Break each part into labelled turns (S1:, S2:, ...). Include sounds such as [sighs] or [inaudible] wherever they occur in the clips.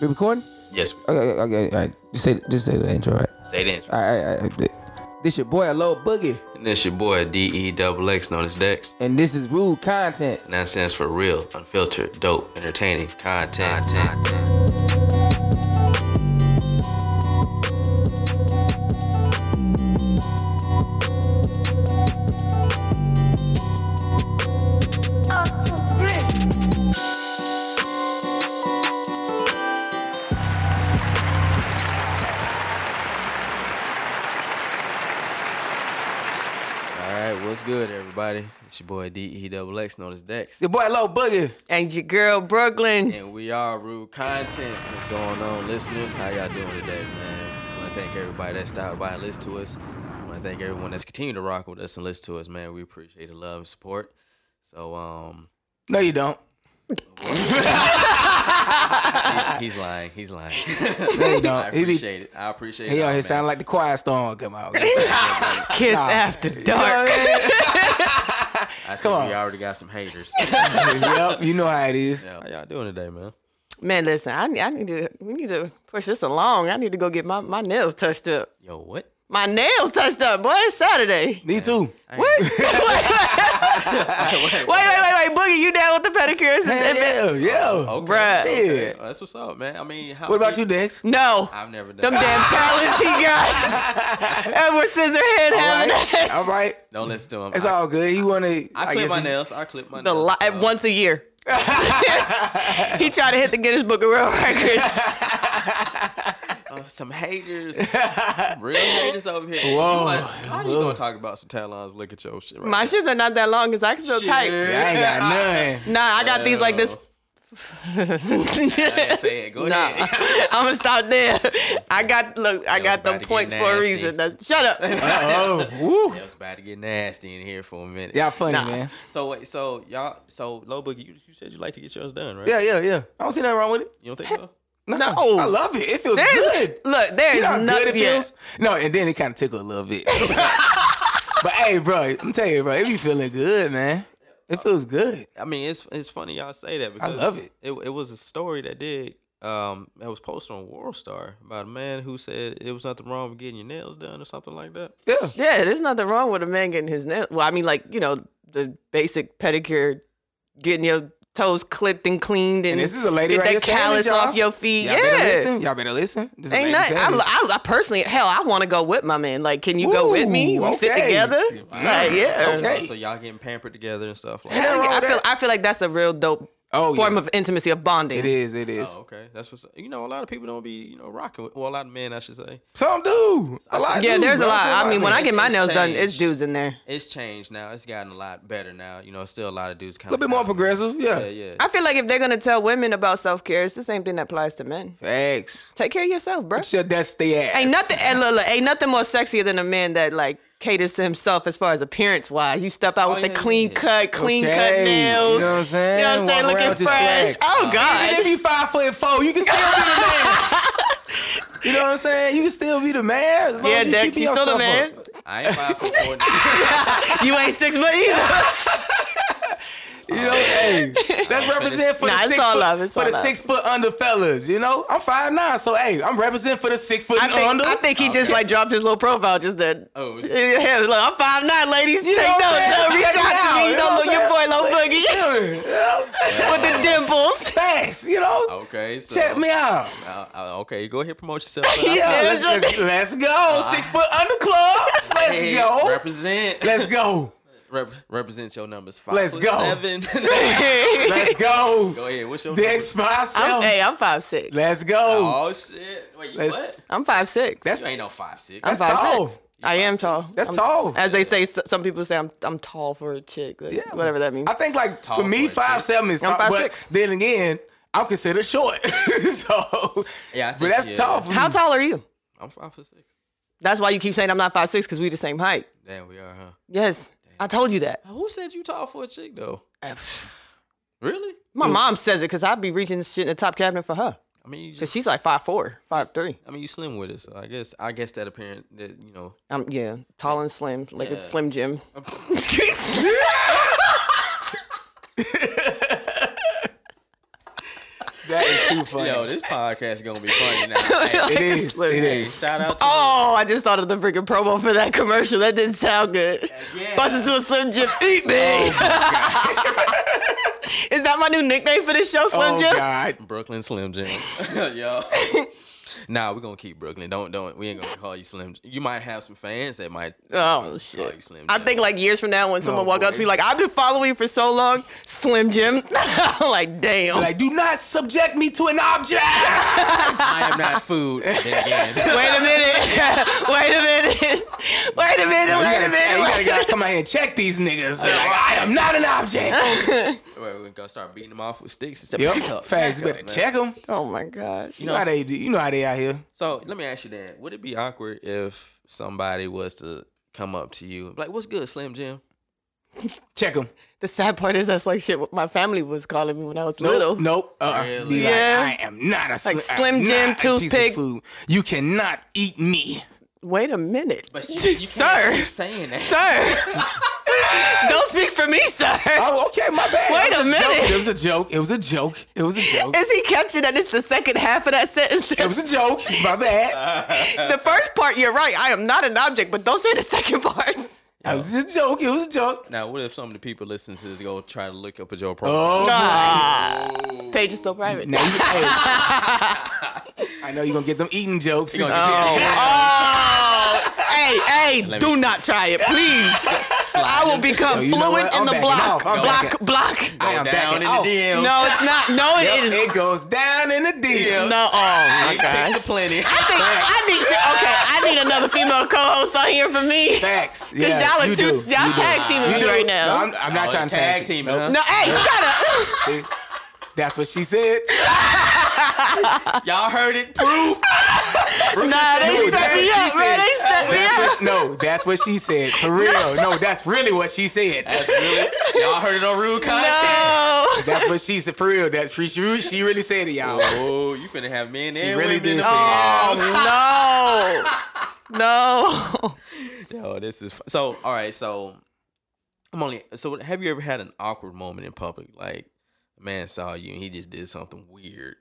S1: We recording?
S2: Yes. we-
S1: Okay, okay, okay, all right. Just say, just say the intro, all right?
S2: Say the intro.
S1: All right, all right, all right. This your boy, Low Boogie,
S2: And this your boy D E double X, known as Dex.
S1: and this is Rude Content.
S2: Nonsense for real, unfiltered, dope, entertaining content.
S3: up to prison.
S2: All right, what's good, everybody? It's your boy D E double X, known as Dex.
S1: Your boy, Low Boogie.
S4: And your girl Brooklyn.
S2: And we are Rude Content. What's going on, listeners? How y'all doing today, man? I want to thank everybody that stopped by and listened to us. I want to thank everyone that's continued to rock with us and listen to us, man. We appreciate the love and support.
S1: [laughs]
S2: So, um,
S1: No, you don't.
S2: he's lying.
S1: [laughs]
S2: He's lying.
S1: No,
S2: [laughs]
S1: you
S2: I
S1: don't. He be,
S2: appreciate it. I appreciate
S1: he
S2: it.
S1: out
S2: all,
S1: here
S2: man.
S1: sound like the quiet storm come out.
S4: Kiss
S1: Nah.
S4: after
S1: You know
S2: [laughs]
S4: dark.
S1: what
S2: I see
S1: Come on.
S2: we already got
S1: [laughs]
S2: some haters. [laughs]
S1: I mean? yep, you know how it is.
S2: How y'all doing today, man?
S4: Man, listen, I need, I need to we need to push this along. I need to go get my, my nails touched up.
S2: Yo, what?
S4: My nails touched up, boy. It's Saturday. [laughs]
S1: Me too.
S2: [laughs]
S4: What? wait, wait, wait, wait, wait, Boogie, you down with the pedicures? and-
S1: Hell
S4: and-
S1: yeah, yeah.
S4: Bruh.
S1: Shit.
S2: Oh, that's what's up, man. I mean, how
S1: What about you,
S2: [laughs]
S1: Dex?
S4: No.
S2: I've never done
S4: Them damn talents he got.
S1: [laughs]
S4: Edward Scissorhead
S1: All
S4: having
S1: right,
S4: that.
S1: all right.
S2: Don't listen to him.
S1: It's
S2: I,
S1: all good. He wanna.
S2: I clip
S1: guess
S2: my
S1: he-
S2: nails. I clip my
S4: [laughs] The
S2: nails.
S4: li-
S2: so-
S4: once
S1: [laughs]
S4: a year. [laughs] he tried to hit the Guinness Book of World Records.
S2: Oh,
S1: [laughs]
S2: some haters. Real haters over here.
S1: Whoa.
S2: You like, how you gonna talk about some talons? Look at your shit right
S4: My shits are not that long because I can still
S2: Shit.
S4: type.
S1: I ain't got none.
S2: [laughs]
S4: Nah, I got these like this.
S2: now. I didn't
S1: [laughs]
S2: say it. Go
S4: [laughs] Nah,
S2: ahead. [laughs]
S4: I'm gonna stop there. I got look, I
S2: Yo,
S4: got
S2: about
S4: the
S2: to get
S4: points for a
S2: nasty.
S4: reason. That's-
S1: [laughs]
S4: shut up.
S1: Oh, woo.
S2: It was about to get nasty in here for a minute.
S1: Y'all funny,
S4: Nah.
S1: man.
S2: So wait, so y'all, so Low Boogie, you, you said you like to get yours done, right?
S1: Yeah, yeah, yeah. I don't see nothing wrong with it.
S2: You don't think so?
S1: No,
S4: No.
S1: I love it. It feels
S4: There's,
S1: good.
S4: look, there
S1: You know how
S4: is
S1: good it
S4: nothing.
S1: feels?
S4: Yet.
S1: No, and then it kind of tickled a little bit. [laughs] but hey, bro, I'm telling you, bro, it be feeling good, man. It feels good.
S2: I mean, it's it's funny y'all say that because
S1: love it.
S2: It, it was a story that did um that was posted on Worldstar about a man who said it was nothing wrong with getting your nails done or something like that.
S1: Yeah.
S4: Yeah, there's nothing wrong with a man getting his nails. Well, I mean, like you know, the basic pedicure, getting your toes clipped and cleaned, and,
S1: And this is a lady
S4: get
S1: right here
S4: that
S1: saying
S4: callus
S1: this, y'all.
S4: off your feet.
S1: Y'all
S4: yeah.
S1: better listen. Y'all better listen. This is
S4: Ain't
S1: Lady
S4: nothing. I,
S1: Savage.
S4: I, I personally, hell, I want to go with my man. Like, can you go with me?
S1: Ooh,
S4: We sit
S1: okay.
S4: together.
S1: Fine.
S4: Like, yeah.
S1: Okay.
S2: Oh, So y'all getting pampered together and stuff like that.
S1: nothing
S4: Hell
S1: wrong
S4: yeah. I
S1: with
S4: feel.
S1: that.
S4: I feel like that's a real dope
S1: Oh,
S4: form
S1: yeah.
S4: of intimacy of bonding.
S1: It is. It is.
S2: Oh, okay. That's what's you know. A lot of people don't be you know rocking. With, well, a lot of men, I should say.
S1: Some do. A lot.
S4: Yeah,
S1: do,
S4: there's a
S1: bro.
S4: lot.
S1: Some
S4: I mean, when I
S2: it's-
S4: get my
S2: it's
S4: nails done, it's
S2: changed.
S4: dudes in there.
S2: It's changed now. It's gotten a lot better now. You know, still a lot of dudes kind
S1: a little bit more progressive. Yeah.
S2: Yeah, yeah.
S4: I feel like if they're gonna tell women about self care, it's the same thing that applies to men.
S1: Facts.
S4: Take care of yourself, bro.
S1: Shut that stay ass.
S4: Ain't nothing. And look, look, ain't nothing more sexier than a man that like caters to himself as far as appearance wise. You step out
S2: Oh,
S4: with
S2: yeah,
S4: the clean
S2: yeah.
S4: cut, clean
S1: Okay.
S4: cut nails.
S1: You know what I'm saying?
S4: You know what I'm saying?
S1: Walk around with
S4: Looking
S1: your
S4: fresh.
S1: slacks.
S4: Oh God.
S1: Even if you five foot four, you can still be the man.
S4: [laughs]
S1: You know what I'm saying? You can still be the man. As long
S4: yeah,
S1: as you
S4: Dex,
S1: keeping
S4: you still the
S1: yourself
S4: man.
S1: up.
S2: I ain't five for
S1: [laughs]
S2: four.
S4: [laughs] you ain't six foot either.
S1: You know, hey, let's represent for
S4: Nah,
S1: the
S4: it's
S1: six
S4: all
S1: foot,
S4: love, it's
S1: for
S4: all
S1: the
S4: love.
S1: six foot under fellas. You know, I'm five nine, so hey, I'm representing for the six foot
S4: I think,
S1: under.
S4: I think he just like dropped his little profile just then.
S2: Oh, it's-
S4: yeah, look, I'm five nine, ladies. Take
S1: know what I'm
S4: notes.
S1: saying?
S4: Don't reach
S1: Check it
S4: out to
S1: out.
S4: me.
S1: You
S4: You
S1: know
S4: know,
S1: what
S4: look, your boy
S1: I'm
S4: low boogie
S1: [laughs]
S4: with the dimples.
S1: Facts, you know.
S2: Okay, Oh, so
S1: Check me out.
S2: Uh, uh, okay, go ahead, promote yourself.
S1: [laughs] Yeah,
S4: Yeah,
S1: let's,
S4: it's just-
S1: let's- let's go. Six foot under club. Let's
S2: Hey,
S1: go.
S2: Represent.
S1: Let's go.
S2: Rep- represent your numbers. Five
S1: Let's
S2: foot
S1: go.
S2: [laughs] Seven.
S1: Let's
S2: go
S4: [laughs]
S1: go.
S2: ahead. What's your
S1: Dex
S4: I'm,
S1: myself.
S4: hey, I'm five six.
S1: Let's go.
S2: Oh shit! Wait, you
S1: Let's-
S2: what?
S4: I'm five six.
S1: That's
S2: You ain't no five six.
S1: that's
S4: five
S1: tall.
S4: six. I am tall.
S1: That's
S4: I'm-
S1: tall.
S4: As they say, s- some people say I'm I'm tall for a chick. like,
S1: Yeah.
S4: whatever that means.
S1: I think like
S2: Tall
S1: for me,
S2: for a
S1: five
S2: chick.
S1: seven is
S4: I'm
S1: tall.
S4: five
S1: but
S4: six.
S1: then again, I'm considered short. [laughs] so
S2: Yeah, I think,
S1: but that's
S2: yeah.
S1: tall for
S4: How
S1: me.
S4: tall are you?
S2: I'm five foot six.
S4: That's why you keep saying I'm not five six because we the same height.
S2: Damn, we are, huh?
S4: Yes, I told you that. [sighs]
S2: Who said you tall for a chick though? Really?
S4: My mom says it because I'd be reaching shit in the top cabinet for her
S2: I mean, you
S4: because
S2: just,
S4: she's like five four, five three.
S2: I mean, you slim with it, so I guess, I guess that apparent that you know.
S4: I'm yeah, tall and slim, like it's
S2: Yeah.
S4: Slim Jim. [laughs]
S1: That is too funny.
S2: Yo, this podcast is gonna be funny [laughs] now. Hey,
S1: it is.
S4: Look,
S1: It
S2: hey,
S1: is.
S2: shout out to
S4: Oh, I just thought of the freaking promo for that commercial. That didn't sound good.
S2: yeah.
S4: Bust into a Slim Jim, eat me. [laughs] Is that my new nickname for this show, Slim
S1: Oh
S4: Jim?
S1: God.
S2: Brooklyn Slim Jim. [laughs] Yo. Nah, we're gonna keep Brooklyn. Don't don't. We ain't gonna call you Slim. J- You might have some fans that might.
S4: Oh
S2: call
S4: shit!
S2: you Slim
S4: I
S2: [laughs] Jim.
S4: think like years from now, when someone
S1: Oh,
S4: walk up to
S1: boy.
S4: me like, "I've been following you for so long, Slim Jim," [laughs] like, damn.
S1: Like, do not subject me to an object.
S2: I am not food. Then again,
S4: [laughs] wait a minute! [laughs] wait a minute! [laughs] Wait a minute! Wait a
S1: Hey, you
S4: minute! Wait
S1: gotta,
S4: a minute!
S1: gotta come out here and check these niggas. Be like, I am not an
S4: [laughs]
S1: object.
S2: Wait, we're gonna start beating them off with sticks. It's a back
S1: yep.
S2: up,
S1: Facts.
S2: back
S1: You better
S2: up, man.
S1: check them.
S4: Oh my gosh!
S1: You know how they. do- You know how they out here.
S2: So let me ask you then: Would it be awkward if somebody was to come up to you like, "What's good, Slim Jim?"
S1: Check them.
S4: The sad part is that's like shit. What my family was calling me when I was little.
S1: Nope. Nope. Uh,
S2: Really?
S1: Be like,
S4: Yeah.
S1: I am not a sli-
S4: Like
S1: I am
S4: Slim Jim,
S1: not a piece of
S4: toothpick.
S1: food. You cannot eat me.
S4: Wait a minute,
S2: But you, you can't
S4: sir.
S2: keep saying that.
S4: sir. Don't speak for me, sir.
S1: Oh, okay, my bad.
S4: Wait
S1: It
S4: a
S1: was joke.
S4: minute.
S1: It was a joke. It was a joke. It was a joke.
S4: Is he catching that it's the second half of that sentence?
S1: It was a joke. My
S2: [laughs]
S1: bad.
S4: the first part, you're right. I am not an object, but don't say the second part.
S1: Oh. It was a joke. It was a joke.
S2: Now, what if some of the people listening to this go try to look up at your profile?
S1: Oh,
S2: [laughs]
S4: Ah, page is still
S1: [laughs]
S4: private.
S1: now you, hey.
S4: [laughs]
S1: I know you're gonna get them eating jokes. and
S2: You
S1: shit.
S2: gonna
S4: Oh, oh. hey, hey,
S2: Let me
S4: do
S2: see.
S4: not try it, please. I will become
S1: Yo, you know what?
S4: fluent in
S1: I'm
S4: the
S1: backing
S4: block.
S1: off. I'm
S4: Block,
S1: backing-
S4: block.
S1: I am
S2: down in
S1: backing
S2: the
S1: off.
S2: DMs.
S4: No, it's not. No, it is.
S1: It goes down in the DM.
S4: No, oh my
S2: Pics
S4: gosh.
S2: are plenty.
S4: I think I need to, okay. I need another female co-host on here for me.
S1: Facts.
S4: Cause
S1: Yeah,
S4: y'all are
S1: you
S4: too,
S1: do.
S4: y'all
S1: You do.
S4: tag teaming
S1: You
S4: me
S1: do.
S4: right now.
S1: No, I'm, I'm not
S2: Oh,
S1: trying to
S2: tag
S1: tag team.
S2: teaming, huh?
S4: no, hey, shut up.
S1: That's what she
S4: [laughs]
S1: said.
S2: Y'all heard it. Proof.
S4: Nah, they
S1: No,
S4: set
S1: that's
S4: me
S1: what she
S4: up, man.
S1: said.
S4: They set me
S1: That's [laughs]
S4: up.
S1: what- no, that's what she said. For real. No, that's really what she said.
S2: That's really. Y'all heard it on rude content.
S4: No.
S1: That's what she said. For real. That's she, she, she really said it, y'all.
S2: Oh, you finna have men
S1: She
S2: and
S1: really
S2: women. in
S1: did
S2: the
S1: say that.
S4: Oh no. No.
S2: Yo, this is fu- so. All right, so I'm only. So, have you ever had an awkward moment in public? Like, a man saw you and he just did something weird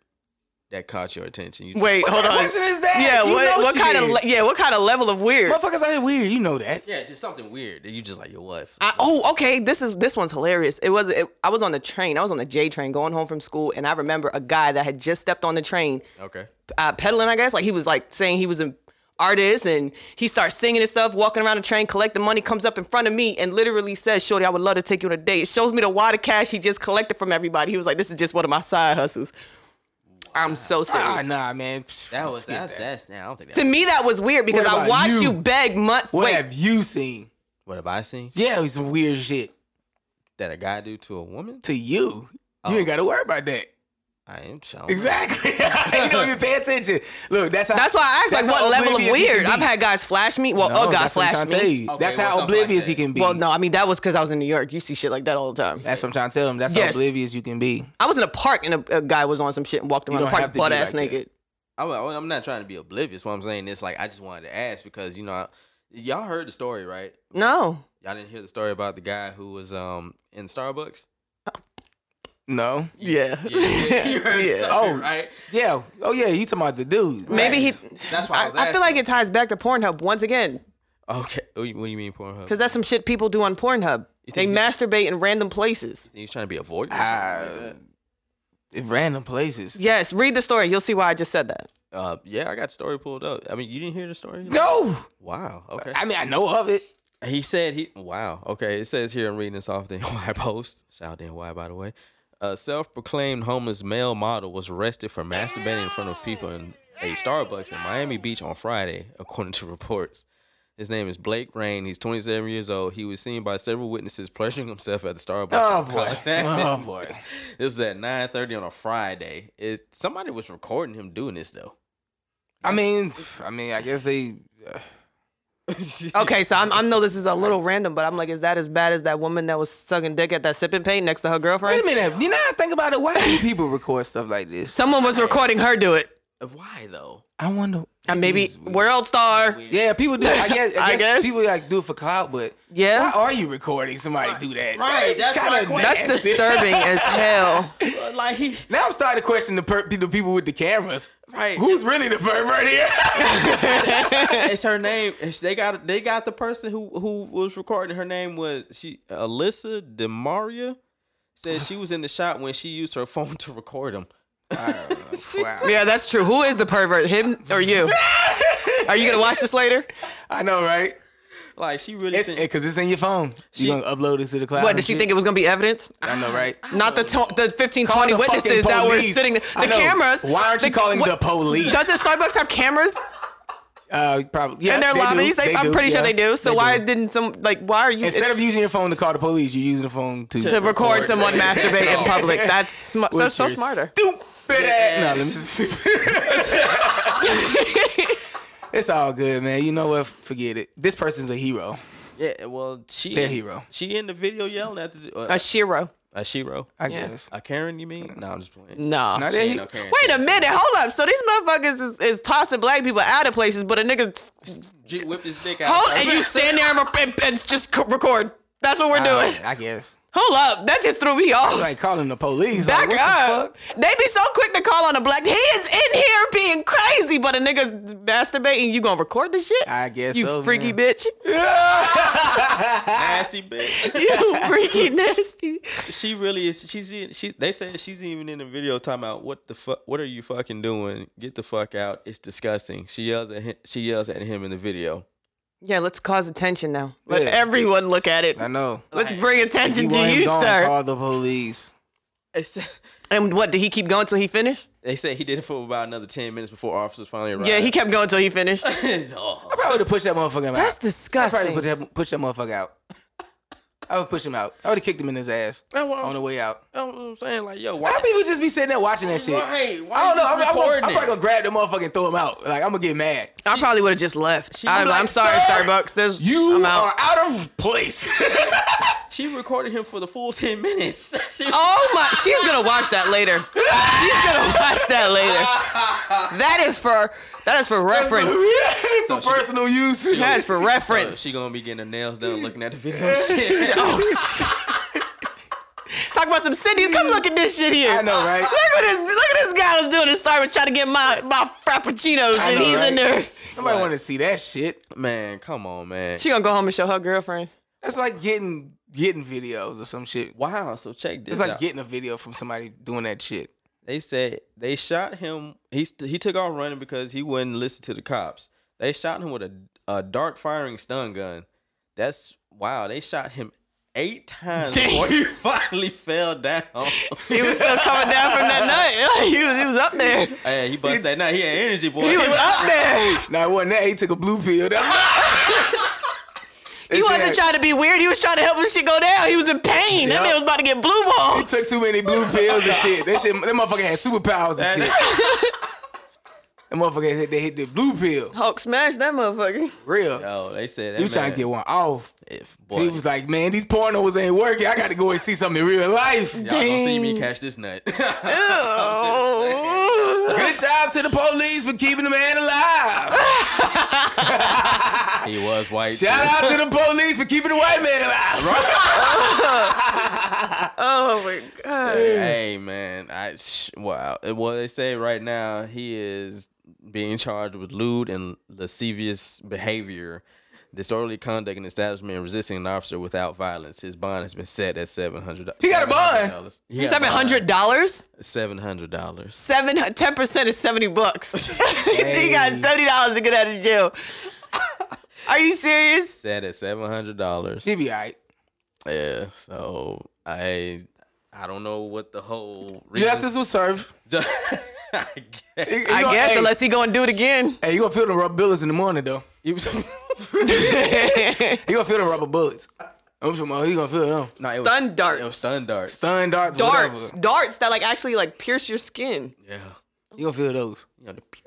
S2: that caught your attention. You
S4: Wait, hold
S1: What
S4: on.
S1: question is that?
S4: Yeah,
S1: You
S4: what
S1: know
S4: what
S1: she
S4: kind of
S1: did.
S4: le- yeah, what kind of level of weird?
S1: Motherfuckers out here weird. You know that.
S2: yeah, just something weird. And you just like, yo, what?
S4: I, oh, okay. This is this one's hilarious. It was it, I was on the train. I was on the J train going home from school, and I remember a guy that had just stepped on the train
S2: okay.
S4: uh, peddling, I guess. Like he was like saying he was an artist and he starts singing and stuff, walking around the train, collecting money, comes up in front of me and literally says, Shorty, I would love to take you on a date. Shows me the wad of cash he just collected from everybody. He was like, This is just one of my side hustles. I'm so
S1: Ah,
S4: serious.
S1: nah, man. Psh,
S2: That was
S1: forget
S2: that's
S1: that.
S2: that's now. I don't think
S4: to
S2: that.
S4: me, that was weird because
S1: What
S4: I
S1: about
S4: watched you,
S1: you?
S4: beg month.
S1: What
S4: Wait,
S1: have you seen?
S2: What have I seen
S1: Yeah, it was some weird shit
S2: that a guy do to a woman?
S1: to you.
S2: Oh.
S1: You ain't got to worry about that.
S2: I am chilling.
S1: Exactly. [laughs] you don't even pay attention. Look, that's how.
S4: that's why I asked, like,
S1: that's how
S4: what level of
S1: oblivious he can
S4: weird?
S1: be.
S4: I've had guys flash me. Well,
S1: No,
S4: a guy
S1: that's what I'm trying
S4: flashed
S1: to tell
S4: me.
S1: you.
S2: Okay,
S1: that's
S2: well,
S1: how
S2: something like
S1: oblivious
S2: that.
S1: he can be.
S4: Well, no, I mean, that was because I was in New York. You see shit like that all the time.
S1: That's what I'm trying to tell him. That's
S4: Yes.
S1: how oblivious you can be.
S4: I was in a park and a, a guy was on some shit and walked around the
S1: don't have
S4: park
S1: to be
S4: butt ass
S1: like that.
S4: naked.
S2: I, am not trying to be oblivious. What I'm saying is like I just wanted to ask because you know I, y'all heard the story, right?
S4: No.
S2: Y'all didn't hear the story about the guy who was um in Starbucks.
S1: No.
S4: Yeah.
S2: Yeah, yeah, [laughs] you heard the
S4: Yeah.
S2: story,
S1: Oh.
S2: right?
S1: Yeah. Oh yeah. You talking about the dude?
S4: Maybe he.
S2: That's why I
S4: [laughs] I,
S2: was
S4: I feel like
S2: asking.
S4: it ties back to Pornhub once again,
S2: Okay, what do you, what do you mean Pornhub?
S4: because that's some shit people do on Pornhub. They
S2: think he-
S4: masturbate in random places.
S2: he's trying to be a voyeur.
S4: Ah.
S1: Uh, in random places.
S4: Yes, read the story. You'll see why I just said that.
S2: Uh, yeah, I got the story pulled up. I mean, you didn't hear the story?
S1: No.
S2: Wow. Okay.
S1: I mean, I know of it.
S2: He said he. Wow. Okay. It says here. I'm reading this off the [laughs] NY Post. Shout out to NY, by the way. A self-proclaimed homeless male model was arrested for masturbating in front of people in a Starbucks in Miami Beach on Friday, according to reports. His name is Blake Rain. He's 27 years old. He was seen by several witnesses [laughs] pleasuring himself at the Starbucks.
S1: Oh
S2: in [laughs]
S1: boy.
S2: Colorado.
S1: Oh boy.
S2: This was at 9:30 on a Friday. It, somebody was recording him doing this
S4: [laughs]
S2: though. [laughs]
S1: I mean, pff, I mean, I guess they.
S4: Okay, so I'm, I know this is a little random, but I'm like, is that as bad as that woman that was sucking dick at that sipping paint next to her girlfriend?
S1: Wait a minute. You know, I think about it. Why do people record stuff like this?
S4: Someone was recording her do it.
S2: Why though?
S1: I wonder.
S4: And maybe world star.
S1: Yeah, people do. I guess. I
S4: [laughs] I
S1: guess,
S4: guess.
S1: people like do it for clout, but
S4: Yeah.
S1: why are you recording somebody do that?
S2: Right,
S1: That is
S2: that's
S1: kinda
S2: my question.
S4: That's
S1: nasty. [laughs]
S2: [laughs]
S4: disturbing as hell.
S2: Uh, Like he
S1: Now I'm starting to question the, per- the people with the cameras.
S2: right.
S1: Who's really the pervert here?
S2: it's her name. It's- They got they got the person who who was recording. Her name was she Alyssa Demaria. Said she was in the shop when she used her [laughs] phone to record him.
S1: wow.
S4: Yeah, that's true. Who is the pervert? Him or
S2: [laughs]
S4: you? Are you gonna watch this later?
S1: I know, right?
S2: Like she really.
S1: It's
S2: think-
S1: because it's in your phone.
S2: She-
S1: You gonna upload it to the cloud?
S4: What
S1: and
S4: did she
S1: shit?
S4: think it was gonna be evidence?
S1: I know, right?
S4: Not the to- the 15,
S1: Call
S4: 20
S1: the fucking
S4: witnesses that were
S1: police.
S4: sitting the
S1: I know.
S4: cameras.
S1: Why aren't you calling the police?
S4: Doesn't Starbucks have cameras
S1: Uh, probably. Yeah,
S4: in their
S1: they do.
S4: lobbies? They, I'm
S1: do,
S4: pretty sure
S1: yeah.
S4: they do. So why
S1: do.
S4: didn't some like why are you
S1: Instead
S4: it's-
S1: of using your phone to call the police, you're using the phone to
S4: to record someone masturbate in
S1: No.
S4: public? That's sm- so,
S1: Which
S4: so
S1: is
S4: smarter.
S1: Stupid ass. No,
S2: ass.
S1: let me [laughs] it's all good, man. You know what? Forget it. This person's a hero.
S2: yeah. Well, she
S1: They're hero.
S2: She in the video yelling at the
S4: A
S2: uh,
S4: shiro.
S2: a shiro.
S1: I
S4: Yeah. Uh,
S1: guess.
S2: A Karen, you mean? No, I'm just playing.
S4: No.
S1: Not
S2: She
S1: that
S2: ain't
S1: he-
S2: no Karen.
S4: Wait a minute, hold up. So these motherfuckers is, is tossing black people out of places, but a nigga
S2: She whipped his dick out.
S4: hold and you stand there and, re- and, and just c- record. That's what we're doing.
S1: I, I guess.
S4: Hold up, that just threw me off.
S1: Like calling the police.
S4: Back
S1: like, what
S4: up.
S1: The fuck?
S4: They be so quick to call on a black. He is in here being crazy, but a nigga's masturbating. You gonna record this shit?
S1: I guess
S4: You
S1: so,
S4: freaky
S1: man. [laughs]
S4: bitch.
S2: nasty bitch.
S4: [laughs] You freaky nasty.
S2: she really is. She's in. She. They said she's even in the video talking about what the fuck. What are you fucking doing? Get the fuck out. It's disgusting. She yells at him. She yells at him in the video.
S4: Yeah, let's cause attention now. Let
S1: Yeah.
S4: everyone look at it.
S1: I know.
S4: Let's bring
S1: If
S4: attention to
S1: want him
S4: you,
S1: gone,
S4: sir.
S1: Call the police. [laughs]
S2: It's-
S4: And what did he keep going till he finished?
S2: They said he did it for about another ten minutes before officers finally arrived.
S4: Yeah, he kept going till he finished.
S2: [laughs] It's- oh.
S1: I would have pushed that motherfucker out.
S4: That's
S1: I probably
S4: disgusting.
S1: put that, push that motherfucker out. I would push him out. I would have kicked him in his ass
S4: Oh.
S2: That's what I'm,
S1: on the way out.
S2: that's what I'm saying. Like, yo,
S1: Why
S2: why?
S1: people just be sitting there watching that shit?
S2: Right, why
S1: I don't know.
S2: you
S1: I'm,
S2: just
S1: I'm, gonna-
S2: recording
S1: I'm
S2: it?
S1: probably gonna grab the motherfucker and throw him out. Like I'm gonna get mad.
S4: I probably would have just left. I,
S1: I'm like,
S4: am sorry,
S1: "Sir,
S4: Starbucks. There's
S1: You
S4: I'm out.
S1: are out of place. [laughs]
S2: She recorded him for the full ten minutes. [laughs] She-
S4: Oh my! She's gonna watch that later. She's gonna watch that later. That is for that is for reference.
S1: for personal use.
S4: That is for
S2: So
S4: reference.
S2: Oh, she gonna be getting her nails done looking at the video.
S1: [laughs]
S2: and shit. Oh,
S4: Talk about some Cindy. Come look at this shit
S1: [laughs]
S4: here.
S1: I know,
S4: [laughs]
S1: right?
S4: Look at this. Look at this guy was doing. This Starbucks trying to get my my frappuccinos,
S1: I
S4: and
S1: know,
S4: he's in
S1: right?
S4: there.
S1: Nobody want to see that shit.
S2: man, come on, man.
S4: She gonna go home and show her girlfriend.
S1: That's like getting getting videos or some shit.
S2: wow. So check this
S1: It's like
S2: out.
S1: getting a video from somebody doing that shit.
S2: they said they shot him. He st- he took off running because he wouldn't listen to the cops. They shot him with a a dart firing stun gun. That's wow. They shot him eight times
S4: Damn.
S2: before he [laughs] finally
S1: [laughs]
S2: fell down.
S4: He was still coming down from that night. [laughs] Like, he, was, he was up there.
S2: hey, he busted that night. He had energy, boy. [laughs]
S4: He was up there.
S1: Now it wasn't that he took a blue pill. [laughs]
S4: He wasn't trying to be weird. He was trying to help his shit go down. He was in pain.
S1: Yup.
S4: That man was about to get blue balls.
S1: He took too many blue pills and shit. That shit, that motherfucker had superpowers and shit. [laughs] that motherfucker hit, they hit the blue pill.
S4: Hulk smashed that motherfucker.
S1: Real.
S2: Oh, they said that
S1: you trying to get one off.
S2: if boy.
S1: He was like, man, these pornos ain't working. I got to go and see something in real life.
S2: Y'all gonna see me catch this nut.
S4: Oh.
S1: Good job to the police for keeping the man
S4: [laughs]
S1: alive.
S2: [laughs] he was white.
S1: Shout
S2: too.
S1: out to the police for keeping the white man alive.
S4: Oh my god.
S2: Hey man, I sh- wow. Well, they say right now he is being charged with lewd and lascivious behavior, disorderly conduct in the establishment, and resisting an officer without violence. His bond has been set at seven hundred.
S1: He got a bond.
S4: Seven hundred dollars?
S2: Seven hundred dollars.
S4: Seven ten percent is seventy bucks. [laughs] he got seventy dollars to get out of jail. Are you serious?
S2: Set at seven hundred dollars.
S1: She be all right.
S2: Yeah. So I, I don't know what the whole reason-
S1: Justice was served.
S2: Ju- [laughs] I guess. [laughs]
S1: You- you
S4: I
S1: gonna-
S4: guess
S1: hey,
S4: unless he go and do it again.
S1: Hey, you gonna feel the rubber bullets in the morning though.
S2: He
S1: [laughs]
S2: was-
S1: You gonna feel the rubber bullets. I'm sure you gonna feel them.
S2: No, it was-
S4: Stun
S2: It was
S4: darts.
S2: stun darts.
S1: Stun darts,
S4: Darts.
S1: whatever.
S4: Darts that like actually like pierce your skin.
S2: Yeah.
S1: You gonna feel those.
S2: You know, the pew.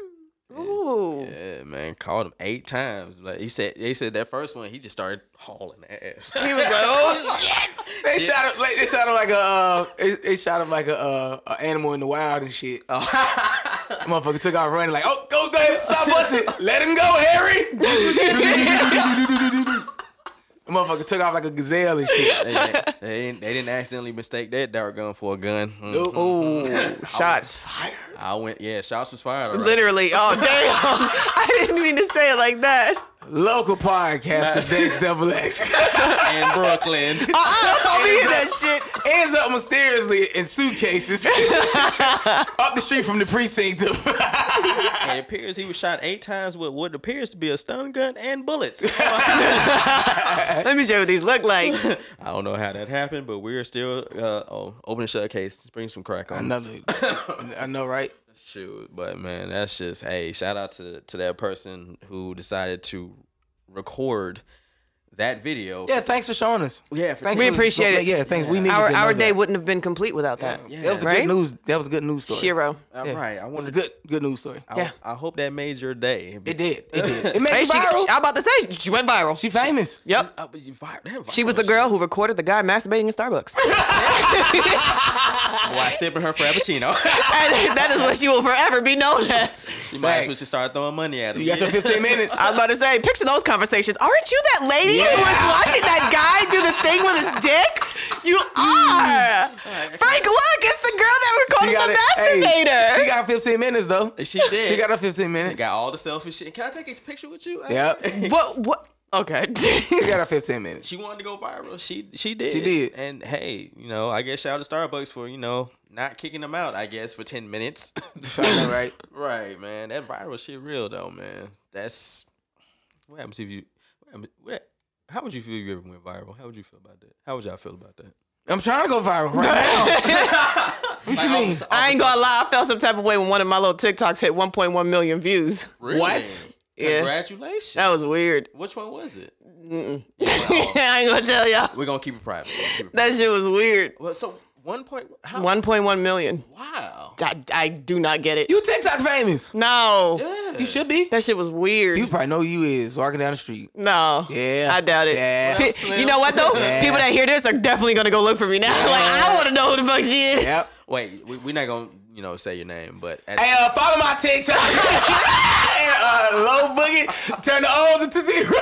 S4: Ooh.
S2: Yeah, man, called him eight times. Like he said, they said that first one, he just started hauling ass.
S4: He was like, oh shit.
S1: They shot him. Like, they Oh. shot him like a. Uh, they, they shot him like a, uh, a animal in the wild and shit. [laughs] motherfucker took out running like, oh, go, go ahead, stop busting. Let him go, Harry. [laughs] the motherfucker took off like a gazelle and shit.
S2: [laughs] They, they, they didn't, they didn't accidentally mistake that dart gun for a gun. Mm.
S4: Oh, shots fired.
S2: I went, yeah, shots was fired. all right.
S4: Literally. Oh, damn. [laughs] I didn't mean to say it like that.
S1: Local podcast, the Days Double [laughs] X.
S2: [laughs] in Brooklyn.
S4: I [laughs] don't mean that shit.
S1: Ends up mysteriously in [laughs] suitcases up the street from the precinct.
S2: and it appears he was shot eight times with what appears to be a stun gun and bullets.
S4: Let me show you what these look like.
S2: I don't know how that happened, but we're still uh, oh, open and shut case. Bring some crack on.
S1: Another, [laughs]
S2: [laughs]
S1: I know, right?
S2: Shoot, but man, that's just hey, shout out to to that person who decided to record that video.
S1: Yeah, thanks for showing us.
S2: yeah, for
S1: Thanks
S4: We
S1: for-
S4: appreciate it.
S1: Yeah, thanks. We need
S4: Our
S1: to
S4: our
S1: know
S4: day
S1: That.
S4: wouldn't have been complete without that.
S2: Yeah.
S1: that was a
S4: right?
S1: good news. That was a good news story.
S4: Shiro.
S2: All
S1: Yeah.
S2: right, I
S1: It was a
S2: wanted.
S1: good, good news story.
S2: I,
S4: Yeah.
S2: I hope that made your day.
S1: It did. It
S4: [laughs]
S1: did. It
S4: Hey,
S1: made
S4: she,
S1: you viral.
S4: I'm about to say she went viral.
S1: She famous.
S4: yep.
S2: Uh, but you fired- that
S4: She was
S2: viral
S4: the
S2: shit.
S4: girl who recorded the guy masturbating in Starbucks. [laughs]
S2: Why sipping her [laughs] frappuccino?
S4: that that is what she will forever be known as.
S2: you might as well
S1: Facts.
S2: just start throwing money at him.
S1: You got your
S2: [laughs]
S1: 15 minutes.
S4: I was about to say, picture those conversations. Aren't you that lady who was watching that guy do the thing with his dick? You are. Frank, look, it's the girl that we
S1: She
S4: calling
S1: got
S4: the
S1: it. Hey,
S4: masturbator.
S1: she got 15 minutes though.
S2: She did.
S1: She got her 15
S2: I
S1: minutes.
S2: got all the selfish shit. Can I take a picture with you?
S1: [laughs] Yep.
S4: what? What? [laughs] Okay.
S1: She got her 15 minutes.
S2: She wanted to go viral. She she did.
S1: She did.
S2: And hey, you know, I guess shout out to Starbucks for you know not kicking them out. I guess for ten minutes. [laughs]
S1: All right.
S2: right, man. That viral shit real though, man. That's what happens if you. What, happen- what, how would you feel if you ever went viral? How would you feel about that? How would y'all feel about that?
S1: [laughs] I'm trying to go viral right
S2: [laughs]
S1: now. what you mean?
S4: I ain't gonna lie, I felt some type of way when one of my little TikToks hit 1.1 million views.
S1: What?
S4: Yeah.
S2: Congratulations.
S4: That was weird. [laughs]
S2: Which one was it?
S1: [laughs]
S4: I ain't gonna tell y'all.
S2: We're gonna keep it private. We're gonna keep it private.
S4: That shit was weird.
S2: Well, so one point.
S1: Oh.
S2: How,
S4: 1.1 million.
S2: Wow.
S4: I, I do not get it.
S1: You TikTok famous.
S4: No.
S2: Yeah.
S1: You should be.
S4: That shit was weird.
S1: You probably know who you is walking down the street.
S4: No.
S1: Yeah.
S4: I doubt it.
S1: Yeah.
S4: Pe-
S2: Well, Slim.
S4: you know what though?
S1: Yeah.
S4: People that hear this are definitely gonna go look for me now. [laughs] Like I want to know who the fuck she is.
S1: Yep.
S2: Wait, we, we're not gonna you know say your name, but at
S1: Hey, uh, follow my TikTok. [laughs] uh, low boogie. Turn the O's into zero.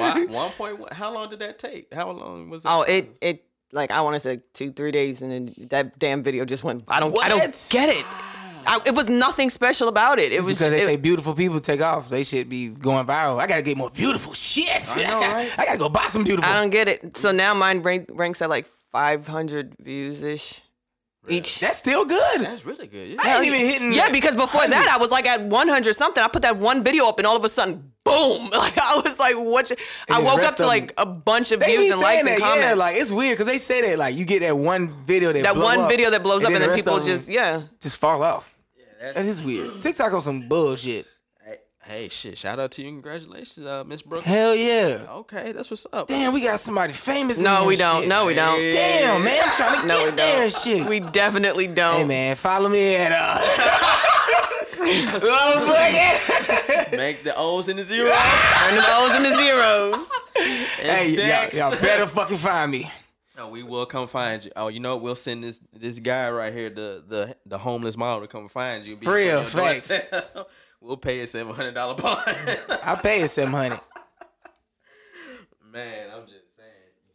S1: [laughs]
S2: Why? One point. one- How long did that take? How long was that?
S4: [laughs] Oh, it it like I want to say two three days, and then that damn video just went. I don't I
S1: What?
S4: don't get it. I, it was nothing special about it. It was
S1: because they
S4: it-
S1: say beautiful people take off. They should be going viral. I gotta get more beautiful shit. I [laughs]
S2: know, right?
S1: gotta go buy some beautiful.
S4: I don't get it. So now mine rank, ranks at like 500 views ish
S1: [laughs]
S4: each.
S1: That's still good.
S2: That's really good.
S1: I ain't even hitting.
S4: Yeah, because before that I
S1: hundreds.
S4: was like at 100 something. I put that one video up and all of a sudden, boom! [laughs] Like I was like, what? you- I
S1: then the
S4: woke
S1: rest
S4: up to
S1: of
S4: like a bunch of
S1: They be
S4: views and
S1: saying
S4: likes
S1: that,
S4: and comments.
S1: Yeah, like it's weird because they say that like you get that one video that
S4: that
S1: blow
S4: one
S1: up,
S4: video that blows up and then
S1: the
S4: people
S1: rest of 'em
S4: just yeah.
S1: just fall off.
S2: that's-
S1: That is weird. TikTok on some bullshit.
S2: Hey, hey, shit! Shout out to you. Congratulations, uh, Miss Brooks.
S1: Hell yeah.
S2: Okay, that's what's up.
S1: Damn, we got somebody famous. in
S4: No,
S1: this
S4: we don't.
S1: shit.
S4: No, we don't.
S1: Damn, man, I'm trying to
S4: [laughs] No, we
S1: get there and
S4: don't.
S1: shit.
S4: We definitely don't.
S1: hey, man, follow me at
S4: [laughs]
S1: uh, [laughs] Low Boogie.
S2: Make the O's and the zeros.
S4: Turn them O's and the zeros.
S1: [laughs] hey, y'all,
S2: Dex.
S1: y'all better fucking find me.
S2: No, we will come find you. Oh, you know what? We'll send this this guy right here, the the the homeless model, to come find you. and be
S1: For real,
S2: on your
S1: facts.
S2: [laughs] doorstep. We'll pay a seven hundred dollar bond. [laughs]
S1: I'll pay you seven hundred.
S2: Man, I'm just saying.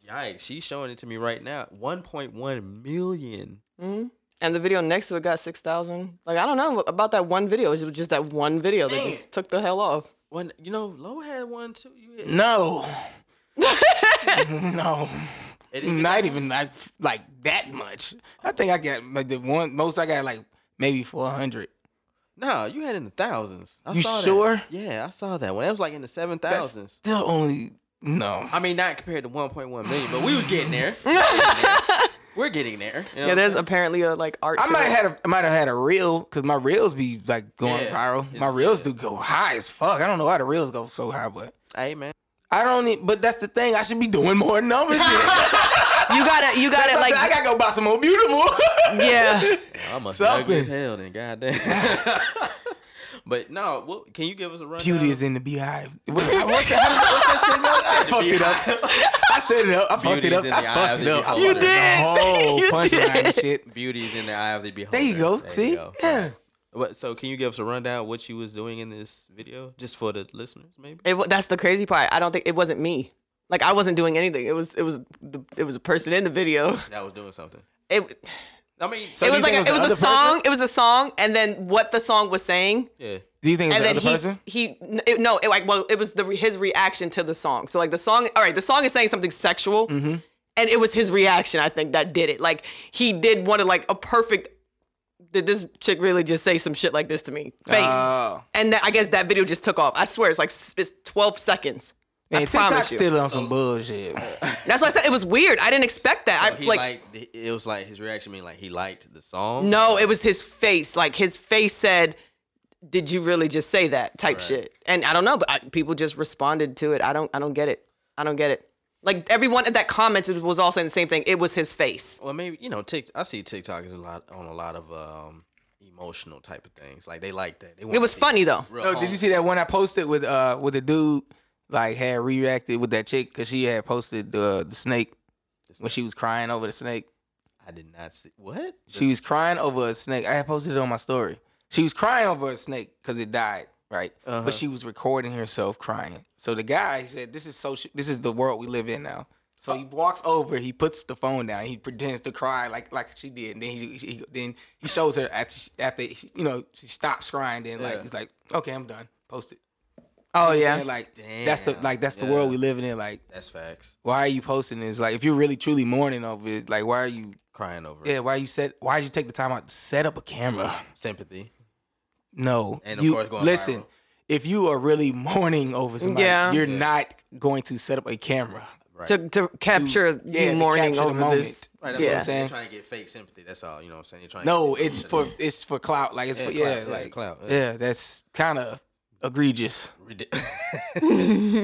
S2: Yikes! She's showing it to me right now. One point one million.
S4: And the video next to it got 6,000. Like, I don't know about that one video. It was just that one video that just took the hell off.
S2: One, you know, Low had one too. You hit, [laughs]
S1: No. no.
S2: it, it-
S1: Not even like like that much. I think I got like the one most I got like maybe four hundred.
S2: No, you had in the thousands. I
S1: You
S2: saw that.
S1: sure?
S2: Yeah, I saw that one. It was like in the seven thousands.
S1: Still only no.
S2: I mean, not compared to one point one million, but we was getting [laughs] there. We was getting there. We're getting there. You know
S4: Yeah,
S2: what I'm
S4: there's apparently a like art.
S1: I
S4: to
S1: might
S4: it.
S1: have had a, I might have had a reel because my reels be like going
S2: Yeah.
S1: viral. My
S2: It's-
S1: reels do go high as fuck. I don't know why the reels go so high, but
S2: saying? Hey man,
S1: I don't. Need, but that's the thing. I should be doing more
S2: [laughs]
S1: numbers.
S4: You gotta, you gotta,
S1: like [laughs]
S4: like,
S1: I gotta go buy some more beautiful.
S4: yeah.
S2: I must be
S1: Something.
S2: ugly as hell then. Goddamn.
S1: [laughs]
S2: but no, well, can you give us a rundown?
S1: [laughs] Beauty is in the
S2: [laughs]
S1: beehive. What's that, what's that, what's [laughs] that shit? I fucked it up.
S2: [laughs]
S1: I set it up. I fucked
S2: Beauty
S1: it
S2: is
S1: up.
S2: in
S1: I
S2: the eye of
S1: fucked it up. I [laughs] fucked
S2: the beholder.
S1: it up. The whole
S4: You
S1: punchline
S4: did.
S1: and shit.
S2: Beauty is in the eye of the beholder.
S1: There you go. See?
S2: go.
S1: Yeah.
S2: What, so can you give us a rundown of what you was doing in this video, just for the listeners, maybe?
S4: It, wa- that's the crazy part. I don't think it wasn't me. Like I wasn't doing anything. It was it was the, it was a person in the video. [laughs]
S2: That was doing something.
S4: It
S2: I mean,
S1: So
S4: it
S1: do
S4: was
S1: you
S4: like
S1: think
S4: a, it was a
S1: the other
S4: song.
S1: person?
S4: It was a song, and then what the song was saying,
S2: yeah.
S1: Do you think it's
S4: and
S1: the
S4: then
S1: other
S4: he
S1: person?
S4: he n- it, no, it like well, it was the his reaction to the song. So like the song, all right, the song is saying something sexual,
S1: Mm-hmm.
S4: and it was his reaction. I think that did it. Like he did want to like a perfect. Did this chick really just say some shit like this to me? Face,
S2: Uh,
S1: Oh.
S4: and that, I guess that video just took off. I swear, it's like s- it's twelve seconds.
S1: Man,
S4: I
S1: TikTok
S4: promise you.
S1: still on some bullshit. man.
S2: [laughs]
S4: That's why I said it was weird. I didn't expect that.
S2: So
S4: I
S2: he
S4: like.
S2: liked the- it was like his reaction mean like he liked the song.
S4: No, it was his face. Like his face said, "Did you really just say that?" type shit. And I don't know, but I, people just responded to it. I don't. I don't get it. I don't get it. Like everyone that commented was all saying the same thing. It was his face.
S2: Well, maybe you know, Tik. I see TikTok is a lot on a lot of um emotional type of things. Like they like that. They
S4: It was funny though.
S1: No, Oh, did you see that one I posted with uh with a dude like had reacted with that chick because she had posted the the snake when she was crying over the snake.
S2: I did not see what
S1: She was crying over a snake. I had posted it on my story. She was crying over a snake because it died, right?
S2: Uh-huh.
S1: But she was recording herself crying. So the guy he said, "This is social. This is the world we live in now." So he walks over. He puts the phone down. He pretends to cry like like she did. And then he, he then he shows her after she, after she, you know she stops crying. Then like
S2: Yeah.
S1: he's like, "Okay, I'm done. Post it."
S4: Oh
S1: You know what I'm saying? like that's the
S2: Damn.
S1: like that's the
S2: Yeah.
S1: world we live in. Like,
S2: That's facts.
S1: why are you posting this? Like, if you're really truly mourning over it, like, why are you?
S2: Crying over
S1: Yeah, why you set? Why did you take the time out to set up a camera?
S2: sympathy.
S1: No,
S2: And of
S1: you,
S2: course going
S1: listen.
S2: viral.
S1: If you are really [laughs] mourning over somebody,
S4: Yeah.
S1: you're not going to set up a camera.
S2: Right.
S4: to to capture
S1: Yeah,
S4: you
S1: to
S4: mourning
S1: capture the
S4: over
S1: moment.
S4: this.
S2: Right, that's
S4: yeah.
S2: what I'm saying.
S1: Yeah.
S2: They're trying to get fake sympathy. That's all. You know what I'm saying? They're trying
S1: No,
S2: to get
S1: it's for it's for clout. Like it's
S2: Yeah,
S1: for,
S2: clout,
S1: yeah,
S2: yeah,
S1: like
S2: clout, yeah.
S1: Yeah,
S2: [laughs]
S1: that's kind of egregious.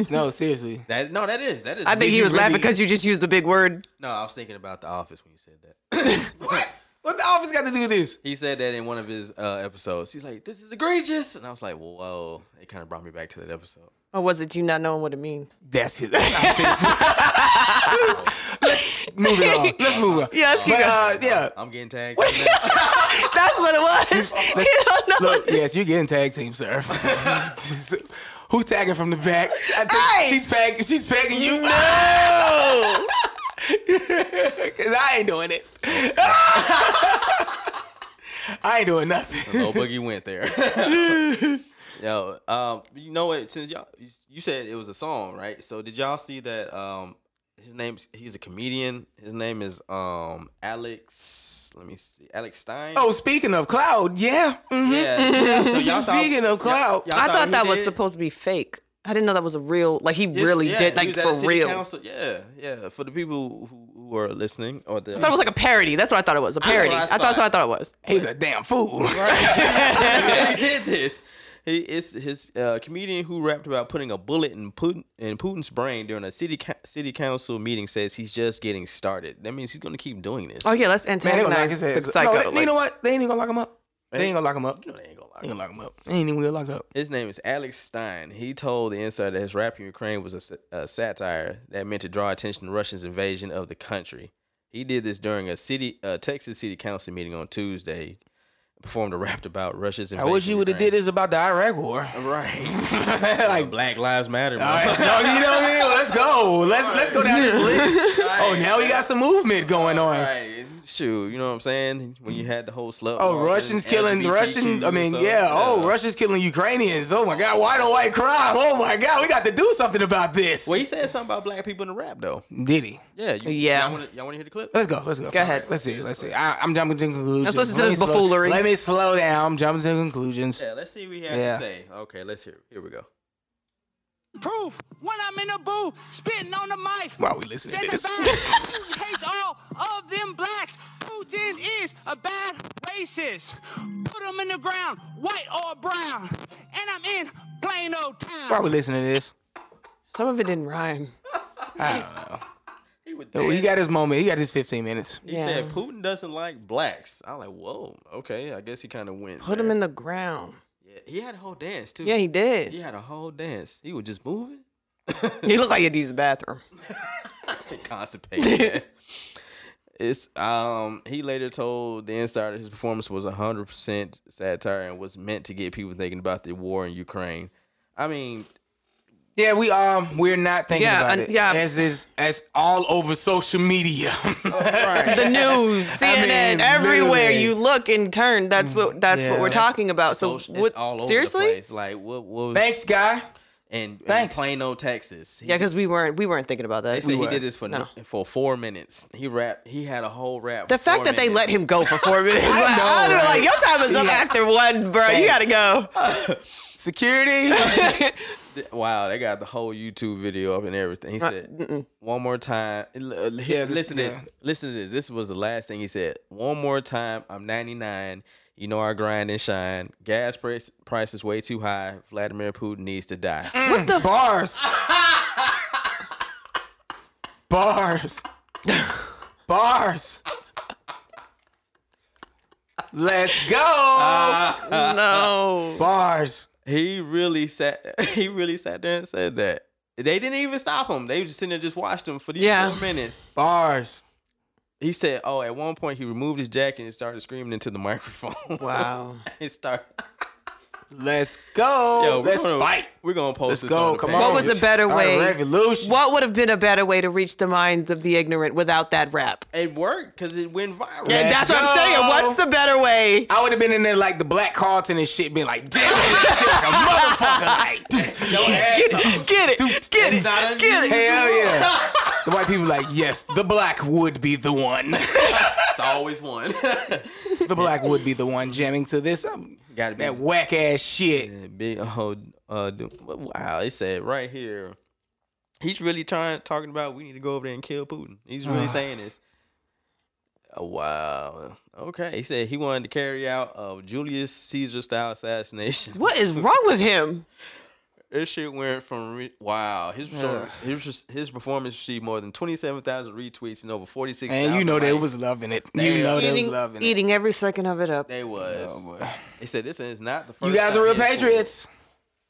S1: no, seriously.
S2: that no, that is that is.
S4: I think he
S1: you
S4: was laughing
S1: really-
S4: because you just used the big word.
S2: no, I was thinking about the office when you said that.
S1: [laughs] What? What the office got to do with this?
S2: He said that in one of his uh, episodes. He's like, "This is egregious," and I was like, "Whoa!" It kind of brought me back to that episode.
S4: Or was it you not knowing what it means?
S1: That's
S2: [laughs]
S1: it. [laughs] Let's move it on. Let's move on.
S4: Yeah, let's keep
S1: But, uh,
S4: going.
S1: yeah.
S2: I'm getting tagged. in that.
S4: That's what it was. [laughs] You don't know.
S1: [laughs] Look, yes, you're getting tag team, sir. [laughs] Who's tagging from the back? I think
S4: Hey!
S1: she's packing. She's packing you. No, [laughs] cause I ain't doing it. [laughs] I ain't doing nothing.
S2: No boogie went there. [laughs] Yo, um, you know what? Since y'all, you said it was a song, right? So did y'all see that? Um, his name's he's a comedian. His name is um Alex. Let me see, Alex Stein.
S1: Oh, speaking of cloud, yeah. mhm.
S2: yeah. yeah. So y'all thought-
S1: Speaking of clout,
S2: y'all- y'all
S4: I thought
S2: he
S4: that was
S2: did?
S4: supposed to be fake. I didn't know that was a real. Like he
S2: Yes,
S4: really
S2: yeah,
S4: did,
S2: he
S4: like
S2: was at a
S4: for
S2: city
S4: real.
S2: council. Yeah, yeah. For the people who, who are listening, or the
S4: I thought it was like a parody. That's what I thought it was. A parody.
S2: what I
S4: I thought that's
S2: thought.
S4: what I thought it was.
S1: he's a damn fool.
S2: yeah, he did this. He is his uh, comedian who rapped about putting a bullet in Putin in Putin's brain during a city co- city council meeting. Says he's just getting started. That means he's going to keep doing this.
S4: Oh yeah, let's
S1: [laughs] Man, they gonna knock
S4: antagonize
S1: his ass.
S4: the
S1: up.
S4: psycho.
S1: no, they,
S4: like-
S1: you know what? They ain't even gonna lock him up. They ain't gonna lock him up.
S2: You know they ain't gonna lie.
S1: They ain't gonna lock him up. They ain't even gonna lock him up.
S2: His name is Alex Stein. He told the Insider that his rap in Ukraine was a, sa- a satire that meant to draw attention to Russia's invasion of the country. He did this during a city, uh, Texas City Council meeting on Tuesday. Performed a rap about Russia's
S1: I
S2: invasion.
S1: wish you would have did
S2: it.
S1: this about the Iraq War. [laughs]
S2: Right,
S1: like,
S2: Black Lives Matter.
S1: All right, so you know what I mean? Let's go. Let's let's go down this list. Oh, now we got some movement going on.
S2: Right. Shoot, you know what I'm saying? When you had the whole slut.
S1: Oh,
S2: walk
S1: Russians
S2: and
S1: killing
S2: LGBTQ
S1: Russian. I mean,
S4: uh,
S2: stuff.
S1: yeah. Oh, Russians killing Ukrainians. Oh my God, white on white crime. Oh my God, we got to do something about this.
S2: Well, he said something about black people in the rap though.
S1: Did he?
S2: Yeah. You,
S4: Yeah.
S2: Y'all want to hear the clip?
S1: Let's go. Let's go. Go
S4: ahead.
S1: Let's see. Let's see. I, I'm jumping to conclusions.
S4: Let's listen to
S1: Let me
S4: this
S1: slow-
S4: buffoonery.
S1: Let me slow down. I'm jumping to conclusions.
S2: Yeah. Let's see what he has
S1: Yeah.
S2: to say. Okay. Let's hear. Here we go.
S5: proof when I'm in the booth spitting on the mic.
S1: Why we listening to
S5: Just
S1: this? [laughs]
S5: a bad Putin hates all of them blacks. Putin is a bad racist. Put him in the ground, white or brown. And I'm in plain old town.
S1: Why we listening to this?
S4: Some of it didn't rhyme.
S2: He, would
S1: Yo, Oh, he got his moment. He got his 15 minutes.
S2: He said Putin doesn't like blacks. I'm like, whoa. Okay. I guess he kind of went.
S4: Put him in the ground.
S2: Yeah, he had a whole dance too.
S4: Yeah, he did.
S2: He had a whole dance. He was just moving. [laughs]
S4: He looked like he had to use the bathroom.
S2: Constipated. [laughs] It's um he later told the Insider his performance was 100% satire and was meant to get people thinking about the war in Ukraine. I mean,
S1: Yeah, we um we're not thinking
S4: Yeah,
S1: about
S4: and-
S1: it.
S4: yeah.
S1: As is as all over social media. [laughs]
S2: [laughs]
S4: the news, CNN,
S1: mean,
S4: everywhere
S1: literally.
S4: you look and turn, that's what that's what
S1: Yeah.
S4: we're talking about. So
S2: it's
S4: what,
S2: all over
S4: seriously,
S2: the place. Like what what was
S1: Thanks, guy.
S2: and, and
S1: thanks.
S2: Plano, Texas. He-
S4: yeah, because we weren't we weren't thinking about
S2: They
S4: that.
S2: said he
S1: were.
S2: did this for
S4: No.
S2: for four minutes. He rap. He had a whole rap.
S4: The
S2: for
S4: fact
S2: four
S4: that they let
S2: minutes.
S1: [laughs]
S4: him go
S2: [laughs]
S4: for four minutes, I, like, I don't know, like your time is up after one, bro. You gotta go.
S1: Security.
S2: [laughs] Wow, they got the whole YouTube video up and everything. He said, "One more time." L- uh, li-
S1: Uh, Yeah, this-
S2: listen to this.
S1: yeah.
S2: Listen to this. This was the last thing he said. One more time. I'm 99. You know I grind and shine. Gas price price is way too high. Vladimir Putin needs to die.
S1: What the bars? bars. bars. Let's go.
S4: Uh,
S1: [laughs]
S4: No,
S1: bars.
S2: He really sat. [laughs] He really sat there and said that. They didn't even stop him. They just sitting there just watched him for these
S4: Yeah.
S2: four minutes.
S1: Bars.
S2: He said, "Oh, at one point he removed his jacket and started screaming into the [laughs] microphone."
S4: wow.
S2: it started.
S1: Let's go.
S2: Yo, we're
S1: Oh, Let's
S2: gonna,
S1: fight.
S2: We're gonna post
S1: Let's
S2: this.
S1: go.
S2: on the
S1: Come
S2: page.
S1: on.
S4: What was a better
S1: Start
S4: way?
S1: revolution.
S4: What would have been a better way to reach the minds of the ignorant without that rap?
S2: It worked because it went viral.
S1: Yeah,
S4: That's what I'm saying.
S1: go.
S4: What's the better way?
S1: I would have been in there like the Black Carlton and shit, being like, damn, this shit like a motherfucker. Like,
S4: Get it, get it, get it,
S2: not a-
S4: get it.
S1: hell yeah. The white people like, yes, the black would be the one.
S2: It's always [laughs] one.
S1: the black would be the one jamming to this. um,
S2: Gotta be.
S1: that whack ass shit.
S2: Big oh, uh, dude. wow! It said right here. He's really trying talking about we need to go over there and kill Putin. He's really
S4: Uh-huh.
S2: saying this. Oh, wow. Okay. He said he wanted to carry out a Julius Caesar style assassination.
S4: What is wrong with him?
S2: This shit went from re- wow. His perform- his his performance received more than twenty seven thousand retweets and over forty six.
S1: And you know they was loving it. You
S2: Damn.
S1: know they was
S4: Eating,
S1: loving it.
S4: eating every second of it up.
S2: They was.
S1: Oh, boy.
S2: They said this is not the first.
S1: You guys
S2: time
S1: are real
S2: he has pulled.
S1: patriots.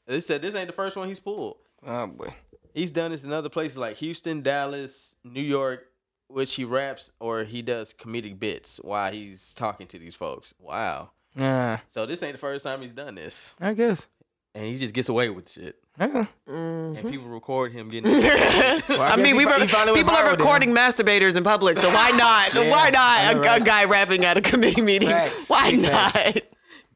S2: They said this ain't the first one he's pulled.
S1: Oh boy.
S2: He's done this in other places like Houston, Dallas, New York, which he raps or he does comedic bits while he's talking to these folks. Wow.
S1: Uh,
S2: So this ain't the first time he's done this,
S1: I guess.
S2: and he just gets away with shit.
S1: Yeah. Mm-hmm.
S2: And people record him getting. [laughs]
S1: Well,
S4: [laughs] I
S1: guess
S4: mean,
S1: he
S4: we
S1: fi-
S4: were,
S1: he finally went
S4: people are
S1: viral then.
S4: recording masturbators in public, so why not? why
S1: I
S4: not
S1: know,
S4: a,
S1: right?
S4: a guy rapping at a committee meeting?
S1: Facts.
S4: [laughs] Why
S1: Big
S4: not?
S1: facts.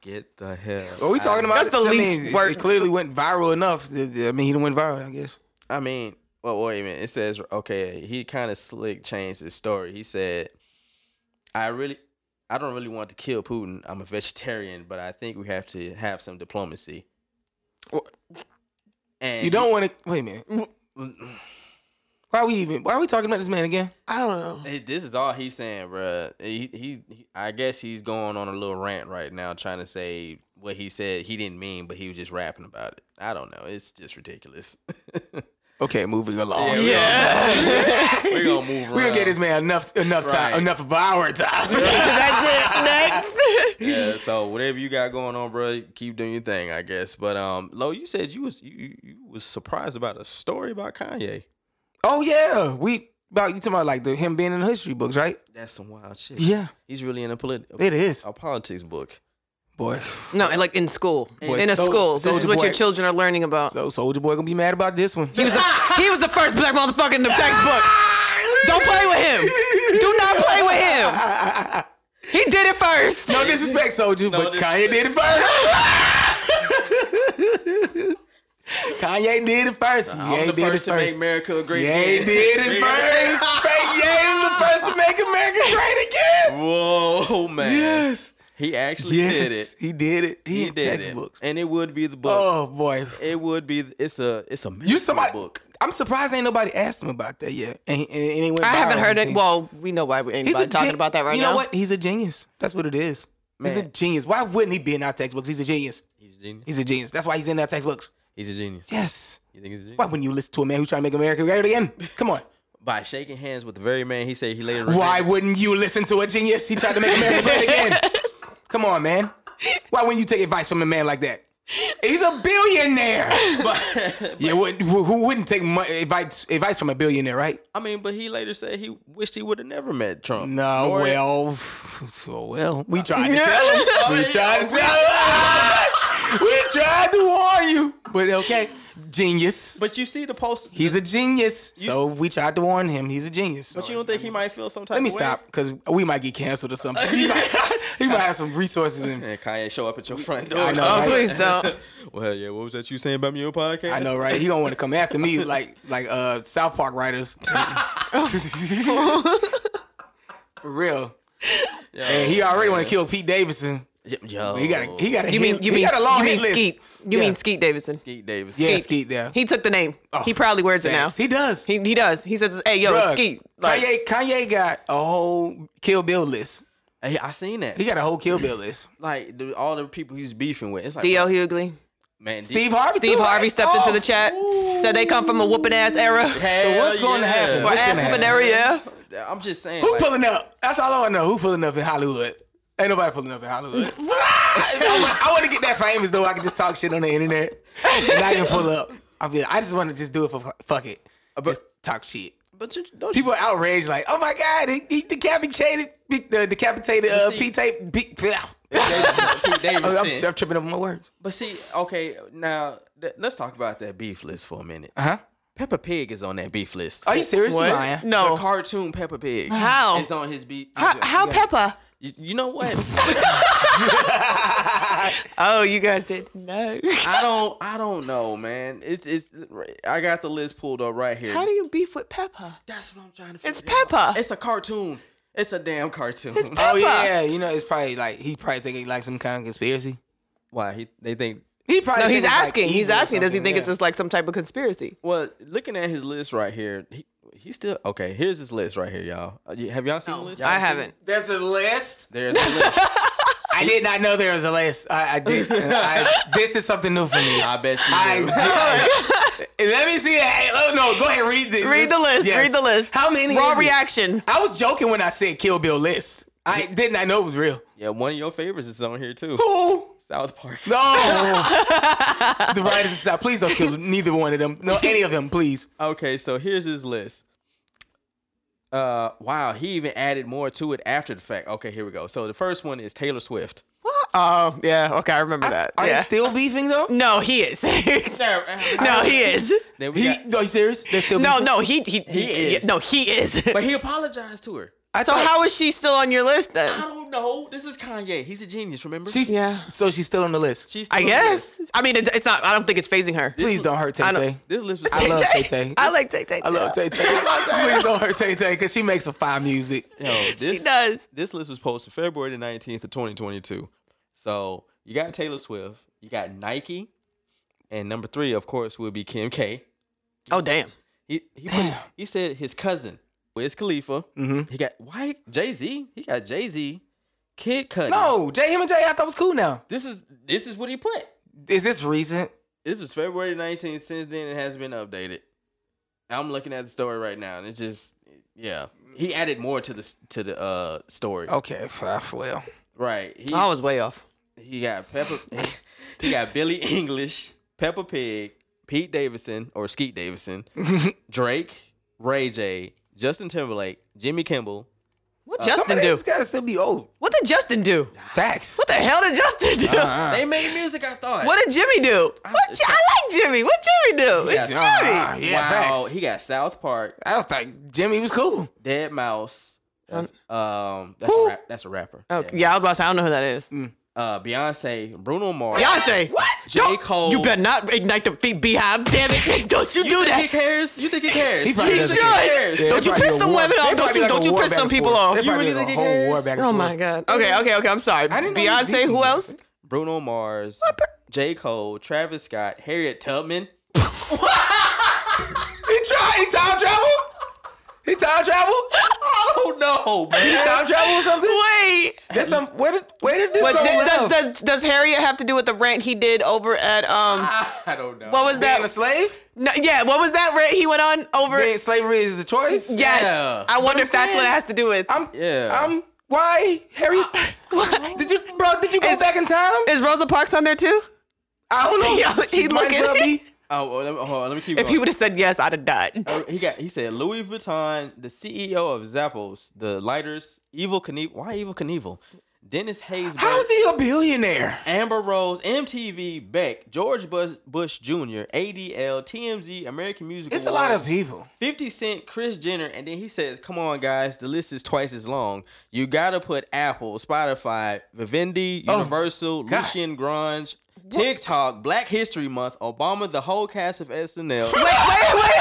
S2: Get the hell.
S1: Well, we talking about
S4: That's the
S1: I mean,
S4: least
S1: it-
S4: work.
S1: It clearly went viral enough. I mean, he done went viral, I guess.
S2: I mean, well, wait a minute. It says okay. He kind of slick changed his story. He said, "I really, I don't really want to kill Putin. I'm a [laughs] vegetarian, but I think we have to have some diplomacy." And
S1: You don't want to. Wait a minute. Why are we even? Why are we talking about this man again?
S4: I don't know.
S2: Hey, This is all he's saying, bruh. He, he, he- I guess he's going on a little rant right now, trying to say what he said he didn't mean, but he was just rapping about it. I don't know. It's just ridiculous. [laughs]
S1: Okay, moving along.
S2: we
S4: Yeah.
S2: We're
S1: Oh,
S2: gonna move.
S1: We don't
S2: around.
S1: get this man enough enough
S2: Right.
S1: time enough of our
S2: [laughs]
S1: time.
S4: That's it. Next.
S2: yeah, so whatever you got going on, bro, keep doing your thing, I guess. But um, Lo, you said you was you- you, you was surprised about a story about Kanye.
S1: oh yeah, we about you talking about like the him being in the history books, right?
S2: That's some wild shit.
S1: Yeah,
S2: he's really in a political
S1: it is.
S2: a politics book.
S1: Boy,
S4: No, and like in school,
S1: Boy,
S4: in a
S1: so-
S4: school.
S1: so
S4: this is
S1: the
S4: what
S1: boy-
S4: your children are learning about.
S1: so Soldier Boy gonna be mad about this
S2: [laughs]
S1: one.
S4: he was the he was the first black motherfucker in the textbook. Don't play with him. Do not play with him. He did it first.
S1: No disrespect, Soldier, but Kanye
S2: disrespect.
S1: did it first. [laughs] Kanye did it first.
S2: I'm
S1: Ye
S2: the
S1: did
S2: first
S1: it
S2: to make America great.
S1: Ye
S2: again.
S1: did it first. Ye was the first to make America great again.
S2: Whoa, man.
S1: Yes.
S2: he actually
S1: Yes,
S2: did it.
S1: he did it. He,
S2: He
S1: in
S2: did
S1: textbooks.
S2: it, and it would be the book.
S1: Oh boy,
S2: It would be. It's a. It's a. mystery
S1: you somebody.
S2: book.
S1: I'm surprised ain't nobody asked him about that yet. And, and, and it went
S4: I haven't
S1: viral.
S4: heard it.
S1: He's-
S4: Well, we know why we ain't
S1: he's a
S4: about talking
S1: gen-
S4: about that right
S1: You
S4: now.
S1: know what? He's a genius. That's what it is. He's a
S2: Man.
S1: genius. Why wouldn't he be in our textbooks? He's a genius.
S2: He's a genius.
S1: He's a genius. That's why he's in our textbooks.
S2: He's a genius.
S1: Yes.
S2: You think he's a genius?
S1: Why wouldn't you listen to a man who's trying to make America great again? Come on.
S2: By shaking hands with the very man he said he later.
S1: Why
S2: regretted.
S1: wouldn't you listen to a [laughs] genius? He tried to make America great again. Come on, man. Why wouldn't you take advice from a man like that? He's a billionaire. [laughs]
S2: [laughs]
S1: yeah, what, who who wouldn't take mo- advice advice from a billionaire, right?
S2: I mean, but he later said he wished he would have never met Trump.
S1: No,
S2: Nor-
S1: well, so well, we tried [laughs] to tell him. We tried to tell him. [laughs] we tried to warn you, but okay, genius.
S2: But you see the post.
S1: He's a genius. So we tried to warn him. He's a genius.
S2: But you don't think he might feel some type?
S1: Let me
S2: of way?
S1: stop because we might get canceled or something. He [laughs] might, he might have some resources in.
S2: And Kanye show up at your front door.
S1: I
S2: [laughs]
S1: know, Oh, right? please
S4: don't.
S2: well, yeah. What was that you saying about me on your podcast?
S1: I know, right? He gonna want to come after me like like uh South Park writers. [laughs] For real.
S2: Yo,
S1: And he already want to kill Pete Davidson.
S2: Yo,
S1: He got a he got a
S4: You
S1: hit-
S4: mean
S1: [laughs]
S4: you
S1: he
S4: mean
S1: got a long
S4: you mean
S1: hit list.
S4: Skeet? You
S1: Yeah.
S4: mean Skeet Davidson?
S2: Skeet Davis.
S1: Yeah, Skeet. Yeah, Oh,
S4: He took the name. he probably wears it now.
S1: He does.
S4: He, he does. He says, "Hey, yo,
S1: Bruh,
S4: it's Skeet." Like,
S1: Kanye Kanye got a whole Kill Bill list.
S2: Hey, I seen that.
S1: He got a whole Kill Bill list.
S2: like the, all the people he's beefing with. It's like
S4: Theo Hughley,
S2: man,
S1: Steve Harvey.
S4: Steve
S1: too,
S4: Harvey
S1: right?
S4: stepped into
S1: Oh.
S4: the chat. Said they come from a whooping ass era
S1: So what's going to happen?
S4: or
S1: What's
S4: ass
S1: gonna
S4: whooping
S1: happen?
S4: era. Yeah.
S2: I'm just saying.
S1: Who
S2: like,
S1: pulling up? That's all I want to know. Who pulling up in Hollywood? Ain't nobody pulling up in Hollywood. I want to get that famous though. I can just talk shit on the internet and I can pull up. I mean, I just want to just do it for fu- fuck it. Just talk shit.
S2: But you, don't
S1: People are outraged, like, oh my god, he, he decapitated, the decapitated uh,
S2: see-
S1: P tape. P- [laughs]
S2: you. Pete
S1: I'm,
S2: Davidson.
S1: I'm tripping over my words.
S2: But see, okay, now th- let's talk about that beef list for a minute.
S1: Uh huh.
S2: Peppa Pig is on that beef list.
S1: Are you serious? You
S4: What?
S1: lying.
S2: The
S4: No.
S2: cartoon Peppa Pig.
S4: How?
S2: It's on his beat.
S4: How, how Peppa?
S2: You, you know what?
S4: Oh, you guys did no.
S2: I don't. I don't know, man. It's. It's. I got the list pulled up right here.
S4: How do you beef with Peppa?
S2: That's what I'm trying to.
S4: It's
S2: figure out.
S4: Peppa.
S2: It's a cartoon. It's a damn cartoon. [laughs]
S4: It's
S1: Oh
S4: Peppa.
S1: yeah, you know it's probably like he probably thinking like some kind of conspiracy.
S2: Why he? They think.
S1: He probably
S4: No, he's
S1: think it's, like,
S4: asking. he's
S1: evil or
S4: asking. Does he
S1: something,
S4: think
S1: yeah.
S4: it's just like some type of conspiracy?
S2: Well, looking at his list right here, he, he still okay. Here's his list right here, y'all. Uh, you- Have y'all seen the list?
S4: I
S2: Y'all seen
S4: haven't.
S2: it?
S1: There's a list.
S2: There's the list.
S4: [laughs]
S1: I did not know there was a list. I, I did. I, this is something new for me.
S2: I bet you.
S1: I
S2: do.
S4: [laughs]
S1: did. [laughs] Let me see that. Oh no, go ahead. Read the
S4: Read the list.
S1: Yes.
S4: Read the list.
S1: How many?
S4: Raw
S1: is it?
S4: reaction.
S1: I was joking when I said Kill Bill list. I did not know it was real.
S2: Yeah, one of your favorites is on here too.
S1: Who?
S2: South Park.
S4: [laughs]
S1: No. the writers aside, please don't kill neither one of them. No, any of them, please.
S2: Okay, so here's his list. Uh, wow, he even added more to it after the fact. Okay, here we go. So the first one is Taylor Swift.
S4: Oh yeah. Okay, I remember that.
S1: Are
S4: yeah.
S1: they still beefing though?
S4: no, he
S2: [laughs]
S4: is. [laughs] no, uh, he is.
S2: Then we
S1: He,
S2: got-
S1: no, you serious? They're still
S4: No, [laughs]
S1: beefing?
S4: no, he he,
S2: He is.
S4: No, he is.
S2: but he apologized to her.
S1: I
S4: [laughs] so
S1: thought-
S4: how is she still on your list then?
S2: I don't know. This is Kanye. He's a genius. Remember?
S1: She's
S4: Yeah.
S1: so she's still on the list.
S2: She's. still
S4: I
S2: on the
S4: guess.
S2: list.
S4: I mean, it, it's not. I don't think it's phasing her.
S1: Please don't hurt Tay
S4: I don't-
S1: Tay.
S2: This list was.
S4: [laughs]
S1: I love Tay
S4: Tay-Tay.
S1: Tay.
S4: I like Tay Tay.
S1: I [laughs] love Tay Tay. Please don't hurt Tay Tay because she makes some fire music.
S2: Yo,
S4: She
S2: this,
S4: does.
S2: This list was posted February the nineteenth of twenty twenty two. So you got Taylor Swift. You got Nike. And number three, of course, would be Kim K.
S4: Oh damn.
S2: He he, put, he said his cousin Wiz Khalifa. Mm-hmm. He got why Jay Z. He got Jay Z, Kid Cudi.
S1: No, Jay him and Jay I thought was cool now.
S2: this is this is what he put.
S1: Is this recent?
S2: This was February nineteenth. Since then, it has been updated. I'm looking at the story right now, and it's just yeah. He added more to the s- to the uh story.
S1: Okay, f- uh, well.
S2: Right. He
S4: I was way off.
S2: he got Peppa. [laughs] he got Billy English, Peppa Pig, Pete Davidson or Skeet [laughs] Davidson, Drake, Ray J, Justin Timberlake, Jimmy Kimbel.
S4: What
S1: Some of
S4: Justin do?
S1: this gotta still be old.
S4: What did Justin do?
S1: Facts.
S4: What the hell did Justin do?
S2: They made music. I thought.
S4: What did Jimmy do? What, Ji- I like Jimmy. What Jimmy do? It's
S2: Yeah.
S1: Ah,
S4: Jimmy.
S1: yeah,
S2: wow,
S1: facts.
S2: he got South Park,
S1: I was like, Jimmy was cool.
S2: Dead Mouse. That's, um, that's a
S1: Who?
S2: rap, that's a rapper.
S4: Oh, yeah, I was about to say I don't know who that is.
S2: Uh, Beyonce, Bruno Mars.
S4: Beyonce.
S1: Mm. What?
S2: J.
S4: Don't-
S2: Cole.
S4: You better not ignite the feet beehive. Damn it! [laughs] Don't you,
S2: You
S4: do
S2: think
S4: that.
S2: he cares? You think he cares?
S1: He probably
S2: You
S4: He
S1: doesn't
S2: think
S1: care.
S4: should.
S1: Yeah,
S4: don't
S1: they
S4: you
S1: probably
S4: piss
S1: a
S4: some
S1: war-
S4: women
S1: they
S4: off. Don't
S1: probably
S4: you?
S1: like
S4: Don't
S1: a
S4: you
S1: war
S4: piss
S1: back
S4: some
S1: and
S4: people
S1: forth.
S4: off.
S1: They
S2: You
S1: probably
S2: really
S1: like a
S2: think he
S1: whole
S2: cares?
S1: war back and
S4: Oh
S1: forth.
S4: my god. Okay, okay, okay. I'm sorry.
S1: Mm-hmm. I didn't know he was
S4: Beyonce.
S1: beefing.
S4: Who else?
S2: Bruno Mars, J. Cole, Travis Scott, Harriet Tubman. [laughs]
S1: He tried. He time travel. He time travel.
S2: I don't know,
S1: He
S2: Oh,
S4: [laughs]
S2: man.
S1: time travel or something.
S4: Wait.
S1: There's some. Where did where did this
S4: But
S1: go?
S4: does,
S1: wrong?
S4: does, does does Harriet have to do with the rant he did over at um?
S1: Ah.
S2: I don't know.
S4: What was
S1: Being a
S4: that?
S1: slave.
S4: No, yeah, what was that rant he went on over?
S1: Being slavery is a choice.
S4: yes,
S2: Yeah.
S4: I
S1: But I'm
S4: wonder if that's what it
S1: saying-
S4: has to do with.
S1: I'm.
S2: Yeah.
S1: I'm. Why, Harry? Did you, bro? Did you go
S4: Is-
S1: back in time?
S4: Is Rosa Parks on there too?
S1: I don't know.
S4: Yo, he
S1: Might
S4: looking-
S1: as well be.
S2: Oh, well, let me, hold on, let me keep
S4: If he
S2: going.
S4: would have said yes, I'd have died.
S2: Uh, he got. He said Louis Vuitton, the CEO of Zappos, the lighters, Evil Knievel. Why Evil Knievel? Dennis Hayes.
S1: How is he a billionaire?
S2: Amber Rose, MTV, Beck, George Bush, Bush Jr., ADL, TMZ, American Music.
S1: It's a lot of
S2: Awards,
S1: people.
S2: 50 Cent, Chris Jenner, and then he says, Come on, guys, the list is twice as long. You gotta put Apple, Spotify, Vivendi,
S1: Oh,
S2: Universal,
S1: God.
S2: Lucian Grunge, TikTok, Black History Month, Obama, the whole cast
S1: [laughs]
S2: of SNL.
S4: Wait, wait, wait.
S2: Like,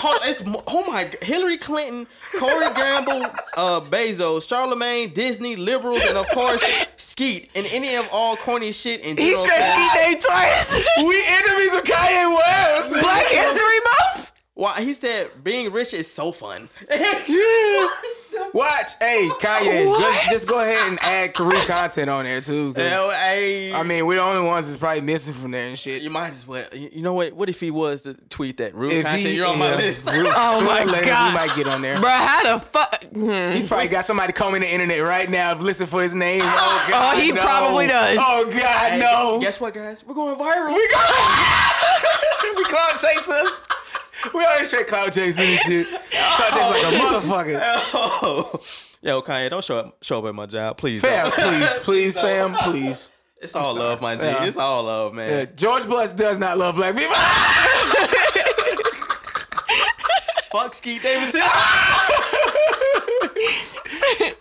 S2: hold- it's, mo- oh my God. Hillary Clinton, Corey Gamble, uh, Bezos, Charlemagne, Disney, liberals, and of
S1: [laughs]
S2: course, Skeet, and any of all corny shit. And
S4: He
S2: general
S4: said
S2: fact-
S4: ski day twice.
S1: [laughs] We enemies of Kanye West.
S4: Black History Month.
S2: Why he said being rich is
S1: [laughs]
S2: so fun.
S1: Watch, hey Kanye,
S4: What?
S1: just, just go ahead and add career content on there too. 'cause,
S2: Hell, hey.
S1: I mean, we're the only ones that's probably missing from there and shit.
S2: you might as well. You you know what? What if he was to tweet that rude
S1: If
S2: content?
S1: he-
S2: You're on my
S1: yeah,
S2: list.
S1: we'll-
S4: Oh
S1: sooner or
S4: my
S1: later,
S4: God.
S1: we might get on there.
S4: Bro, how the fuck?
S1: He's probably got somebody combing the internet right now, listen for his name. Oh God,
S4: he
S1: no.
S4: probably does.
S1: Oh God,
S2: [laughs] Hey,
S1: no.
S2: Guess what, guys? We're going viral.
S1: we go. we cloud chasers. We always straight cloud chasing and shit. Cloud chasing like a motherfucker.
S2: Oh. [laughs] Yo, Kanye, don't show up, show up at my job, please.
S1: Fam,
S2: don't. [laughs]
S1: please, please, fam, please.
S2: It's all love, my G.
S1: Yeah.
S2: It's all love, man.
S1: Yeah, George Bush does not love black people. [laughs]
S2: Fuck Skeet
S1: [laughs]
S2: Davidson.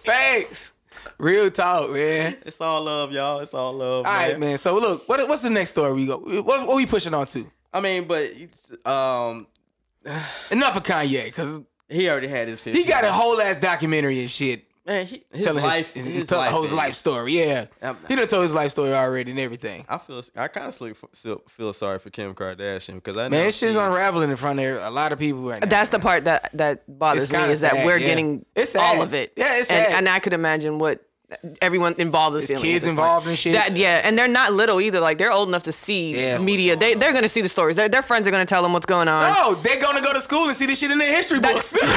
S1: Thanks. Real talk, man.
S2: it's all love, y'all. It's all love.
S1: All
S2: man.
S1: right, man. So look, what, what's the next story we go? What, what we pushing on to?
S2: I mean, but um,
S1: Enough of Kanye, because
S2: he already had his 15.
S1: he got a whole ass documentary and shit.
S2: man. He, his
S1: telling
S2: life,
S1: his,
S2: his,
S1: his, tell the whole
S2: is-
S1: life story. Yeah,
S2: Um,
S1: he done told his life story already and everything.
S2: I feel I kind of still still feel sorry for Kim Kardashian because I know
S1: Man, this shit's
S2: she-
S1: unraveling in front of a lot of people right now.
S4: That's the part that that bothers me
S1: kinda
S4: is that
S1: sad,
S4: we're
S1: yeah.
S4: getting
S1: It's sad.
S4: all of it.
S1: Yeah, it's
S4: and,
S1: sad.
S4: and I could imagine what everyone involved is
S1: There's
S4: feeling. at
S1: kids
S4: this point.
S1: involved and shit.
S4: That yeah, and they're not little either. Like they're old enough to see
S1: Yeah, what's
S4: media. They they're gonna see the stories. Their their friends are gonna tell them what's going on.
S1: oh, they're gonna go to school and see this shit in their history [laughs]
S4: [laughs]
S1: books. like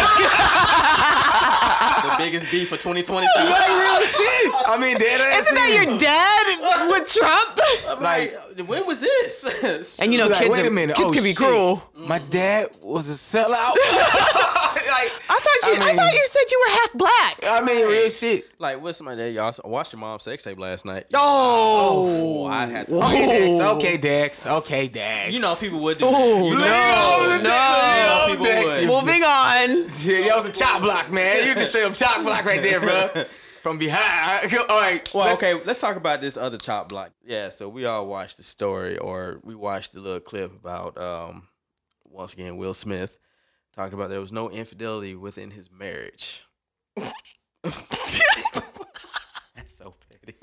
S2: the biggest beef for
S1: [laughs]
S2: 2022.
S4: [laughs]
S1: real shit. I mean, dead ass.
S4: Isn't that
S1: serious.
S4: your dad with
S2: [laughs]
S4: Trump?
S2: I'm like, when was this? [laughs]
S4: and you know,
S1: Like,
S4: kids,
S1: wait a
S4: are-
S1: minute.
S4: kids
S1: oh,
S4: can be
S1: shit.
S4: cruel.
S1: My dad was a
S4: [laughs]
S1: sellout. [laughs] like,
S4: I thought you. I,
S1: mean-
S4: thought you said you were half black.
S1: I mean, real shit.
S2: like, what's my day, y'all? I watched your mom's sex tape last night.
S4: [laughs] Oh,
S2: Oh, I had.
S1: Okay, Dex. Okay, Dex. Okay, Dex.
S2: You know, people would do.
S4: Oh,
S2: that. You know,
S1: No,
S4: No,
S1: no,
S2: people
S1: Dex.
S2: would.
S1: you- [laughs]
S4: moving on.
S1: Yeah, that was a chop block, man. You just straight up chop block right there,
S4: [laughs]
S1: bro. From behind. [laughs] All right.
S2: Well,
S1: let's-
S2: okay, let's talk about this other chop block. Yeah, so we all watched the story, or we watched the little clip about, um, once again, Will Smith talking about there was no infidelity within his marriage. That's so petty.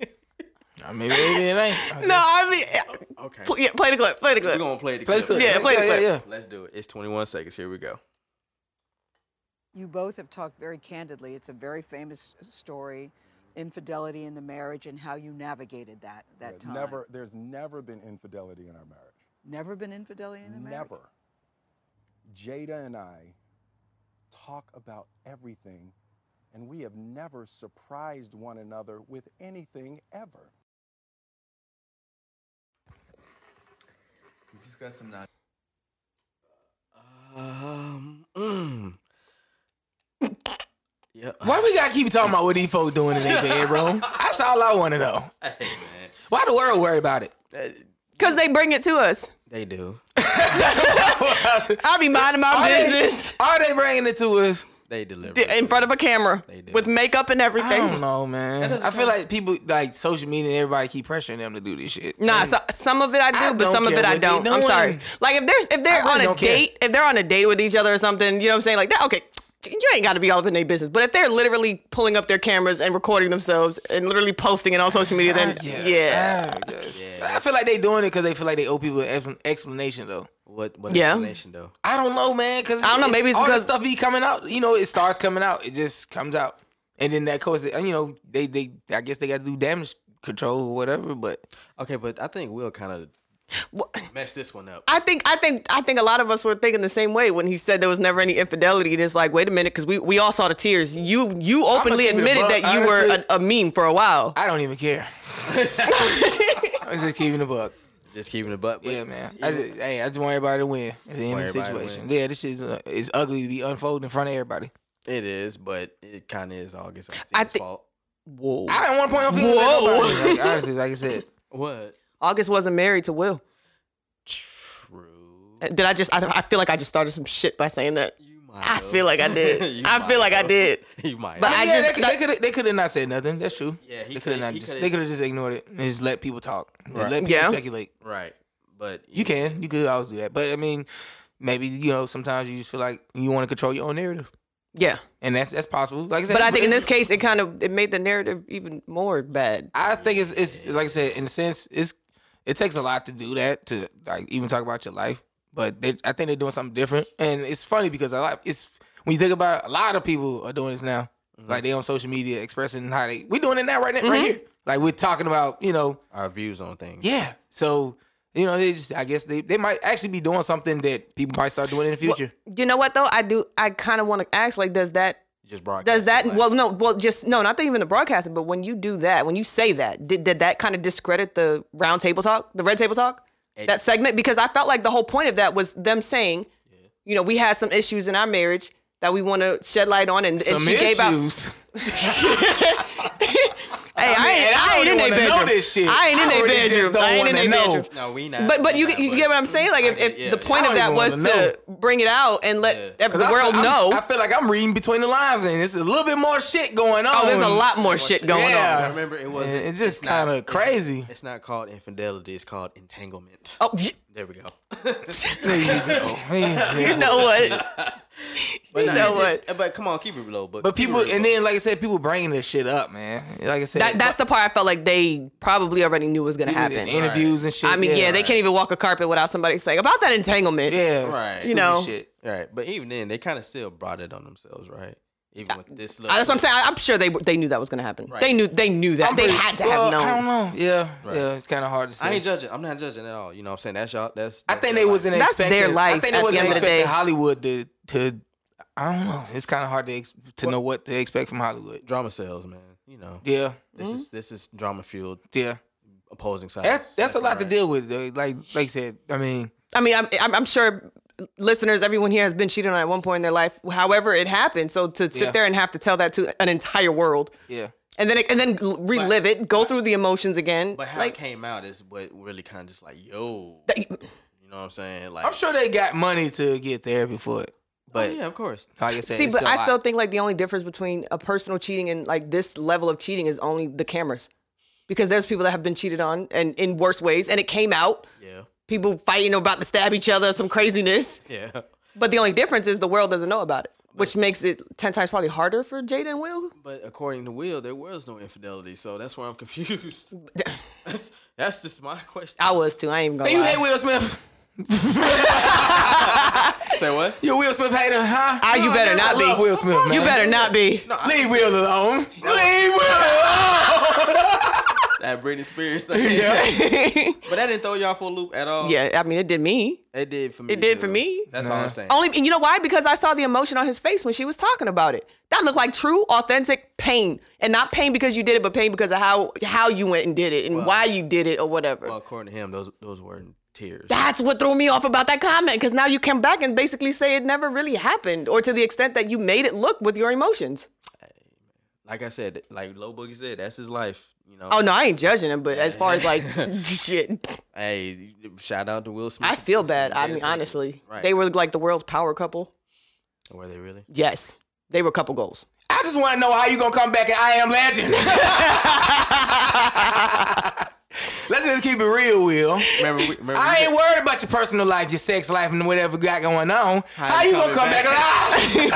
S1: I mean, maybe it ain't.
S4: No, I mean,
S2: Okay,
S4: pl- yeah, play the clip. Play the
S2: we're
S4: clip.
S2: gonna play the
S1: Play the
S2: clip.
S1: clip.
S4: Yeah, play the clip.
S1: Yeah, yeah.
S2: Let's do it. It's 21 seconds. Here we go.
S6: You both have talked very candidly. It's a very famous story, infidelity in the marriage and how you navigated that that
S7: Yeah,
S6: time.
S7: Never, there's never been infidelity in our marriage.
S6: never been infidelity in the marriage.
S7: Never. Jada and I talk about everything, and we have never surprised one another with anything ever.
S2: We just got some not. Um. mm. yeah.
S1: Why we gotta keep talking about what these folks doing in their bed, bro? That's all I want to know. Why the world worry about it?
S4: Cause they bring it to us.
S2: They do.
S4: I be minding my
S1: Are they-
S4: business
S1: Are they bringing it to us?
S2: They deliver.
S4: in front of a camera
S2: They do.
S4: with makeup and
S1: I don't
S4: everything.
S1: know, man. I feel like people like social media and everybody keep pressuring them to do this shit.
S4: Nah,
S1: And
S4: so, some of it I do,
S1: I
S4: but
S1: don't
S4: some of
S1: care
S4: it I
S1: what they
S4: don't. I'm
S1: doing.
S4: sorry. Like if there's if they're
S1: really
S4: on a
S1: don't care.
S4: date, if they're on a date with each other or something, you know what I'm saying? Like that, okay. You ain't got to be all up in their business, but if they're literally pulling up their cameras and recording themselves and literally posting it on social media, then yeah,
S1: I, guess. I feel like they doing it because they feel like they owe people an ex- explanation though.
S2: What? What
S4: Yeah.
S2: explanation though?
S1: I don't know, man. Because
S4: I don't know, maybe it's
S1: all
S4: because-
S1: this stuff be coming out. You know, it starts coming out. It just comes out, and then that causes. You know, they they. I guess they got to do damage control or whatever. But
S2: Okay, but I think Will kind of messed this one up.
S4: I think I think I think a lot of us were thinking the same way when he said there was never any infidelity. And it's like, wait a minute, because we, we all saw the tears. You you openly
S1: keep it a
S4: admitted
S1: buck,
S4: that you were
S1: honestly.
S4: a, a meme for a while.
S2: [laughs]
S4: [laughs]
S1: I don't even care. I'm just keeping the book.
S2: Just keeping it butt. but-
S1: Yeah, man. I just, hey, I just want everybody to win at the end
S2: Want
S1: of the
S2: everybody to
S1: situation.
S2: win.
S1: Yeah, this is uh, it's ugly to be unfolded in front of everybody.
S2: It is, but it kind of is August.
S4: I
S2: I
S4: thi-
S2: think. Fault.
S4: Whoa.
S1: I don't want to point no fingers at
S4: Whoa.
S2: [laughs]
S1: nobody. Like, honestly, like I said,
S2: What?
S4: August wasn't married to Will.
S2: True.
S4: Did I just? I, I feel like I just started some shit by saying that.
S2: You might.
S4: I
S2: have.
S4: feel
S2: [laughs]
S4: like I
S2: You
S4: did. I
S2: might
S4: feel like I
S2: have.
S4: did.
S2: [laughs] You might.
S4: But
S2: have.
S4: I
S1: yeah,
S4: just-
S1: they, could- they could they could have not said nothing. That's true.
S2: Yeah, he
S1: they could
S2: coulda-
S1: have not.
S2: he
S1: Just,
S2: coulda-
S1: they could have just ignored it and just let people talk. And
S2: Right.
S1: Let people
S4: Yeah.
S1: speculate.
S2: right, but
S1: You can. You could always do that. But I mean, maybe you know sometimes you just feel like you want to control your own narrative,
S4: Yeah.
S1: and that's that's possible. Like I said,
S4: But I think in this
S1: is-
S4: case, it kind of it made the narrative even more bad.
S1: I think it's it's like I said in a sense it's it takes a lot to do that to like even talk about your life. But they, I think they're doing something different, and it's funny because a lot it's when you think about it, a lot of people are doing this now. Like they on social media expressing how they we doing it now right
S4: Mm-hmm.
S1: now right here. Like we're talking about you know
S2: Our views on things.
S1: yeah. So you know they just I guess they they might actually be doing something that people might start doing in the future.
S4: You know what though? I do. I kind of want to ask. Like, does that?
S2: Just broadcast.
S4: Does that?
S2: like,
S4: Well, no. Well, just no. Not even the broadcasting. But when you do that, when you say that, did, did that kind of discredit the round table talk, the red table talk, that segment? Because I felt like the whole point of that was them saying, you know, we had some issues in our marriage that we want to shed light on, and,
S1: Some
S4: and she gave out.
S1: issues.
S4: Hey, I, ain't,
S1: and I
S4: I ain't
S1: don't
S4: in
S1: even
S4: their
S1: wanna know
S4: bedrooms.
S1: this shit.
S4: I ain't in
S1: I
S4: their
S1: really just
S4: bedrooms.
S1: don't
S4: I ain't
S1: wanna
S4: in their
S1: know.
S4: bedrooms.
S2: No, we not.
S4: But but
S2: we
S4: you
S2: not,
S4: you
S2: but-
S4: get what I'm saying? Like if,
S2: I get-
S4: if
S2: yeah,
S4: the
S2: yeah.
S4: point
S1: I
S4: of
S1: don't
S4: that
S1: even
S4: was
S1: wanna know.
S4: to bring it out and let ev-
S1: [laughs]
S4: the
S1: 'Cause I
S4: world
S1: feel- I'm-
S4: know.
S1: I feel like I'm reading between the lines, and it's a little bit more shit going on.
S4: oh, there's
S1: [laughs]
S4: a lot more shit going
S1: Yeah.
S4: on.
S2: I remember it wasn't.
S1: It's just
S2: it's not-
S1: kinda
S2: it's-
S1: crazy.
S2: It's, not called infidelity. It's called entanglement.
S4: Oh, y-
S2: There we
S4: [laughs]
S2: go.
S4: you know what?
S2: But
S4: You know
S2: it just- but come on, keep it low. But
S1: But
S2: keep it
S1: people,
S2: real,
S1: and
S2: bro.
S1: then like I said, people bringing this shit up, man. Like I said,
S4: That, that's the part I felt like they probably already knew was gonna
S1: people in
S4: happen.
S1: interviews and shit.
S4: I mean, yeah, they can't even walk a carpet without somebody saying about that entanglement.
S1: yeah,
S2: Right.
S1: stupid
S4: You know.
S1: shit.
S2: Right, but even then, they kind of still brought it on themselves, right? Even with this, little,
S4: I- That's what I'm saying. I, am sure they they knew that was gonna happen. They knew they knew that they
S1: pretty-
S4: had to
S1: well,
S4: have known.
S1: I don't know. Yeah, yeah, it's kind of hard to say.
S2: I ain't judging. I'm not judging at all. You know, what I'm saying that's y'all. That's.
S1: I
S2: that's
S1: think
S2: your
S1: they was
S2: life.
S1: not
S4: That's
S1: expecting.
S4: their life
S1: I think they
S4: at the
S1: wasn't
S4: end of the
S1: expecting
S4: day.
S1: Hollywood to to. I don't know. It's kind of hard to ex- to know what to expect from Hollywood.
S2: drama sales, man. You know,
S1: Yeah,
S2: this is this is drama fueled
S1: yeah.
S2: opposing sides.
S1: That's that's a
S2: left
S1: lot
S2: and
S1: to
S2: right.
S1: deal with. Though. Like like I said, I mean,
S4: I mean, I'm, I'm I'm sure listeners, everyone here has been cheated on at one point in their life. However, it happened. So to sit
S1: Yeah.
S4: there and have to tell that to an entire world,
S1: yeah.
S4: and then it, and then l- relive it, go through the emotions again.
S2: But how
S4: like,
S2: it came out is what really kind of just like yo. you know what I'm saying? Like,
S1: I'm sure they got money to get therapy for it.
S2: but yeah, of course.
S1: Like I said,
S4: Oh, see,
S1: it's
S4: but
S1: a
S4: I
S1: lot.
S4: still think like the only difference between a personal cheating and like this level of cheating is only the cameras, because there's people that have been cheated on and in worse ways, and it came out.
S2: Yeah,
S4: People fighting about to stab each other, some craziness.
S2: yeah.
S4: But the only difference is the world doesn't know about it, which makes it ten times probably harder for Jada and Will.
S2: But according to Will, there was no infidelity, so that's where I'm confused. that's that's just my question.
S4: I was too. I ain't even gonna.
S1: You
S4: lie.
S1: hate Will Smith.
S2: Say what?
S1: You a Will Smith hater, huh?
S4: Ah, you better not
S1: I love
S4: be.
S1: Will Smith, man.
S4: You better not be.
S1: leave Will alone. Leave Will alone.
S2: That Britney Spears
S1: [laughs]
S2: thing. but that didn't throw y'all for a loop at all.
S4: [laughs] Yeah, I mean, it did me.
S2: It did for me.
S4: It did
S2: too.
S4: for me.
S2: That's all I'm saying.
S4: Only, and you know why? Because I saw the emotion on his face when she was talking about it. That looked like true, authentic pain, and not pain because you did it, but pain because of how how you went and did it and why you did it or whatever.
S2: Well, according to him, those those were tears.
S4: That's what threw me off about that comment because now you come back and basically say it never really happened, or to the extent that you made it look with your emotions.
S2: like I said, like Low Boogie said, that's his life. You know.
S4: Oh no, I ain't judging him, but as far as
S1: [laughs]
S4: like shit,
S2: Hey, shout out to Will Smith.
S4: I feel bad.
S2: Jada
S4: I mean,
S2: Pinkett.
S4: honestly,
S2: Right.
S4: they were like the world's power couple.
S2: Were
S1: [laughs]
S2: they really?
S4: Yes, they were couple goals.
S1: I just want to know how you gonna come back and I am legend. [laughs] Let's just keep it real, Will.
S2: Remember, we, remember
S1: I
S2: we-
S1: ain't worried about your personal life, your sex life, and whatever you got going on. How,
S2: you
S1: you gonna come
S2: coming
S1: back,
S2: back?
S1: alive?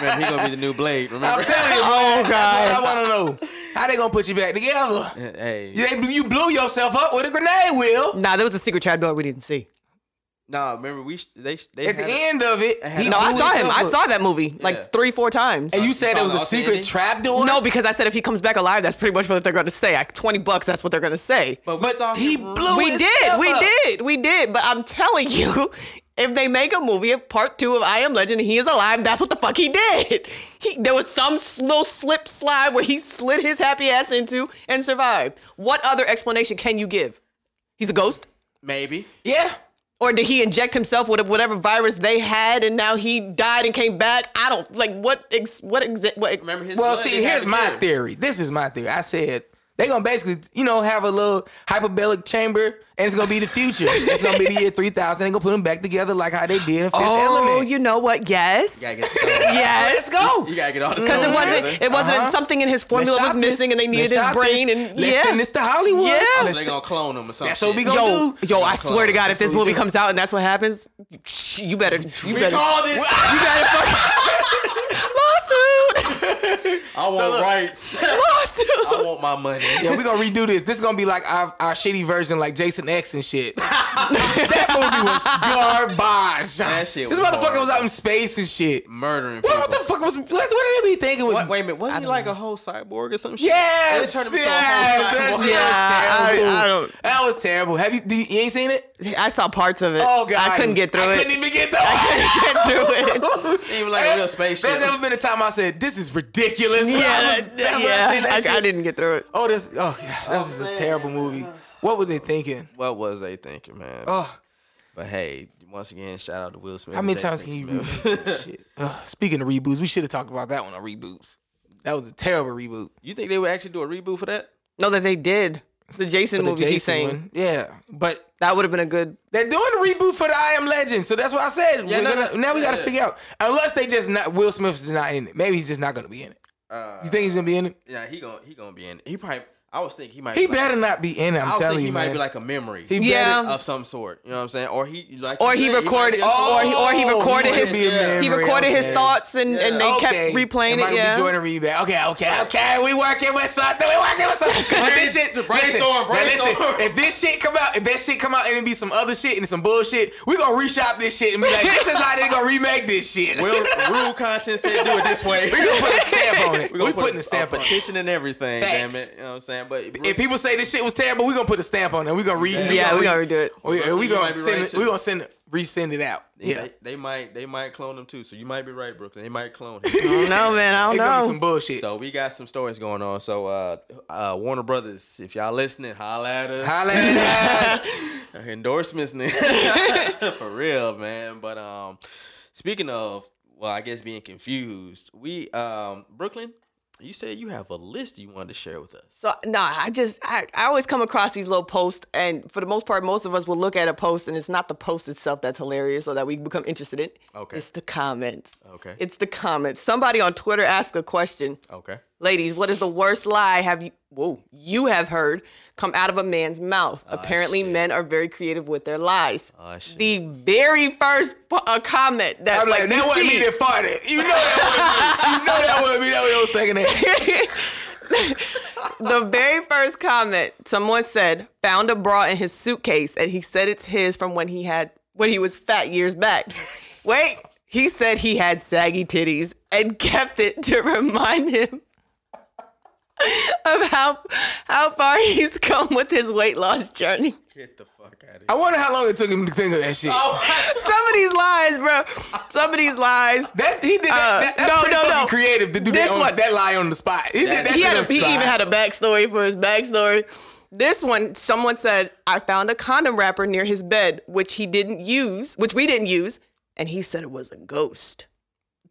S2: remember he gonna be the new Blade.
S1: [laughs]
S2: Remember?
S1: I'm telling you, bro. That's what I want to know. How they gonna put you back together?
S2: [laughs] hey,
S1: You, they- you blew yourself up with a grenade, Will.
S4: Nah, there was a secret trapdoor we didn't see.
S2: nah. Remember we sh- they sh- they
S1: At the
S2: had a-
S1: end of it, he
S4: No, I
S1: blew
S4: saw him.
S1: himself
S4: I
S1: up.
S4: saw that movie
S2: Yeah.
S4: like three, four times.
S1: And you
S2: You
S1: said
S2: saw
S1: it was
S2: the
S1: a
S2: alternate
S1: secret
S2: ending?
S1: trap door?
S4: no, because I said if he comes back alive, that's pretty much what they're going to say. Like twenty bucks, that's what they're going to say.
S2: but we
S1: but
S2: saw
S1: he
S2: him-
S1: blew
S4: we
S1: his
S4: did,
S1: stuff
S4: we
S1: up.
S4: did, we did. But I'm telling you, [laughs] if they make a movie of part two of I Am Legend, and he is alive. That's what the fuck he did. [laughs] He, there was some s- little slip slide where he slid his happy ass into and survived. What other explanation can you give? He's a ghost.
S2: Maybe.
S1: Yeah.
S4: Or did he inject himself with whatever virus they had, and now he died and came back? I don't like what ex, what exa, what.
S2: Remember his.
S1: Well,
S2: blood
S1: see,
S2: they had
S1: here's
S2: to
S1: my
S2: give.
S1: theory. This is my theory. I said they're gonna basically, you know, have a little hyperbolic chamber, and it's gonna be the future. it's gonna be the year three thousand. They're gonna put them back together like how they did in Fifth
S4: Oh,
S1: Element.
S4: you know what? Yes,
S2: You gotta get some-
S4: yes.
S1: Let's go.
S2: You gotta get all the
S4: Because it
S2: stones
S4: wasn't
S2: together.
S4: it wasn't
S1: Uh-huh.
S4: something in his
S1: Let's
S4: formula was
S1: shop this.
S4: missing, and they needed
S1: Let's
S4: his
S1: shop
S4: brain
S1: this.
S4: and
S1: Let's
S4: yeah.
S1: send this to Hollywood.
S4: Yeah.
S2: Oh, so
S1: Let's-
S2: they gonna clone him or something.
S1: That's what we gonna
S4: Yo,
S1: do.
S4: yo! I
S2: Gonna
S4: swear to
S2: clone
S4: God,
S2: him.
S4: if this
S2: That's what we
S4: movie
S2: do.
S4: comes out and that's what happens, shh, you better,
S2: We
S4: you better,
S2: called
S1: [laughs]
S2: it.
S4: you better fucking [laughs] lawsuit,
S2: I want rights.
S1: Oh.
S4: lawsuit.
S2: I want my
S1: [laughs]
S2: money.
S1: [laughs] Yeah, we're gonna redo this. This is gonna be like our, our shitty version, like Jason X and shit. that movie was garbage.
S2: That shit
S1: this
S2: was
S1: motherfucker
S2: horrible.
S1: was out in space and shit.
S2: Murdering people.
S1: What, what the fuck was? What, what did they be thinking? With,
S2: What, wait a minute. Wasn't he like a whole cyborg or some shit?
S1: Yes,
S2: They turned him into a whole
S1: yes, that
S2: cyborg.
S1: shit was
S4: Yeah, I-
S1: terrible.
S4: I don't-
S1: That was terrible. Have you? Do you, you ain't seen it?
S4: I saw parts of it.
S1: Oh god,
S4: I couldn't get through
S1: I
S4: it. [laughs]
S1: couldn't even get through. it.
S4: get through it.
S2: Even like a real space
S1: [laughs]
S2: shit.
S1: There's never been a time I said this is ridiculous.
S4: Yeah,
S1: [laughs] I was-
S4: that-
S1: that's when
S4: yeah.
S1: I, seen that
S4: I,
S1: shit.
S4: I didn't get through it.
S1: Oh, this. Oh, yeah, that was just a terrible movie. What were they thinking?
S2: What was they thinking, man?
S1: Oh, but
S2: But hey, once again, shout out to Will Smith.
S1: how
S2: and
S1: many
S2: Jada
S1: times can
S2: Pinkett
S1: you
S2: Smith.
S1: reboot this shit? Ugh, speaking of reboots, we should have talked about that one on reboots. That was a terrible reboot.
S2: You think they would actually do a reboot for that?
S4: No, that they did the Jason
S1: The
S4: movies. he's
S1: Jason
S4: saying
S1: one. yeah, but
S4: that would have been a good.
S1: They're doing a reboot for the I Am Legend, so that's what I said.
S2: Yeah,
S1: We're
S2: no,
S1: gonna,
S2: no,
S1: now we got to
S2: yeah.
S1: figure out unless they just not Will Smith's not in it. Maybe he's just not gonna be in it.
S2: Uh,
S1: You think he's gonna be in it?
S2: Yeah, he gonna he gonna be in. He probably. I was thinking he might.
S1: He
S2: be like-
S1: better not be in it.
S2: I
S1: I'm
S2: was
S1: telling
S2: thinking
S1: you,
S2: he
S1: man.
S2: might be like a memory.
S1: he
S4: Yeah.
S1: better.
S2: of some sort. You know what I'm saying? Or he like.
S4: Or
S2: you
S4: he
S2: said, might
S4: recorded-
S2: be a cool-
S4: or he- or he
S1: Oh,
S4: recorded
S1: might
S4: his-
S1: be a
S2: he
S1: memory,
S4: he recorded his
S1: okay.
S4: thoughts and, and they
S1: Okay.
S4: kept replaying it.
S1: might
S4: yeah.
S1: be Jordan Reed back. Okay, okay, okay. We working with something. We working with something. But this shit,
S2: Brainstorm, brainstorm,
S1: now listen,
S2: brainstorm.
S1: if this shit come out, if that shit come out and it be some other shit and some bullshit, we gonna reshop this shit and be like, this is how they gonna remake this shit.
S2: [laughs] Will rule content said do it this way.
S1: we gonna put a stamp on it.
S2: [laughs] We
S1: We,
S2: gonna put
S1: putting a stamp on it.
S2: petition and everything.
S1: Facts.
S2: Damn it. You know what I'm saying? But
S1: If people say this shit was terrible, we're gonna put a stamp on it. We're gonna read.
S2: Yeah.
S4: yeah, we gotta redo it.
S1: We, Oh, we,
S2: You might
S1: gonna
S2: be
S1: send
S2: right,
S1: it.
S2: too.
S1: We gonna send it. Resend it out. Yeah.
S2: they, they might they might clone him too. So you might be right, Brooklyn. They
S1: [laughs]
S2: might clone him.
S4: I don't know, man. I
S1: It's gonna
S4: don't
S1: be
S4: know.
S1: some bullshit.
S2: so we got some stories going on. So uh, uh, Warner Brothers, if y'all listening, holla at us.
S1: [laughs] Holla
S2: [laughs]
S1: at us.
S2: endorsements nigga. [laughs] for real man but um speaking of well i guess being confused we um brooklyn you said you have a list you wanted to share with us
S4: So nah, I just I, I always come across these little posts, and for the most part, most of us will look at a post, and it's not the post itself that's hilarious or that we become interested in.
S2: Okay.
S4: It's the comments.
S2: Okay.
S4: It's the comments. Somebody on Twitter asked a question.
S2: okay
S4: Ladies, what is the worst lie have you whoa, you have heard come out of a man's mouth? Apparently,
S2: shit.
S4: men are very creative with their lies.
S2: Oh, shit.
S4: The very first po- uh, comment that
S1: I'm like,
S4: like, you
S1: that wasn't
S4: see-
S1: me that farted. You know that wasn't me. You know that wasn't me. That was was thinking that.
S4: the very first comment someone said found a bra in his suitcase and he said it's his from when he had when he was fat years back. Wait, he said he had saggy titties and kept it to remind him of how how far he's come with his weight loss journey.
S2: get the fuck out of here
S1: I wonder how long it took him to think of that shit.
S4: Some of these lies, bro. Some of these lies.
S1: That he did
S4: Uh,
S1: that. that that's
S4: no,
S1: pretty
S4: no, no.
S1: fucking creative to do
S4: This
S1: that, on,
S4: one.
S1: that lie on the spot. He did that
S4: he
S1: shit
S4: had
S1: on
S4: a,
S1: the
S4: he
S1: spot.
S4: even had a backstory for his backstory. This one, someone said, I found a condom wrapper near his bed, which he didn't use, which we didn't use, and he said it was a ghost.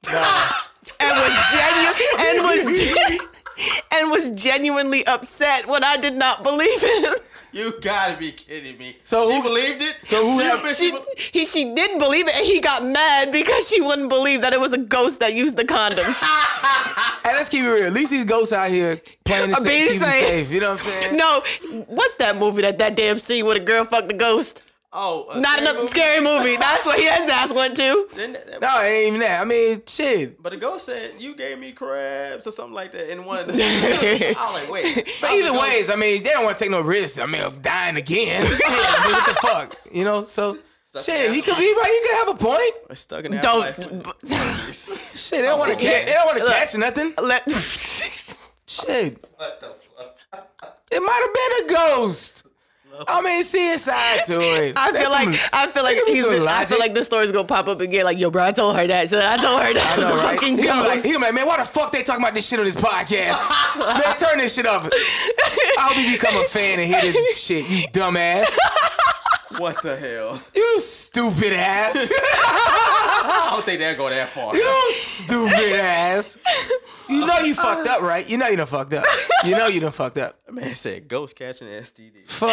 S4: and was genu- and was [laughs] gen- and was genuinely upset when I did not believe him.
S2: you gotta be kidding me
S1: So
S2: she
S1: who-
S2: believed it
S1: so who-
S2: she, a bitch,
S4: She,
S2: she, be-
S4: he, she didn't believe it, and he got mad because she wouldn't believe that it was a ghost that used the condom.
S1: Hey, let's keep it real. At least these ghosts out [laughs] here playing the
S4: I'm being
S1: safe, keeping
S4: safe.
S1: safe. You know what I'm saying?
S4: no, what's that movie that that damn scene where the girl fucked the ghost?
S2: oh a
S4: Not another scary movie. That's what his ass went to.
S2: Then that- that-
S1: No, it ain't even that. I mean, shit.
S2: but the ghost said you gave me crabs or something like that in one
S1: [laughs]
S2: of the. I was like, wait.
S1: But either ways, I mean, they don't want to take no risks. I mean, of dying again. [laughs] shit, dude, what the fuck? You know, so
S2: Stuck
S1: shit,
S2: in
S1: he could he, might- he could have a point.
S2: I'm stuck in the
S4: Don't-
S1: [laughs]
S2: afterlife.
S1: Shit, they don't want to catch. They don't want to
S4: Look.
S1: catch nothing.
S4: [laughs] Let
S1: Shit,
S2: what the fuck?
S1: it might have been a ghost. I mean, see inside to it.
S4: I feel
S1: That's
S4: like
S1: some-
S4: I feel like
S1: Give me
S4: he's.
S1: some
S4: I
S1: logic.
S4: feel like this story's gonna pop up again. Like yo, bro, I told her that. So I told her [laughs] that
S1: I know,
S4: was a
S1: right?
S4: fucking
S1: He gonna be like,
S4: ghost.
S1: he gonna be like, man, why the fuck they talking about this shit on this podcast? man, turn this shit up. I hope you become a fan and hear this shit, you dumbass.
S2: What the hell?
S1: You stupid ass. [laughs]
S2: I don't think they'll go that far.
S1: you stupid ass. You know you fucked up, right? You know you done fucked up. You know you done fucked up.
S2: [laughs] Man said ghost catching STD.
S1: Fuck.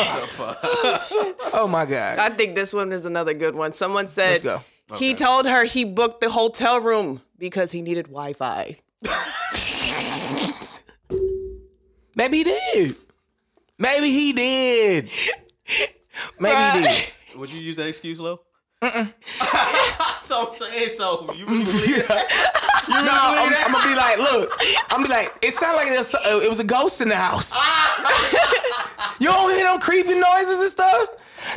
S1: Oh my god.
S4: I think this one is another good one. Someone
S1: Let's
S4: said
S1: go.
S4: he told her he booked the hotel room because he needed Wi Fi.
S1: Maybe he did. Maybe he did. Maybe he did.
S2: Would you use that excuse, Lo? [laughs] so I'm saying so. You
S1: [laughs]
S2: really believe that?
S1: No, I'm, I'm gonna be like, look, I'm gonna be like, it sounded like it was, uh, it was a ghost in the house. you don't hear them creepy noises and stuff.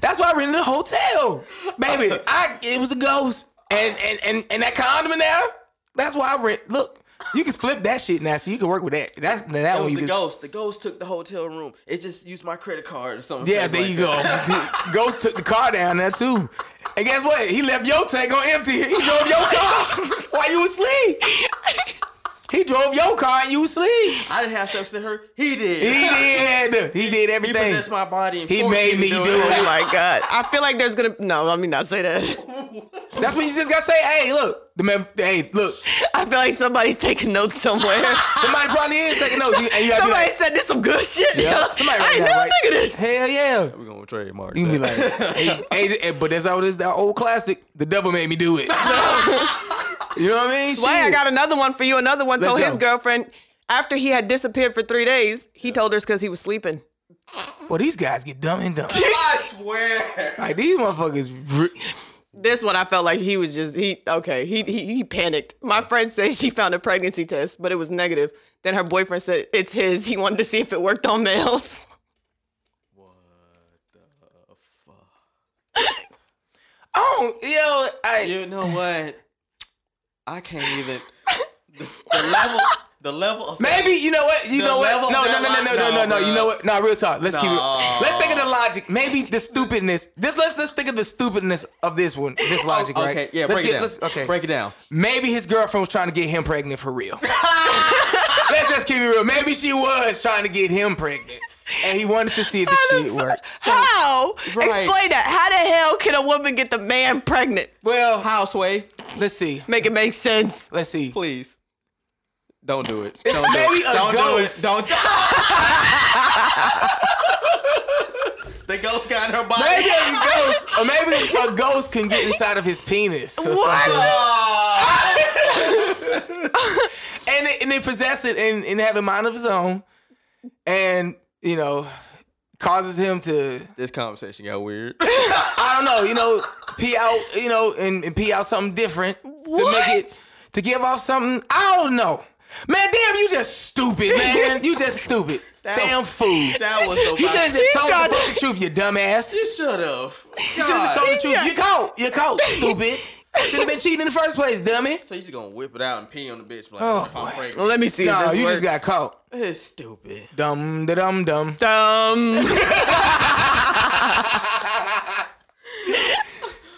S1: That's why I rented a hotel, baby. I it was a ghost, and and and, and that condom in there. That's why I rent. Look, you can flip that shit now, so you can work with that. That's that,
S2: That
S1: one
S2: was
S1: Oh, you
S2: the
S1: can-
S2: ghost. The ghost took the hotel room. It just used my credit card or something.
S1: Yeah,
S2: crazy
S1: there
S2: like
S1: you
S2: that.
S1: go. [laughs] ghost took the car down there too. And guess what? He left your tank on empty. He drove your car [laughs] while you was asleep. He drove your car and you was asleep.
S2: [laughs] I didn't have sex with her. He did. [laughs]
S1: He did. He did
S2: He
S1: everything.
S2: possessed my body. And
S1: He
S2: forced
S1: made me
S2: to
S1: do
S2: [laughs]
S1: it.
S4: Oh my [laughs] God. I feel like there's gonna no, let me not say that.
S1: That's what you just gotta say. Hey, look, the man. Hey, look.
S4: I feel like somebody's taking notes [laughs] somewhere.
S1: Somebody probably is taking notes. You- and you gotta be
S4: Somebody
S1: like,
S4: said this some good shit.
S1: yeah,
S4: yo.
S1: somebody
S4: I
S1: right
S4: ain't
S1: now,
S4: never
S1: right?
S4: think of this.
S1: Hell yeah.
S2: We're gonna trademark.
S1: You can be
S2: that.
S1: like, [laughs] hey, hey, hey, but that's how this that old classic. The devil made me do
S2: [laughs]
S1: it. you know what I mean?
S4: Wait, I
S1: Shit.
S4: got another one for you. Another one
S1: Let's
S4: told
S1: go.
S4: his girlfriend after he had disappeared for three days, he told her it's because he was sleeping.
S1: Well, these guys get dumb and dumb.
S2: I swear.
S1: like these motherfuckers. re-
S4: This one I felt like he was just he okay, he he, he panicked. My friend said she found a pregnancy test, but it was negative. Then her boyfriend said it's his. He wanted to see if it worked on males.
S1: Oh, yo, I,
S2: You know what? I can't even. The, the level. The level of.
S1: Maybe you know what you
S2: The
S1: know what
S2: level
S1: no
S2: of
S1: no
S2: that
S1: no no
S2: li-
S1: no no no
S2: No,
S1: you
S2: bruh.
S1: know what nah real talk let's keep
S2: No.
S1: it let's think of the logic maybe the stupidness this let's let's think of the stupidness of this one this logic right
S2: [laughs] Oh, Okay. Yeah.
S1: let's
S2: break
S1: get-
S2: it down.
S1: let's- okay
S2: Break it down.
S1: maybe his girlfriend was trying to get him pregnant for
S2: [laughs]
S1: real let's just keep it real maybe she was trying to get him pregnant and he wanted to see if the shit worked
S4: How?
S2: Right.
S4: Explain that. How the hell can a woman get the man pregnant?
S1: well
S2: Houseway,
S1: let's see
S4: Make it make sense.
S1: let's see
S2: please. Don't do it. Don't do
S1: maybe
S2: it.
S1: a
S2: Don't
S1: ghost.
S2: do it. Don't. [laughs] the ghost got in her
S1: [laughs]
S2: body.
S1: maybe a ghost or maybe a
S2: [laughs]
S1: ghost can get inside of his penis or
S4: What?
S1: something.
S2: Oh,
S1: and it, and they possess it and, and have a mind of his own, and you know, causes him to
S2: this conversation got weird.
S1: I don't know, you know, pee out, you know, and, and pee out something different
S4: What?
S1: to make it to give off something. I don't know, man. Damn, you just stupid, man. you just stupid. damn fool.
S2: That was [laughs] so.
S1: You should have just
S4: He
S1: told
S4: tried
S1: the
S4: to-
S1: fucking truth, you dumbass. You
S2: You should have. You
S1: should have just told the truth.
S4: Yeah.
S1: You caught. You caught, stupid. Should have been cheating in the first place, dummy.
S2: So you just gonna whip it out and pee on the bitch like
S1: Oh,
S2: if I'm
S1: boy.
S2: pregnant.
S4: Let me see. if
S1: No,
S4: this
S1: you
S4: works.
S1: just got caught.
S2: It's stupid.
S1: Dum da dum dum.
S4: dumb. [laughs]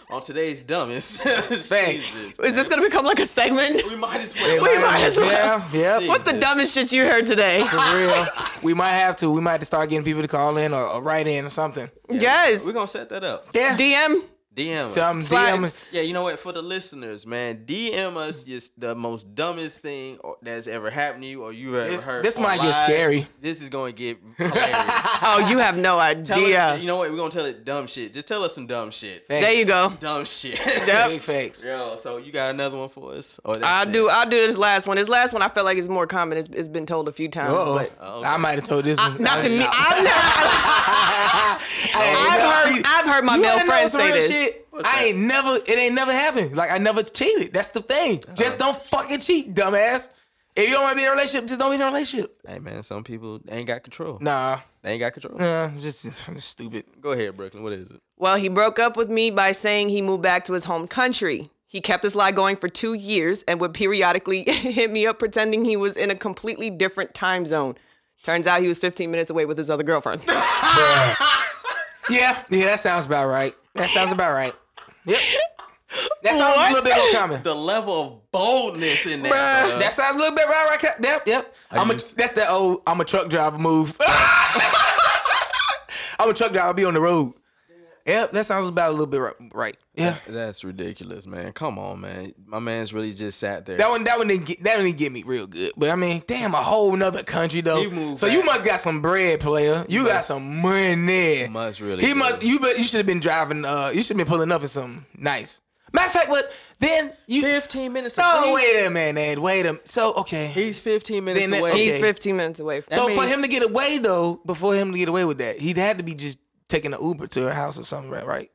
S2: On today's dumbest. [laughs]
S1: Thanks.
S2: Jesus.
S4: Is this gonna become like a segment?
S2: We might as well.
S4: We might as well.
S1: Yeah, yep.
S4: What's the dumbest shit you heard today?
S1: For real. We might have to. We might have to start getting people to call in or, or write in or something.
S4: Yes.
S2: We're gonna set that up.
S1: Yeah.
S4: DM.
S2: DM us.
S1: Some
S4: Slides.
S1: DM us.
S2: yeah, you know what? For the listeners, man, DM us just the most dumbest thing or- that's ever happened to you or you ever
S1: This-
S2: heard.
S1: this might get
S2: online.
S1: scary.
S2: This is gonna get hilarious.
S4: Oh, you
S1: [laughs]
S4: have no
S2: Tell
S4: idea.
S2: us, you know what? We're gonna tell it dumb shit. Just tell us some dumb shit.
S1: Thanks.
S4: there you go.
S2: Dumb shit.
S1: Big facts.
S2: Yo, so you got another one for us? Or that's
S4: I'll
S2: it?
S4: do. I'll do this last one. This last one I feel like is more common. It's, it's been told a few times.
S1: Uh-oh.
S4: But
S2: okay.
S1: I might have told this one.
S4: not to me.
S1: Stop.
S4: I've never.
S1: [laughs] Hey,
S4: I've
S1: see,
S4: heard. I've heard my
S1: you
S4: male
S1: wanna know
S4: friends
S1: some
S4: say
S1: real
S4: this.
S1: Shit?
S2: What's
S1: I
S2: that?
S1: ain't never. It ain't never happened. Like I never cheated. That's the thing.
S2: Uh-huh.
S1: Just don't fucking cheat, dumbass. If you don't want to be in a relationship, just don't be in a relationship.
S2: Hey man, some people ain't got control.
S1: Nah,
S2: They ain't got control.
S1: nah, just, just stupid.
S2: Go ahead, Brooklyn. What is it?
S4: Well, he broke up with me by saying he moved back to his home country. He kept this lie going for two years and would periodically [laughs] hit me up pretending he was in a completely different time zone. Turns out he was 15 minutes away with his
S1: [laughs]
S4: other girlfriend.
S1: Yeah, yeah, that sounds about right. That sounds about right. Yep. That sounds a little bit uncommon.
S2: The level of boldness in that.
S1: Bruh,
S2: bruh.
S1: that sounds a little bit right, right? Cap? Yep, yep. I'm a,
S2: used-
S1: that's that old. [laughs] I'm a truck driver move. I'm a truck driver. I'll be on the road. Yep, that sounds about a little bit right. right. Yeah.
S2: That's ridiculous, man. Come on, man. My man's really just sat there.
S1: That one, that one didn't get that one didn't get me real good. But I mean, damn, a whole nother country though.
S2: He moved
S1: so
S2: back.
S1: you must got some bread, player. You got some money.
S2: must really
S1: He
S2: do.
S1: must. You but you should have been driving. Uh, you should have been pulling up in something nice. Matter of fact, but then you
S2: Fifteen minutes.
S1: No,
S2: away.
S1: wait a minute. Wait a. So okay.
S2: He's fifteen minutes
S1: Then that-
S2: away.
S1: okay.
S4: He's 15 minutes away. From
S1: so for
S2: means-
S1: him to get away though, before him to get away with that, he'd had to be just taking an Uber to her house or something, right? Right.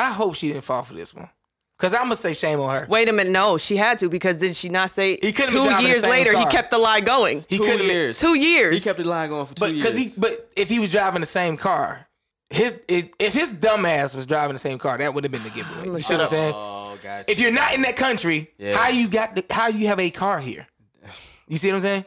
S1: I hope she didn't fall for this one, cause I'm gonna say shame on her.
S4: Wait a minute. No, she had to because did she not say
S1: He could've been
S4: two
S1: driving the
S4: years
S1: same
S4: later
S1: car.
S4: he kept the lie going?
S1: He
S2: two
S1: couldn't-
S2: years.
S4: two years.
S2: He kept the line going for two
S1: But
S2: years.
S1: because he, but if he was driving the same car, his if if his dumbass was driving the same car, that would have been the giveaway. You see what I'm saying?
S2: oh, gotcha.
S1: If you're not in that country,
S2: Yeah.
S1: how you got the, how you have a car here? You see what I'm saying?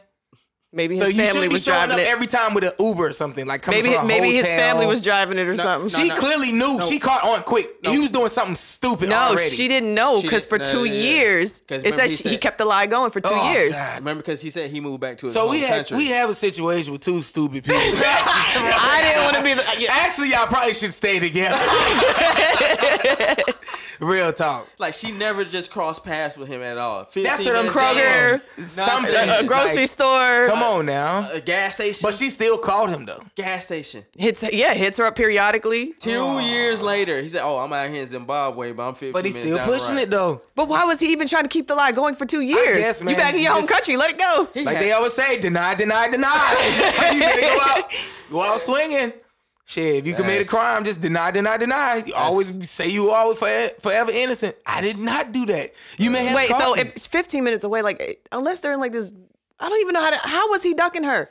S4: Maybe
S1: So
S4: his
S1: you
S4: family
S1: should be
S4: was
S1: showing
S4: driving
S1: up
S4: it.
S1: every time with an Uber or something like coming
S4: maybe
S1: from a
S4: maybe his
S1: hotel.
S4: family was driving it or something.
S1: She
S4: No,
S1: clearly knew. She caught on quick. he was doing something stupid already.
S4: she didn't know
S2: She
S4: because
S2: didn't-
S4: for
S2: no,
S4: two
S2: yeah, yeah.
S4: years
S2: 'Cause
S4: it
S2: remember
S4: says
S2: he
S4: she, he
S2: said-
S4: kept the lie going for two
S1: Oh,
S4: years.
S1: God.
S2: remember because he said he moved back to his
S1: So
S2: home
S1: we had
S2: country.
S1: we have a situation with two stupid [laughs] people.
S4: I didn't want to be the.
S1: Actually, y'all probably should stay
S4: [laughs]
S1: together. Real talk.
S2: like she never just crossed paths with him at all.
S1: That's what
S2: 15
S1: I'm
S2: minutes
S1: saying.
S4: Kroger,
S2: in,
S1: something.
S2: nothing.
S4: A
S1: [laughs]
S4: grocery
S1: Like,
S4: store.
S1: Come on now.
S2: a gas station,
S1: But she still called him though.
S2: gas station.
S4: Hits yeah, hits her up periodically.
S2: Two years later, he said, "Oh, I'm out here in Zimbabwe, but I'm 15
S1: But he's
S2: minutes
S1: still
S2: down the
S1: pushing
S2: road."
S1: it though.
S4: But why was he even trying to keep the lie going for two years?
S1: guess, man,
S4: you back in
S1: he
S4: your home
S1: just-
S4: country, let it go.
S1: Like
S2: had-
S1: they always say, deny, deny, deny.
S4: [laughs]
S1: [laughs] you better go out, go out swinging. Shit, if you commit a
S2: That's-
S1: crime, just deny, deny, deny. You always say you always forever, forever innocent. I did not do that. You may have
S4: Wait, so
S1: caught
S4: if
S1: me.
S4: it's 15 minutes away, like unless they're in like this, I don't even know how to. How was he ducking her?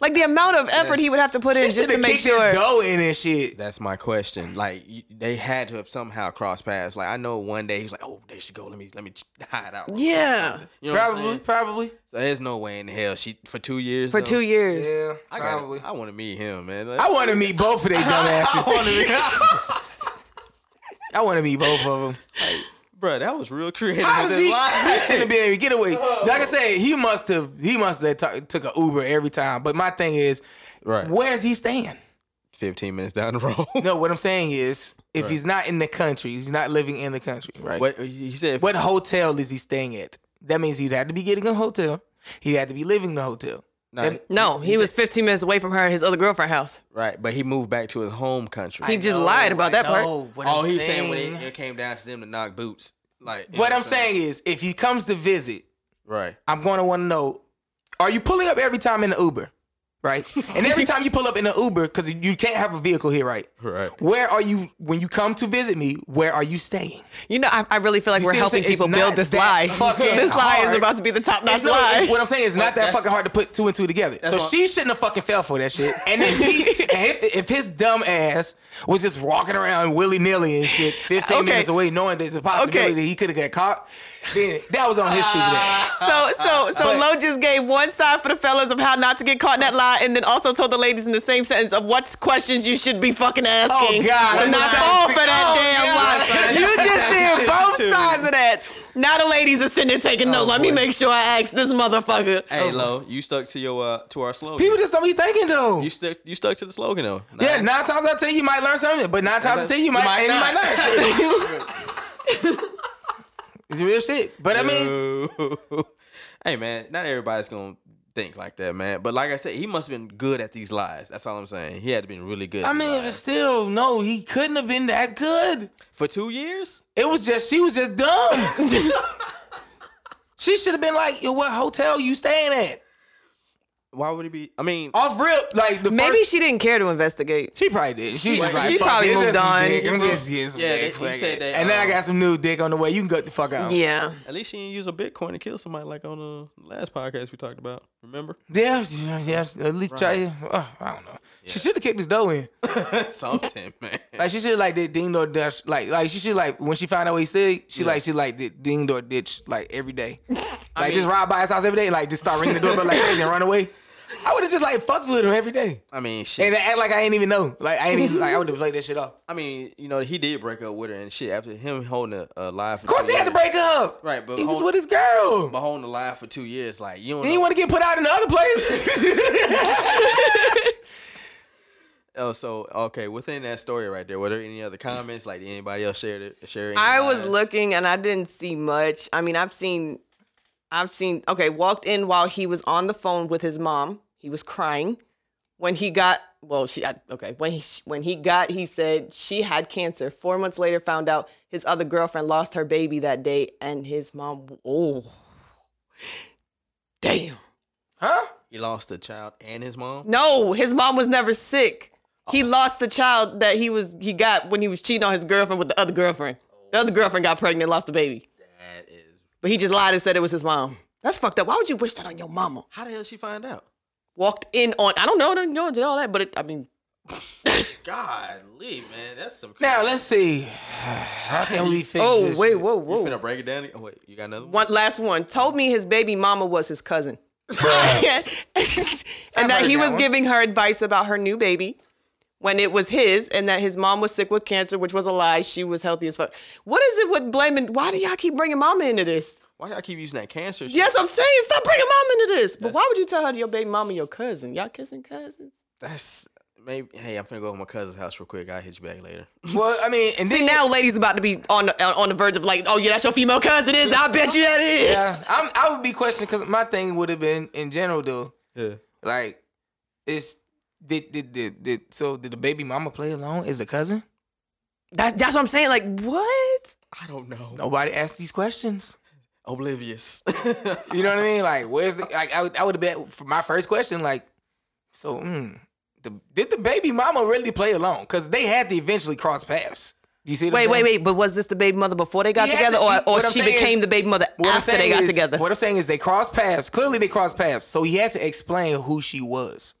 S4: Like the amount of effort he would have to put
S1: she
S4: in just
S1: shoulda
S4: to make
S1: kicked his
S4: sure.
S1: dough in and shit.
S2: That's my question. Like you- they had to have somehow crossed paths. Like I know one day he's like, "Oh, there she go. Let me let me [laughs] hide out."
S4: Yeah,
S2: You know what I'm
S1: Probably,
S2: saying?
S1: probably.
S2: So there's no way in hell she for two years.
S4: for
S2: though,
S4: two years.
S1: Yeah,
S2: I got.
S1: probably.
S2: I want to meet him, man.
S1: I want to meet both
S4: [laughs]
S1: of they dumbasses. [laughs] I want to meet both
S4: [laughs]
S1: of them.
S2: bro. That was real creative.
S1: How
S2: with
S1: does
S2: this
S1: he? [laughs]
S2: line.
S1: He shouldn't have been able to get away. Like I said, he must have. He must have t- took an Uber every time. But my thing is,
S2: Right.
S1: where's he staying?
S2: Fifteen minutes down the road.
S1: [laughs] No, what I'm saying is, if he's not in the country, he's not living in the country, right? What,
S2: [laughs] What he said?
S1: hotel is he staying at? That means he'd have to be getting a hotel. He'd have to be living in the hotel.
S2: No,
S1: That-
S4: No, he was 15 minutes away from her, at his other girlfriend house.
S2: right, but he moved back to his home country.
S4: He just lied about that part.
S1: No, what
S2: All
S1: I'm
S2: he was
S1: saying.
S2: saying when it, it came down to them to knock boots, like you know
S1: what I'm saying is, if he comes to visit,
S2: right?
S1: I'm going to want to know: Are you pulling up every time in the Uber, right? And every time you pull up in the Uber, because you can't have a vehicle here, right?
S2: Right.
S1: Where are you when you come to visit me? Where are you staying?
S4: You know, I, I really feel like
S1: You
S4: we're
S1: see what I'm
S4: helping
S1: saying?
S4: people
S1: It's
S4: build
S1: not
S4: this
S1: that
S4: lie.
S1: fucking
S4: [laughs] This lie is
S1: hard.
S4: about to be the top notch
S1: It's not-
S4: lie.
S1: it's- what I'm saying is not that
S2: that's-
S1: fucking hard to put two and two together. So
S2: what-
S1: she shouldn't have fucking fell for that shit. And if,
S4: [laughs]
S1: he, and if, if his dumb ass was just walking around willy nilly and shit, 15
S4: Okay.
S1: minutes away, knowing there's a possibility
S4: Okay.
S1: that he could have got caught, then that was on his stupid ass.
S4: so so so
S1: Uh, But- Uh-huh.
S4: Lo just gave one side for the fellas of how not to get caught in that lie, and then also told the ladies in the same sentence of what questions you should be fucking asking.
S1: Oh, God.
S4: and not
S1: That's
S4: fall
S1: what I'm
S4: for that
S1: saying.
S4: damn
S1: Oh,
S4: lie.
S1: God.
S4: You just [laughs] did both sides of that. Now the ladies are sitting there taking notes. Let me
S1: Oh, boy.
S4: make sure I ask this motherfucker.
S2: Hey, Lo, you stuck to your uh, to our slogan.
S1: People just don't be thinking though.
S2: you stuck you stuck to the slogan though.
S1: yeah,
S2: Nah.
S1: nine times out of ten you might learn something, but nine times out of ten you might,
S2: might
S1: and you
S2: not.
S1: might not. it's real shit. But I mean,
S2: [laughs] hey man, not everybody's gonna think like that, man. But like I said, he must have been good at these lies. That's all I'm saying. He had to been really good.
S1: I
S2: at these
S1: mean, but
S2: lies.
S1: still, no, he couldn't have been that good.
S2: for two years,
S1: It was just she was just dumb. she should have been like, "Yo, what hotel you staying at?"
S2: why would he be? I mean,
S1: Off real, like the
S4: Maybe
S1: first,
S4: she didn't care to investigate.
S1: she probably did. She, was just
S4: she
S1: like, "Fuck
S4: probably
S1: it, it's
S4: moved
S1: just some
S4: on.
S1: dick. I'm just getting some
S2: Yeah,
S1: dick.
S2: they- you
S1: fuck
S2: said
S1: it."
S2: that,
S1: and then I
S2: um,
S1: got some new dick on the way. You can go the fuck out.
S4: Yeah.
S2: at least she didn't use a Bitcoin to kill somebody like on the last podcast we talked about.
S1: [laughs]
S2: Remember?
S1: yeah, yeah. yeah, At least try. Uh, I don't know. She should have kicked his dough in.
S2: Something, man.
S1: Like she should have like did ding door dash. Like like she should like when she found out where he stayed, she like she like did ding door ditch like every day. Like just ride by his house every day. Like just start ringing the doorbell like crazy and run away. I would have just like fucked with him every day.
S2: I mean, shit.
S1: And I act like I ain't even know. Like I ain't even like I would have played that shit off.
S2: I mean, you know, he did break up with her and shit after him holding a, a lie. For
S1: Of course he had to break up.
S2: Right, but
S1: he was
S2: hold-
S1: with his girl.
S2: But holding a lie for two years, like you don't.
S1: He didn't
S2: know- [laughs]
S1: want to get put out in the other places.
S2: Oh, so okay. Within that story right there, were there any other comments? Like did anybody else shared it? Share any
S4: I was
S2: lines?
S4: looking and I didn't see much. I mean, I've seen, I've seen. Okay, walked in while he was on the phone with his mom. He was crying. When he got, well, she. I, okay, when he when he got, he said she had cancer. Four months later, found out his other girlfriend lost her baby that day, and his mom. Oh, damn.
S1: Huh?
S2: He lost a child and his mom.
S4: No, his mom was never sick.
S2: Oh.
S4: He lost the child that he was he got when he was cheating on his girlfriend with the other girlfriend. The other girlfriend got pregnant and lost the baby.
S2: That is.
S4: But he just lied and said it was his mom. That's fucked up. Why would you wish that on your mama?
S2: How the hell she find out?
S4: Walked in on I don't know, I don't know, did all that, but it, I mean,
S2: Golly, man, that's some.
S1: Now let's see. How can we fix
S4: oh
S1: this?
S4: wait, whoa,
S2: You
S4: whoa.
S2: finna break it down? Oh, wait, you got another one?
S4: one last one told me his baby mama was his cousin, [laughs] and
S1: heard
S4: that he
S1: that
S4: was
S1: one.
S4: giving her advice about her new baby when it was his, and that his mom was sick with cancer, which was a lie. She was healthy as fuck. What is it with blaming? Why do y'all keep bringing mama into this?
S2: Why y'all keep using that cancer? shit?
S4: Yes, I'm saying stop bringing mama into this. But why would you tell her your baby mama your cousin? Y'all kissing cousins?
S2: That's maybe. Hey, I'm finna go to my cousin's house real quick. I'll hit you back later.
S1: Well, I mean, and
S4: See
S1: then
S4: now, ladies about to be on the, on the verge of like, oh yeah, that's your female cousin is. I bet you that is.
S1: yeah, I'm, I would be questioning because my thing would have been in general though.
S2: Yeah.
S1: Like, it's did did did, did so did the baby mama play along? Is a cousin?
S4: That's that's what I'm saying. Like what?
S2: I don't know.
S1: Nobody asked these questions.
S2: Oblivious.
S1: [laughs] You know what I mean? Like, where's the like? I would, I would have bet for my first question. Like, so mm, the, did the baby mama really play along? Because they had to eventually cross paths. You see? What
S4: Wait,
S1: I'm
S4: wait,
S1: saying?
S4: wait. But was this the baby mother before they got
S1: He had
S4: together,
S1: to-
S4: or
S1: he-
S4: or
S1: what I'm
S4: she
S1: saying
S4: became
S1: is-
S4: the baby mother
S1: What I'm
S4: after they
S1: saying
S4: got
S1: is-
S4: together?
S1: What I'm saying is they crossed paths. Clearly, they crossed paths. So he had to explain who she was.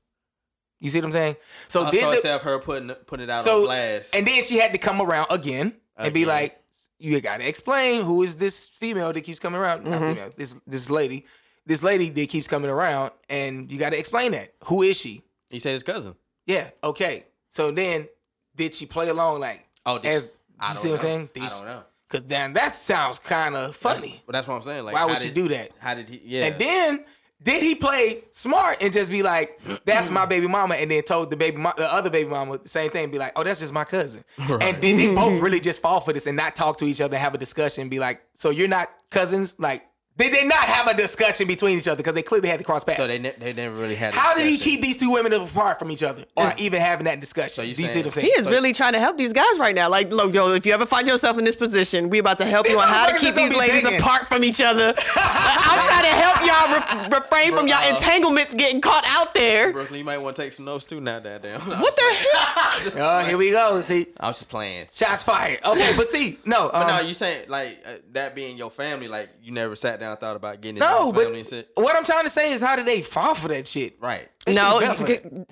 S1: You see what I'm saying? So
S2: [laughs] I
S1: then
S2: saw
S1: the-
S2: instead of her putting putting it out on blast.
S1: and then she had to come around again and be
S2: Again.
S1: like, "You gotta explain who is this female that keeps coming around? Not female, this this lady, this lady that keeps coming around, and you gotta explain that. Who is she?
S2: he said his cousin.
S1: Yeah, okay. So then, did she play along? Like,
S2: Oh, did
S1: as,
S2: she- I
S1: you
S2: don't
S1: see what I'm
S2: know.
S1: saying?
S2: I don't know.
S1: Because then that sounds kind of funny.
S2: But that's what I'm saying. Like,
S1: Why
S2: how
S1: would you
S2: did-
S1: do that?
S2: How did he? Yeah.
S1: And then did he play smart and just be like, "That's my baby mama," and then told the baby, mo- the other baby mama, the same thing, be like, "Oh, that's just my cousin." And then
S2: [laughs]
S1: they both really just fall for this and not talk to each other, have a discussion, be like, "So you're not cousins?" Like, did they not have a discussion between each other because they clearly had to cross paths?
S2: so they ne- they never really had. a
S1: How did he
S2: discussion.
S1: keep these two women apart from each other, or even having that discussion?
S2: you
S1: Do you see
S2: saying-
S1: what I'm saying?
S4: he is really trying to help these guys right now. Like, look, yo, if you ever find yourself in this position, we about to help you on how to
S1: motherfuckers
S4: keep
S1: just don't
S4: these
S1: be
S4: ladies
S1: digging.
S4: apart from
S1: [laughs]
S4: each other. I'm trying to help y'all re- refrain from y'all
S2: Bruh.
S4: entanglements getting caught out there.
S2: Brooklyn, you might want to take some notes too. Not that damn. [laughs]
S4: What the
S1: [laughs]
S4: hell?
S1: Oh, here we go. See,
S2: I was just playing.
S1: shots fired. Okay, but see, no, um,
S2: But no, you saying like uh, that being your family, like you never sat down and thought about getting into
S1: no.
S2: his
S1: But
S2: family and shit.
S1: what I'm trying to say is, how did they fall for that shit?
S2: Right.
S1: They
S4: No,
S1: should've fell for
S4: you
S1: that.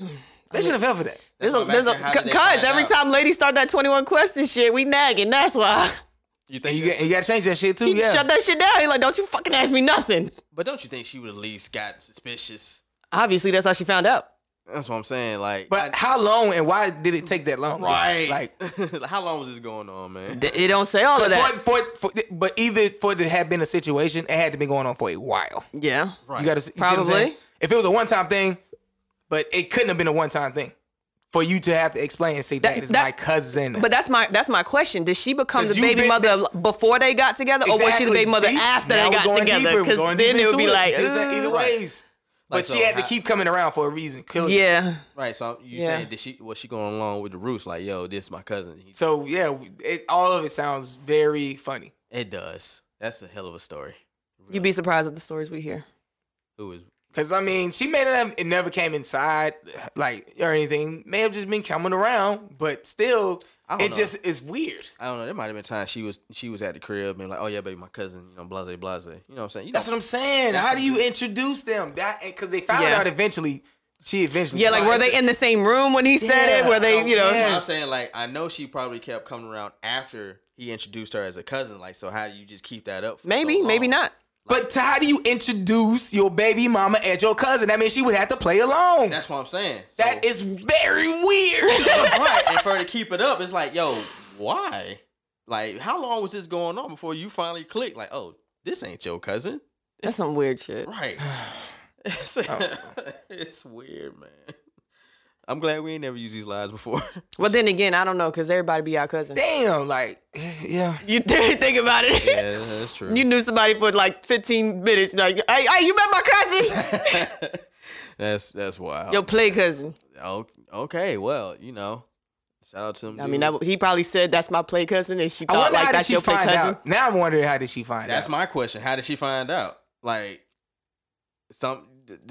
S1: they should have fell for that.
S4: There's a,
S2: what I'm
S4: there's a,
S2: asking, how did they
S4: cause
S2: find
S4: every
S2: out?
S4: time ladies start that 21 question shit, we nagging. That's why. [laughs]
S2: You think?
S1: You, got, you gotta change that shit too.
S4: He
S1: yeah.
S4: shut that shit down. He like, don't you fucking ask me nothing.
S2: but don't you think she would at least got suspicious?
S4: Obviously, that's how she found out.
S2: That's what I'm saying. Like,
S1: but how long and why did it take that long?
S2: [laughs] right?
S1: Like,
S2: Like, [laughs] how long was this going on, man?
S4: Th- It don't say all of that.
S1: for, for, for, but either for it to have been a situation, it had to been going on for a while.
S4: Yeah.
S2: Right.
S1: You gotta you see what I'm
S4: Probably.
S1: saying? If it was a one time thing, but it couldn't have been a one time thing for you to have to explain and say
S4: That-
S1: that is
S4: that-
S1: my cousin.
S4: But that's my that's my question. Did she become the
S1: 'Cause you
S4: baby
S1: been-
S4: mother before they got together, or was she the
S1: Exactly.
S4: baby mother
S1: See?
S4: after
S1: Now
S4: they
S1: we're
S4: got
S1: going
S4: together?
S1: deeper. We're
S4: Because
S1: going
S4: then
S1: deeper
S4: it would
S1: into
S4: be like,
S1: You see what I'm saying? either
S4: "Ugh."
S1: ways. But
S2: so
S1: she had to
S2: how-
S1: keep coming around for a reason. Clearly.
S4: yeah.
S2: Right. So you
S4: Yeah.
S2: saying did she was she going along with the roots? Like, yo, this is my cousin. He-
S1: So yeah, it, all of it sounds very funny.
S2: It does. That's a hell of a story.
S4: You'd be surprised at the stories we hear.
S2: Who is?
S1: Cause I mean, she may not have it never came inside, like or anything. May have just been coming around, but still,
S2: I don't
S1: it
S2: know.
S1: just is weird.
S2: I don't know. There might have been times she was she was at the crib and like, oh yeah, baby, my cousin, you know, blase blase. You know what I'm saying? You
S1: That's
S2: know,
S1: what I'm saying.
S2: That's
S1: How
S2: a-
S1: do you introduce them? That because they found
S4: Yeah.
S1: out eventually. She eventually.
S4: Yeah, like were they in the same room when he said it?
S1: Yeah.
S4: Were they, you know?
S1: Yeah.
S2: I'm
S1: Yes.
S2: saying like I know she probably kept coming around after he introduced her as a cousin. Like, so how do you just keep that up? for
S4: Maybe,
S2: so
S4: maybe
S1: uh,
S2: long?
S4: not.
S1: But to- how do you introduce your baby mama as your cousin? That means she would have to play along.
S2: That's what I'm saying. So,
S1: That
S2: [laughs]
S1: is very
S4: [laughs]
S1: weird.
S2: right. And for her to keep it up, it's like, yo, why? Like, how long was this going on before you finally clicked? Like, oh, this ain't your cousin,
S4: That's some weird
S2: [laughs]
S4: shit.
S2: right? it's weird, man. I'm glad we ain't never used these lies before.
S4: Well, then again, I don't know because everybody be our cousin.
S1: Damn, like, yeah.
S4: You [laughs] did think about
S2: [laughs]
S4: it.
S2: yeah, that's true.
S4: You knew somebody for like 15 minutes. Like, hey, hey you met my
S1: [laughs]
S4: cousin?
S2: [laughs] that's that's wild.
S4: Your play cousin.
S2: O- Okay, well, you know, shout out to them.
S4: I mean, that,
S2: dudes.
S4: he probably said that's my play cousin, and she
S1: I
S4: thought
S1: wonder
S4: like
S1: how did
S4: that's
S1: she
S4: your play
S1: find
S4: cousin.
S1: out. Now I'm wondering how did she find
S2: That's
S1: out.
S2: my question. How did she find out? Like, some. [laughs]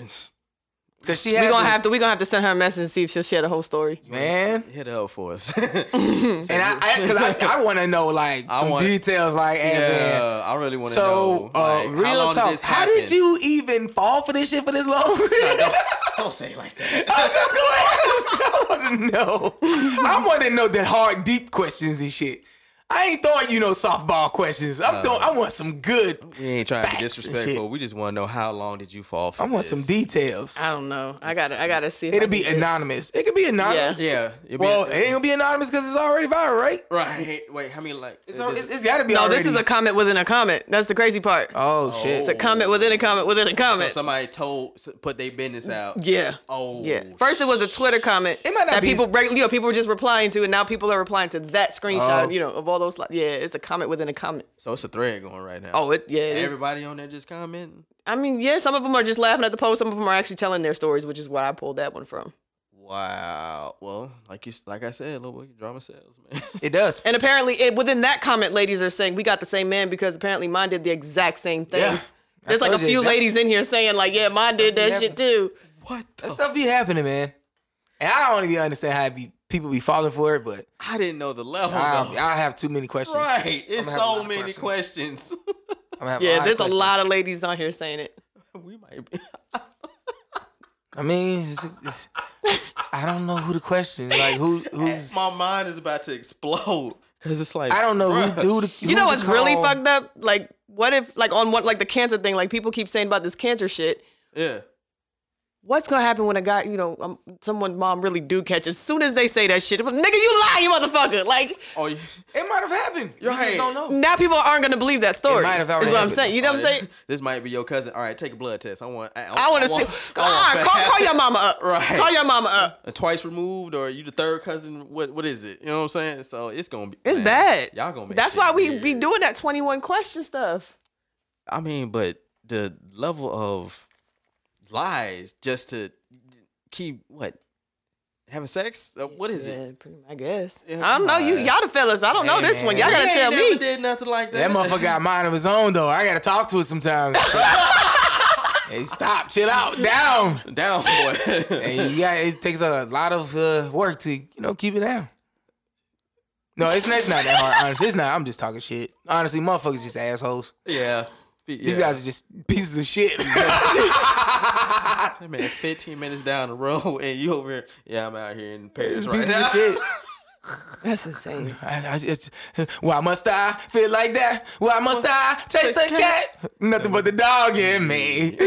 S1: Because she had
S4: We're gonna have to we gonna have to send her a message and see if she'll share the whole story.
S1: man.
S2: Hit her up for us. [laughs]
S1: And I, I, cause I, I want to know like
S2: I
S1: some
S2: want-
S1: details, like as in.
S2: yeah, I really want to
S1: So,
S2: know.
S1: uh,
S2: like,
S1: real
S2: how long
S1: talk.
S2: Did this
S1: how did
S2: happen?
S1: you even fall for this shit for this long?
S2: [laughs]
S1: [laughs]
S2: Don't say it like that.
S1: I'm just going. I want to know. I want to know the hard, deep questions and shit. I ain't throwing you no softball questions. I'm throwing.
S2: Uh,
S1: I want some good.
S2: We ain't trying to be
S1: Facts and shit.
S2: disrespectful. We just want to know how long did you fall for
S1: I want
S2: this?
S1: some details.
S4: I don't know. I gotta I gotta see. if I
S1: It'll
S4: can
S1: be
S4: get it.
S1: anonymous. It could be anonymous.
S2: Yeah, it'd be-
S1: well, it ain't gonna be anonymous because it's already viral, right?
S2: Right. Wait, how many like?
S1: So it's, it's gotta be.
S4: No,
S1: already.
S4: this is a comment within a comment. That's the crazy part.
S1: Oh,
S4: It's a
S1: shit.
S4: comment within a comment within a
S2: so
S4: comment.
S2: somebody told s- put their business out.
S4: yeah.
S2: Oh.
S4: Yeah. First, it was a Twitter comment
S1: It might not
S4: that
S1: be-
S4: people, reg- you know, people were just replying to, and now people are replying to that screenshot,
S1: Oh.
S4: you know, of all those. Li- yeah, it's a comment within a comment.
S2: So it's a thread going right now.
S4: Oh, it yeah. it is.
S2: Everybody on there just commenting.
S4: I mean, yeah, some of them are just laughing at the post. Some of them are actually telling their stories, which is where I pulled that one from.
S2: Wow. Well, like you, s- like I said, little boy, drama sales, man. [laughs]
S1: It does.
S4: And apparently, it, within that comment, ladies are saying we got the same man because apparently mine did the exact same thing.
S1: Yeah. I
S4: There's like a
S1: told you,
S4: few
S1: that's-
S4: ladies in here saying like, yeah, mine did that shit too.
S2: what?
S1: That
S2: The
S1: stuff be happening, man. And I don't even understand how it be, people be falling for it, but
S2: I didn't know the level.
S1: I,
S2: though.
S1: I have too many questions.
S2: Right. It's
S1: gonna have a lot
S2: so
S1: of
S2: many questions.
S4: [laughs]
S2: [laughs]
S1: I'm gonna have
S4: Yeah, there's
S1: questions.
S4: a lot of ladies on here saying it.
S2: we might
S4: [laughs]
S2: be.
S1: I mean, it's, it's, I don't know who to question. Like
S4: [laughs]
S1: who? Who's?
S2: My mind is about to explode because it's like
S1: I don't know who. who to,
S4: You know what's really fucked up? Like, what if like on what like the cancer thing? Like people keep saying about this cancer shit.
S2: Yeah.
S4: What's gonna happen when a guy, you know, um, someone's mom really do catch? it? As soon as they say that shit, nigga, you lying, you motherfucker. Like
S2: Oh,
S4: [laughs]
S2: you,
S1: It might have happened. You
S2: Right.
S1: just don't know.
S4: now, people aren't gonna believe that story.
S1: might have already
S4: is what I'm
S1: happened.
S4: saying. You know what I'm
S2: oh,
S4: saying?
S2: [laughs] This might be your cousin. All right, take a blood test. I want. I,
S4: I want to see.
S2: want- I
S4: All
S2: want
S4: right, call,
S2: fat-
S4: call your mama
S1: [laughs]
S4: up.
S2: Right.
S4: Call your mama
S2: [laughs]
S4: up.
S2: Twice removed, or you the third cousin? What What is it? You know what I'm saying? So it's gonna be.
S4: It's
S2: man,
S4: bad.
S2: Y'all gonna. Make
S4: That's
S2: shit
S4: why we
S2: weird.
S4: be doing that 21 question stuff.
S2: I mean, but the level of lies just to keep what having sex? Uh, What is it?
S4: pretty, I guess.
S2: Yeah,
S4: I don't know.
S2: come
S4: You
S2: on.
S4: y'all the fellas. I don't know this one. Y'all gotta
S2: We ain't
S4: tell
S2: never
S4: me.
S2: did nothing like that.
S1: That motherfucker got mind of his own though. I gotta talk to it
S4: [laughs]
S1: sometimes. hey, stop. Chill out. Down.
S2: down boy.
S1: And you got it takes a lot of uh, work to you know keep it down. No, it's not, it's not that hard. Honestly, it's not. I'm just talking shit. Honestly, motherfuckers just assholes.
S2: [laughs] yeah.
S1: These guys are just pieces of
S2: [laughs]
S1: shit.
S2: I mean, 15 minutes down the road, [laughs] and you over here. Yeah, I'm out here in Paris right
S1: pieces
S2: now.
S1: of
S2: [laughs]
S1: shit.
S4: That's insane.
S1: I, I, it's, why must I feel like that? Why must I chase the cat? Nothing but the dog in
S2: [laughs]
S1: me.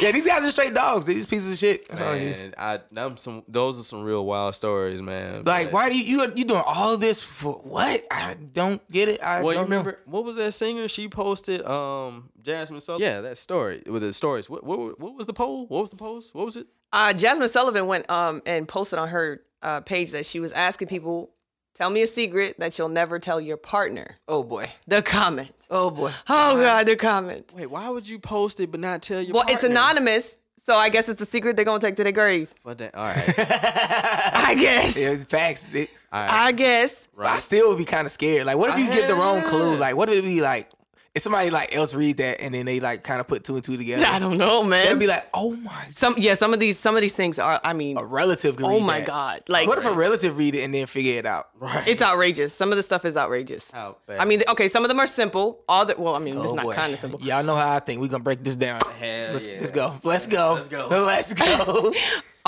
S1: yeah, these guys are straight dogs. They're just pieces of shit. That's all it is.
S2: Man, I, them some, those are some real wild stories, man.
S1: Like,
S2: But-
S1: why do you, you you doing all this for what? I don't get it. I
S2: Well, you
S1: don't know.
S2: remember what was that singer? She posted um Jasmine Sullivan. Yeah, that story with the stories. What what wa- what was the poll? What was the post? What was it?
S4: Uh, Jasmine Sullivan went um and posted on her uh, page that she was asking people, "Tell me a secret that you'll never tell your partner."
S1: Oh boy.
S4: The comment.
S1: Oh boy.
S4: Oh god, the comment.
S2: Wait, why would you post it but not tell your?
S4: Well, it's anonymous, so I guess it's a secret they're gonna take to the grave. [laughs]
S2: But that, all right,
S4: I
S1: [laughs]
S4: guess.
S1: Yeah, facts. It-
S4: [laughs] I guess.
S1: I still would be kind of scared. Like, what if you get the wrong clue? Like, what if it be like if somebody like else read that and then they like kind of put two and two [laughs] together?
S4: I don't know,
S1: They'd
S4: man.
S1: be like, oh my.
S4: some yeah, some of these some of these things are. I mean,
S1: A relative. Can
S4: oh
S1: read
S4: my
S1: that.
S4: god, like
S1: What if a relative read it and then figure it out?
S2: right.
S4: it's outrageous. Some of the stuff is outrageous.
S2: How bad.
S4: I mean, okay, some of them are simple. All the well, I mean, it's
S1: Oh,
S4: not
S1: boy.
S4: kind of simple.
S1: Y'all know how I think. We're gonna break this down.
S2: Hell
S1: let's,
S2: yeah.
S1: let's go. Let's go. [laughs]
S2: Let's go.
S1: Let's go.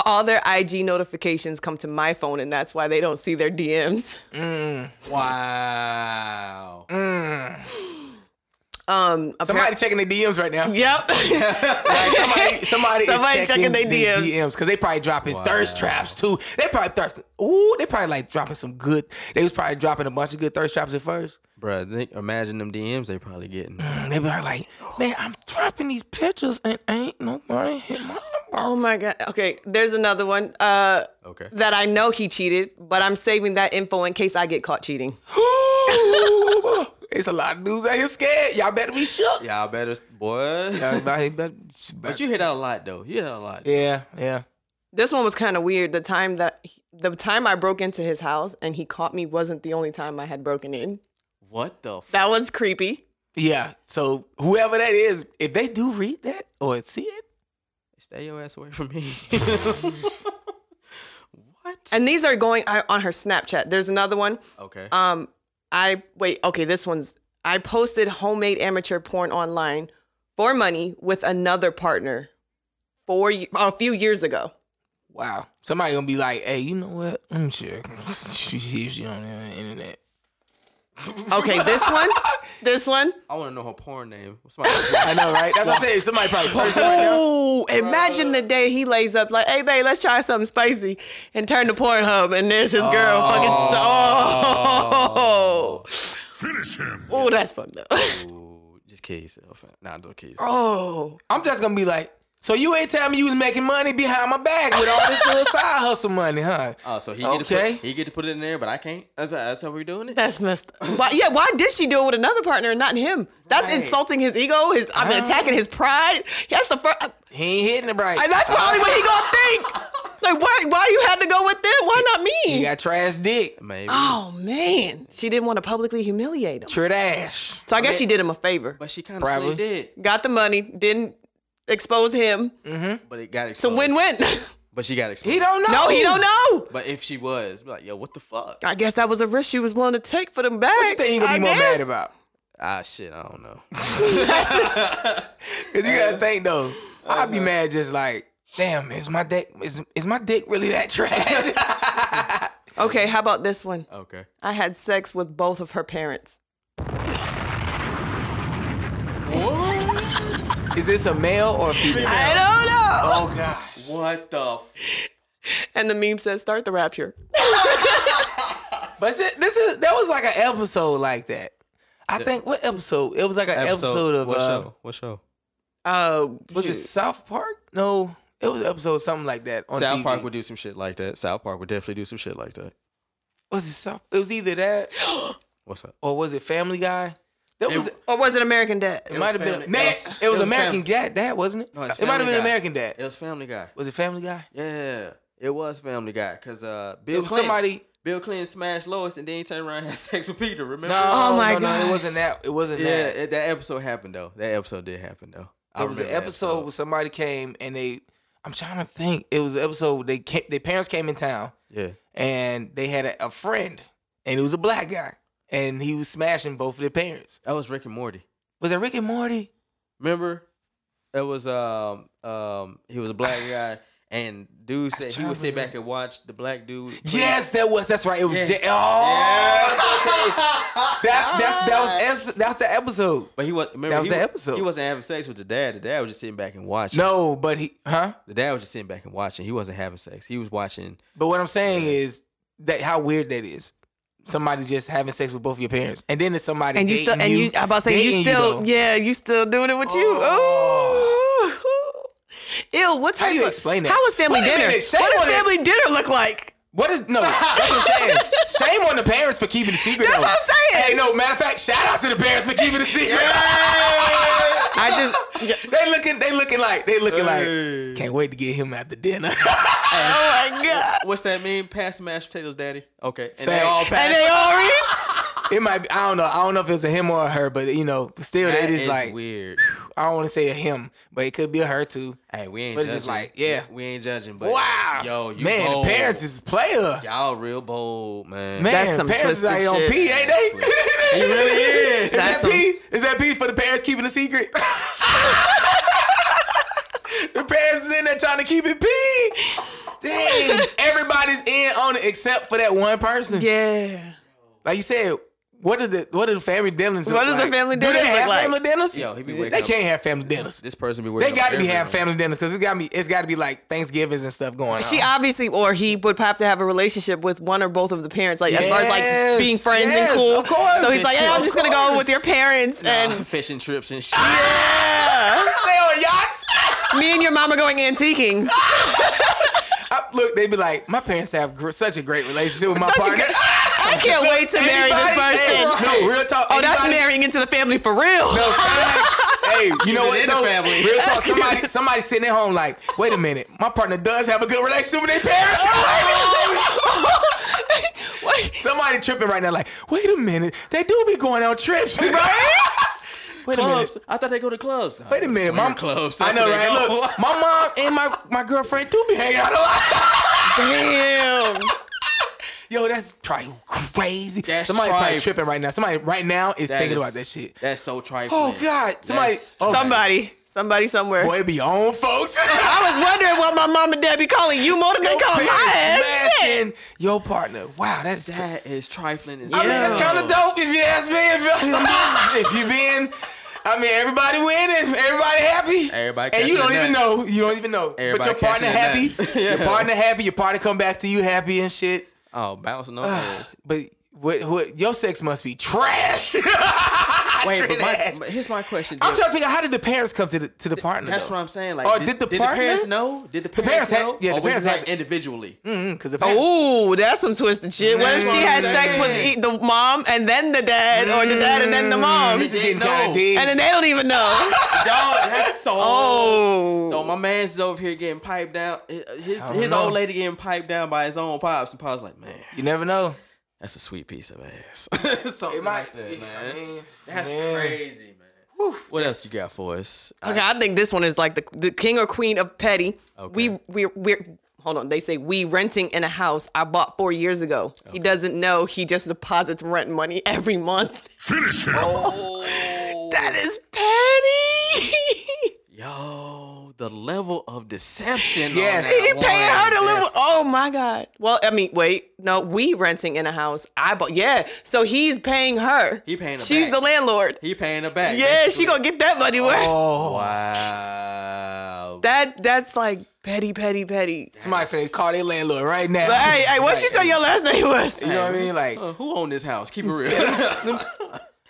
S4: All their IG notifications come to my phone, and that's why they don't see their DMs.
S2: wow.
S4: Mm. Um,
S1: somebody checking their DMs right now. [laughs]
S4: Yep.
S1: Somebody, [laughs] somebody,
S4: Somebody
S1: is
S4: checking
S1: checking,
S4: they
S1: their
S4: DMs.
S1: DMs because they probably dropping thirst traps too. They probably thirst. Ooh, they probably like dropping some good. They was probably dropping a bunch of good thirst traps at first. Mm,
S2: Bruh, think, imagine them DMs they probably getting.
S1: And they were like, man, I'm dropping these pictures and ain't nobody hit my box.
S4: Oh my god. Okay, there's another one. Uh
S2: Okay.
S4: that I know he cheated, but I'm saving that info in case I get caught cheating.
S1: [gasps] it's a lot of dudes out here scared. Y'all better be shook.
S2: Y'all better, boy. [laughs]
S1: Everybody better-
S2: but you hit out a lot though. You hit out a lot.
S1: yeah, yeah.
S4: This one was kind of weird. The time that the time I broke into his house and he caught me wasn't the only time I had broken in.
S2: What the? F-
S4: That was creepy.
S1: Yeah. So whoever that is, if they do read that or see it,
S2: Stay your ass away from me. what?
S4: And these are going I, on her Snapchat. There's another one.
S2: [laughs] Okay.
S4: Um, I wait. Okay, this one's. I posted homemade amateur porn online for money with another partner four ye- a few years ago.
S1: wow. Somebody gonna be like, hey, you know what? I'm sure [laughs] she hears you on the internet.
S4: Okay, this [laughs] one, this one.
S2: I want to know her porn name. What's my? [laughs]
S4: [laughs]
S1: I know, right? That's what I'm saying. Somebody probably searched it.
S4: Oh, imagine the day he lays up like, "Hey, babe, let's try something spicy," and turn to Pornhub, and there's his girl fucking so. Oh. [laughs] Finish him. Oh, that's fucked up.
S2: Ooh, just kill yourself. Nah, don't kill yourself.
S4: Oh,
S1: I'm just gonna be like, so you ain't telling me you was making money behind my back with all this little side hustle money, huh?
S2: Oh, so he get to
S1: Okay.
S2: put, he get to put it in there, but I can't. That's that's how we're doing it.
S4: that's messed up. Why, yeah, why did she do it with another partner and not him? That's insulting his ego. His, I mean, attacking his pride. That's the first.
S1: He ain't hitting it right. Uh-huh.
S4: And that's probably what he gonna think. Like, why? Why you had to go with them? Why not
S1: He
S4: me?
S1: got trash dick,
S2: Maybe.
S4: Oh man, she didn't want to publicly humiliate him.
S1: trash.
S4: So I guess she did him a favor.
S2: But she kind of
S1: Probably.
S2: slipped it.
S4: got the money, didn't expose him.
S2: But it got
S4: It's a
S2: exposed.
S4: win-win.
S2: But she got exposed.
S1: He don't know.
S4: [laughs] no, he don't know.
S2: But if she was, be like, yo, what the fuck?
S4: I guess that was a risk she was willing to take for them bags.
S1: What you think he gonna
S4: I
S1: be more
S4: guess.
S1: mad about?
S2: Ah, shit, I don't know.
S1: Cause you
S4: Uh-huh.
S1: gotta think though. I'd be mad just like, damn, is my dick is is my dick really that
S4: [laughs]
S1: trash?
S4: Okay, how about this one?
S2: Okay.
S4: I had sex with both of her parents.
S1: is this a male or a female?
S4: I don't know.
S1: Oh gosh.
S2: [laughs] What the? F-
S4: And the meme says, "Start the rapture."
S1: But see, this is that was like an episode like that. I think what episode? It was like an episode, of
S2: what
S1: uh,
S2: show? What show?
S4: Uh,
S1: was it
S4: shoot.
S1: South Park? No, it was an episode something like that on
S2: South
S1: TV.
S2: Park would do some shit like that. South Park would definitely do some shit like that.
S1: was it South? It was either that
S2: What's up?
S1: or was it Family Guy? That was. It,
S4: or was it American Dad?
S1: might have been.
S2: Family-
S1: Man,
S2: it
S1: it
S2: was-
S1: was,
S2: it was
S1: American
S2: Family-
S1: Dad, Dad, wasn't it?
S2: No, it's
S1: it might have
S2: Family
S1: been
S2: Guy.
S1: American Dad.
S2: It was Family Guy.
S1: Was it Family Guy?
S2: Yeah, it was Family Guy. Cause uh, Bill
S1: It was
S2: Clinton,
S1: somebody.
S2: Bill Clinton smashed Lois and then he turned around and had [laughs] sex with Peter. Remember?
S1: No,
S4: Oh my
S1: no, no,
S4: gosh.
S1: it wasn't that. It wasn't
S2: Yeah,
S1: that.
S2: it- that episode happened though. That episode did happen though. I
S1: It was an
S2: remember that
S1: episode where somebody came and they. I'm trying to think. It was an episode. where They came, their parents came in town
S2: Yeah.
S1: and they had a, a friend and it was a black guy and he was smashing both of their parents.
S2: That was Rick and Morty.
S1: Was it Rick and Morty?
S2: Remember? That was um um he was
S1: [sighs]
S2: a black guy and dude said he would sit back and watch the black dude. play-
S1: Yes, that was. That's right. It was.
S2: Yeah.
S1: J- oh,
S2: [laughs]
S1: okay. That's that's that
S4: Ah.
S1: was epi- that's the episode.
S2: But he was remember
S1: That was
S2: he,
S1: the
S2: wa-
S1: episode.
S2: He wasn't having sex with the dad. The dad was just sitting back and watching.
S1: No, but he, huh?
S2: The dad was just sitting back and watching. He wasn't having sex. He was watching
S1: But what I'm saying is that how weird that is. Somebody just having sex with both your parents, and then it's somebody
S4: and you
S1: dating
S4: still, and you, I about to say you
S1: dating
S4: still,
S1: though. Oh.
S4: yeah, you still doing it with you. Ooh, ew. What type?
S1: do you
S4: of-
S1: explain that?
S4: How is family
S1: Wait a
S4: dinner?
S1: minute, shame
S4: what
S1: on
S4: does
S1: it.
S4: family dinner look like?
S1: What is no? That's what I'm
S4: [laughs]
S1: saying. Shame on the parents for keeping the secret.
S4: That's
S1: though.
S4: what I'm saying. [laughs]
S1: Hey, no matter of fact, shout out to the parents for keeping the secret.
S4: I
S1: [laughs]
S4: just
S1: they looking, they looking like, they looking like. Can't wait to get him after dinner. [laughs]
S4: Oh my god.
S2: what's that mean? Pass the mashed potatoes, daddy. Okay. And they
S1: Thanks.
S2: all
S4: And
S2: passed.
S4: they all rich.
S1: it might, be, I don't know, I don't know if it's a him or a her, but you know, still
S2: That
S1: it is
S2: is
S1: like
S2: weird.
S1: I don't want to say a him, but it could be a her too.
S2: Hey, we ain't
S1: But it's
S2: judging.
S1: just like, yeah.
S2: We ain't judging, but
S1: Wow,
S2: yo, you
S1: man,
S2: bold.
S1: the parents is player.
S2: y'all real bold, man.
S1: Man,
S4: That's some
S1: parents is out
S4: twisted
S1: here on
S4: shit.
S1: P, ain't they?
S2: He really
S1: [laughs] Is
S2: is.
S1: that
S4: That's some-
S1: P? Is that P for the parents keeping a secret? [laughs] the parents is in there trying to keep it P. Dang, everybody's in on it except for that one person.
S4: Yeah.
S1: Like you said, what are the what are the family dinners? look
S4: What does the
S1: like?
S4: family
S1: Do
S4: dinners
S1: they
S4: look
S1: have
S4: like?
S1: family dinners?
S2: [laughs] Yo, he be
S1: they
S2: waking up-
S1: can't have family dinners.
S2: This person be
S1: They
S2: waking
S1: got to
S2: to
S1: be having family dinners because it's got me. It's got to be like Thanksgivings and stuff going on.
S4: She obviously, or he would have to have a relationship with one or both of the parents, like as far as like
S1: Yes,
S4: being friends
S1: yes,
S4: and cool.
S1: of course.
S4: so he's like, "Yeah, I'm
S1: Of
S4: just gonna go
S1: course.
S2: [laughs]
S1: Ah,
S4: with your parents." And
S2: fishing trips and shit.
S1: they on yachts.
S4: Me and your mama
S1: [laughs]
S4: going antiquing.
S1: I- look, they be like, my parents have gr- such a great relationship with my
S4: Such a
S1: partner.
S4: good- I can't wait to marry this
S1: [laughs] Anybody-
S4: person.
S1: Hey, no, real talk.
S4: Oh, that's
S1: anybody-
S4: marrying into the family for real. [laughs]
S1: No, facts. hey,
S2: [laughs]
S1: you know
S2: it
S1: what?
S2: in the
S1: though?
S2: family.
S1: Real talk. Somebody, somebody sitting at home like, wait a minute, my partner does have a good relationship with their parents.
S4: Oh.
S1: [laughs]
S4: Wait.
S1: somebody tripping right now like, wait a minute, they do be going on trips, [laughs] right? Wait a minute.
S2: Clubs. I thought they go to clubs. Nah,
S1: Wait
S2: they
S1: a
S2: go to
S1: minute,
S2: swinger
S1: mom.
S2: Clubs.
S1: I
S2: That's
S1: know,
S2: where they
S1: right?
S2: go.
S1: Look, my mom and my, my girlfriend do be hanging out a lot.
S4: Damn.
S1: Yo, that's probably crazy.
S2: That's
S1: somebody probably
S2: trife.
S1: tripping right now. Somebody right now is
S2: That
S1: thinking
S2: is-
S1: about that shit.
S2: That's so trifling.
S1: Oh God, somebody,
S2: That's-
S1: oh,
S4: Somebody. Somebody somewhere.
S1: boy, it be on,
S2: [laughs]
S1: folks.
S4: I was wondering what my mom and dad be calling you more than they
S1: Your
S4: call
S1: parents
S4: my ass. Shit.
S1: smashing your partner. Wow, that's. cra-
S2: That is trifling. As
S1: I mean, that's
S2: hell.
S1: kind of dope if you ask me. [laughs] If, if you been, I mean, everybody winning, everybody happy,
S2: Everybody
S1: and you
S2: catching
S1: don't
S2: a
S1: even
S2: nut.
S1: know, you don't even know. but
S2: Everybody
S1: your partner
S2: catching a
S1: happy,
S2: nut. [laughs]
S1: your partner happy, your partner come back to you happy and shit.
S2: Oh, bouncing
S1: [laughs]
S2: on ass.
S1: But what, what your sex must be trash. [laughs]
S2: Wait, but, my,
S1: Trash.
S2: but here's my question.
S1: I'm
S2: Jeff.
S1: trying to figure out how did the parents come to the to the partner?
S2: That's
S1: though?
S2: what I'm saying. Like,
S1: Oh, did the partner-
S2: parents know? Did the parents,
S1: parents had-
S2: know?
S1: yeah, the
S2: or was
S1: parents
S2: it
S1: had-
S2: like individually.
S1: Because Mm,
S2: Oh,
S1: the parents,
S4: Ooh, that's some twisted shit. What if
S1: That's what
S4: she
S1: I'm
S4: had sex with
S1: saying.
S4: the the mom and then the dad, or the dad and then the mom,
S1: this is
S4: and
S1: getting
S2: No.
S1: kind of deep.
S4: then they don't even [laughs] know.
S2: Dog, that's so.
S4: Oh.
S2: So my man's is over here getting piped down. His
S1: don't
S2: his
S1: know.
S2: old lady getting piped down by his own pops, and pops like, man,
S1: you never know.
S2: that's a sweet piece of ass. [laughs] Something like that, man. that's
S1: man.
S2: crazy, man. What else you got for us?
S4: Okay, I think this one is like the the king or queen of petty. We we we're hold on. They say we renting in a house I bought four years ago. He doesn't know. He just deposits rent money [laughs] every month. Finish him. [laughs] that is petty. [laughs]
S2: Yo, the level of deception.
S1: Yes.
S2: on
S4: he
S2: that
S4: paying
S2: one.
S4: her to live.
S2: That's
S4: with- Oh my god. Well, I mean, wait. No, we renting in a house I bought. Yeah, so he's paying her.
S2: He paying her
S4: She's
S2: back.
S4: the landlord.
S2: He paying her back. Oh.
S4: yeah,
S2: basically.
S4: she gonna get that money. where-
S2: Wow.
S4: That that's like petty, petty, petty.
S1: Somebody finna call their landlord right now.
S4: But hey, hey, what she say your last name was?
S1: You know what I mean? Like,
S2: Uh, who owned this house?
S4: [laughs]
S2: Keep it [laughs] real.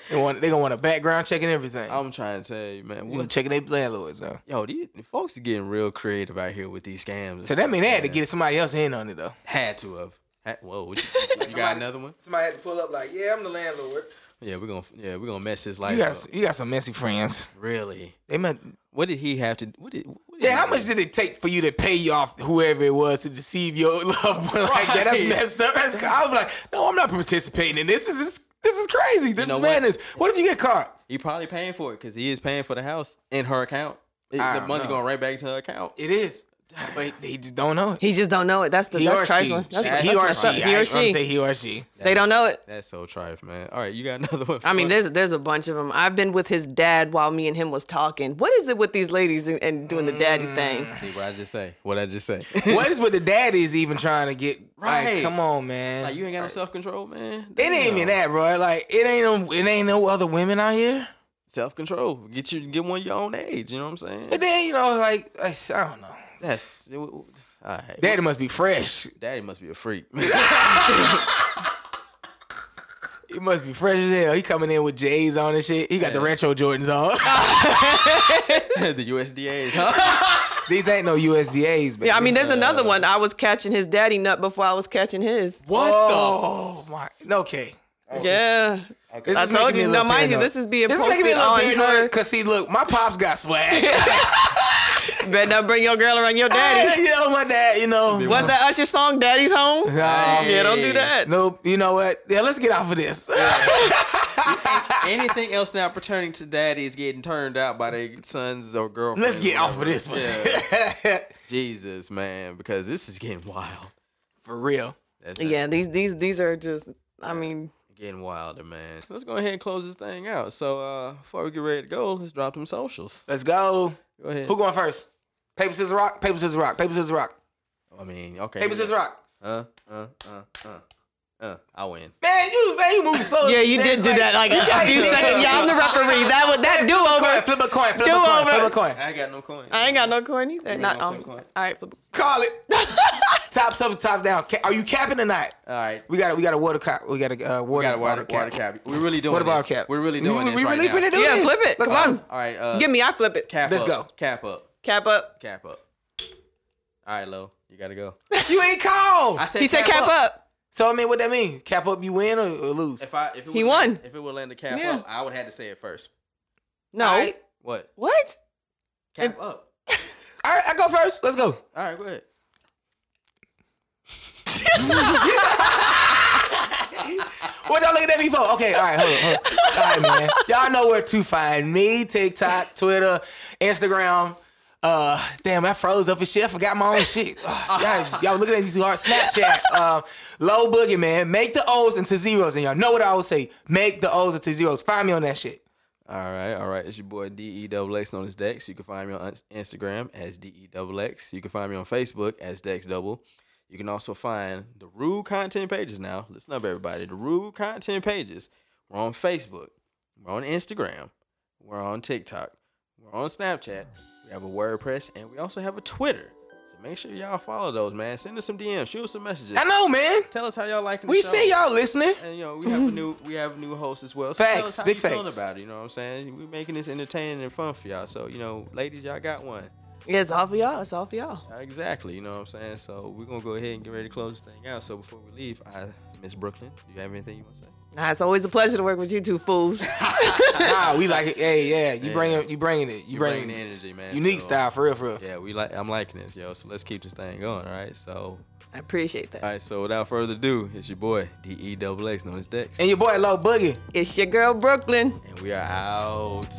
S1: They want they gonna want a background check and everything. I'm
S2: I'm trying to tell you, man. Oh, What?
S1: checking their landlords though.
S2: Yo, these the folks are getting real creative out here with these scams.
S1: So that mean they had to get somebody else in on it though.
S2: Had to have. Had, whoa, what
S1: [laughs]
S2: you, you got another one?
S1: Somebody had to pull up like, yeah, I'm the landlord.
S2: Yeah, we're gonna yeah we're gonna mess his life
S1: You got
S2: up.
S1: s- you got some messy friends.
S2: Really?
S1: They meant
S2: What did he have to? What did? What did
S1: yeah.
S2: he
S1: How
S2: do?
S1: much did it take for you to pay you off whoever it was to deceive your [laughs] loved one like that? That's
S2: Right.
S1: messed up. That's, I'm like, no, I'm not participating in this. This is this is crazy. This
S2: know
S1: is
S2: what?
S1: madness. What? if you get caught?
S2: He probably paying for it because he is paying for the house in her account. It-
S1: I
S2: the
S1: don't
S2: money
S1: know.
S2: going right back into her account.
S1: It is, but they just don't know it.
S4: He just don't know it. That's the
S1: He or
S4: that's
S1: she.
S4: trifling. That's,
S1: She-
S4: that's
S1: He or
S4: messed up.
S1: she.
S4: He
S1: I-
S4: or
S1: I'm gonna
S4: she.
S1: say he or she.
S4: they don't know it.
S2: That's so trife, man. All right, you got [laughs] another one.
S4: I mean,
S2: for us?
S4: there's there's a bunch of them. I've been with his dad while me and him was talking. What is it with these ladies and, and doing the daddy
S1: Mm.
S4: thing?
S2: See what I just say? What I just say?
S1: [laughs] what is with the daddies even trying to get?
S2: Right.
S1: Like, come on, man.
S2: [laughs] Like you ain't got no self control, man.
S1: It ain't even that, bro. Like it ain't no, it ain't no other women out here.
S2: self control. Get you get one your own age. You know what I'm
S1: But
S2: saying?
S1: then you know, like I s- I don't know.
S2: That's all right.
S1: Daddy must be fresh.
S2: Daddy must be
S1: [laughs]
S2: a freak.
S1: He must be fresh as hell. He coming in with J's on and shit. He got the retro Jordans on.
S2: the USDA's, huh?
S1: [laughs] These ain't no USDA's, baby.
S4: Yeah, I mean, there's another one. I was catching his daddy nut before I was catching his.
S1: what oh, the? Oh my. Okay.
S4: Yeah.
S1: This
S4: I
S1: is making
S4: told
S1: me a
S4: you.
S1: little
S4: Now, mind you,
S1: paranoid.
S4: this is being
S1: This is
S4: posted
S1: making me a little
S4: on
S1: paranoid.
S4: her.
S1: Cause see, look, my pops got
S4: [laughs]
S1: swag.
S4: Better not bring your girl around your
S1: [laughs]
S4: daddy.
S1: you know my dad. You know.
S4: What's that Usher song, Daddy's Home?
S1: No,
S4: Yeah, don't do that.
S1: nope. You know what? Yeah, let's get off of this.
S2: Anything else now pertaining to daddy is getting turned out by their sons or
S1: [laughs]
S2: girlfriends.
S1: let's get off of this one. [laughs]
S2: Yeah. Jesus, man, because this is getting wild.
S1: For real.
S2: That's that's
S4: Yeah, these these these are just. I mean,
S2: getting wilder, man. Let's go ahead and close this thing out. So uh before we get ready to go, let's drop them socials.
S1: Let's go.
S2: Go ahead.
S1: Who going first? Paper, scissors, rock. Paper, scissors, rock. Paper, scissors, rock.
S2: I mean, okay.
S1: Paper, scissors, rock.
S2: Uh, uh, uh, uh, uh. I win.
S1: Man, you man, you moving slow.
S4: yeah, you did do that like a, a few seconds. Yeah, I'm the referee. That was that do
S1: Coin,
S4: over.
S1: flip a coin. Flip
S4: Do
S1: a coin.
S4: over.
S1: Flip a coin.
S2: I ain't got no coin.
S4: I ain't got no coin either. Not
S2: no
S4: um.
S2: coin.
S4: All right, flip.
S1: Call it. tops up, [laughs] top down. Ca- Are you capping or not?
S2: All right.
S1: We got a, we got a water cap. We got a uh, water,
S2: We got a water,
S1: bottle cap.
S2: water cap. We're really doing
S1: Water bottle
S2: this.
S1: cap.
S2: We're really doing
S1: we,
S2: this
S1: We
S2: right
S1: really
S2: now.
S1: finna do
S4: Yeah,
S1: this.
S4: flip it.
S1: Let's
S4: Come
S1: go.
S2: All right. Uh,
S4: Give me, I flip it.
S2: Cap
S1: Let's
S2: up.
S1: go.
S2: Cap up.
S4: Cap up.
S2: Cap up. All right, Lo, you gotta go.
S1: You ain't called.
S2: [laughs] I said
S4: He said cap up.
S1: So I mean, what that mean? Cap up, you win or, or lose?
S2: If I if it
S4: He
S2: would-
S4: won.
S2: If it would land the cap
S4: Yeah.
S2: up, I would have to say it first.
S4: No.
S1: Alright.
S2: What?
S4: What?
S2: Cap up.
S1: All right, I go first. Let's go.
S2: All right, go ahead.
S1: [laughs] What y'all looking at me for? Okay, all right, hold on. Hold on. All right, man. Y'all know where to find me: TikTok, Twitter, Instagram. Uh, damn, I froze up and shit. I forgot my own shit. [sighs] Ugh, y'all, y'all looking at me too hard. Snapchat, uh, low boogie, man. Make the O's into zeros, and y'all know what I always say: make the O's into zeros. Find me on that shit.
S2: All right, all right. It's your boy DEXX known as Dex. You can find me on Instagram as DEXX. You can find me on Facebook as Dex Double. You can also find the Rude Content Pages now. Listen up, everybody. The Rude Content Pages. We're on Facebook. We're on Instagram. We're on TikTok. We're on Snapchat. We have a WordPress, and we also have a Twitter. So make sure y'all follow those, man. Send us some DMs. Shoot us some messages.
S1: I know, man.
S2: Tell us how y'all liking. the
S1: We
S2: show.
S1: see y'all listening.
S2: And you know, we have a new we have a new host as well. So tell
S1: Facts,
S2: us how
S1: big
S2: you feeling
S1: facts.
S2: about it, you know what I'm saying? We're making this entertaining and fun for y'all. So, you know, ladies, y'all got one.
S4: Yeah, it's all for y'all. It's all for y'all.
S2: Exactly, you know what I'm saying? So we're gonna go ahead and get ready to close this thing out. So before we leave, I Miss Brooklyn, do you have anything you wanna say?
S4: Nah, it's always a pleasure to work with you two [laughs] fools.
S1: [laughs] Nah, we like it. Hey, yeah, you bringing, you bringing it. You
S2: You
S1: bringing,
S2: bringing the energy, man.
S1: Unique
S2: So-
S1: style, for real, for real.
S2: Yeah, we like I'm liking this, yo. So let's keep this thing going, all right? So
S4: I appreciate that.
S2: all right, so without further ado, it's your boy, D E double X known as Dex.
S1: And your boy Low Boogie.
S4: It's your girl Brooklyn.
S2: and we are out.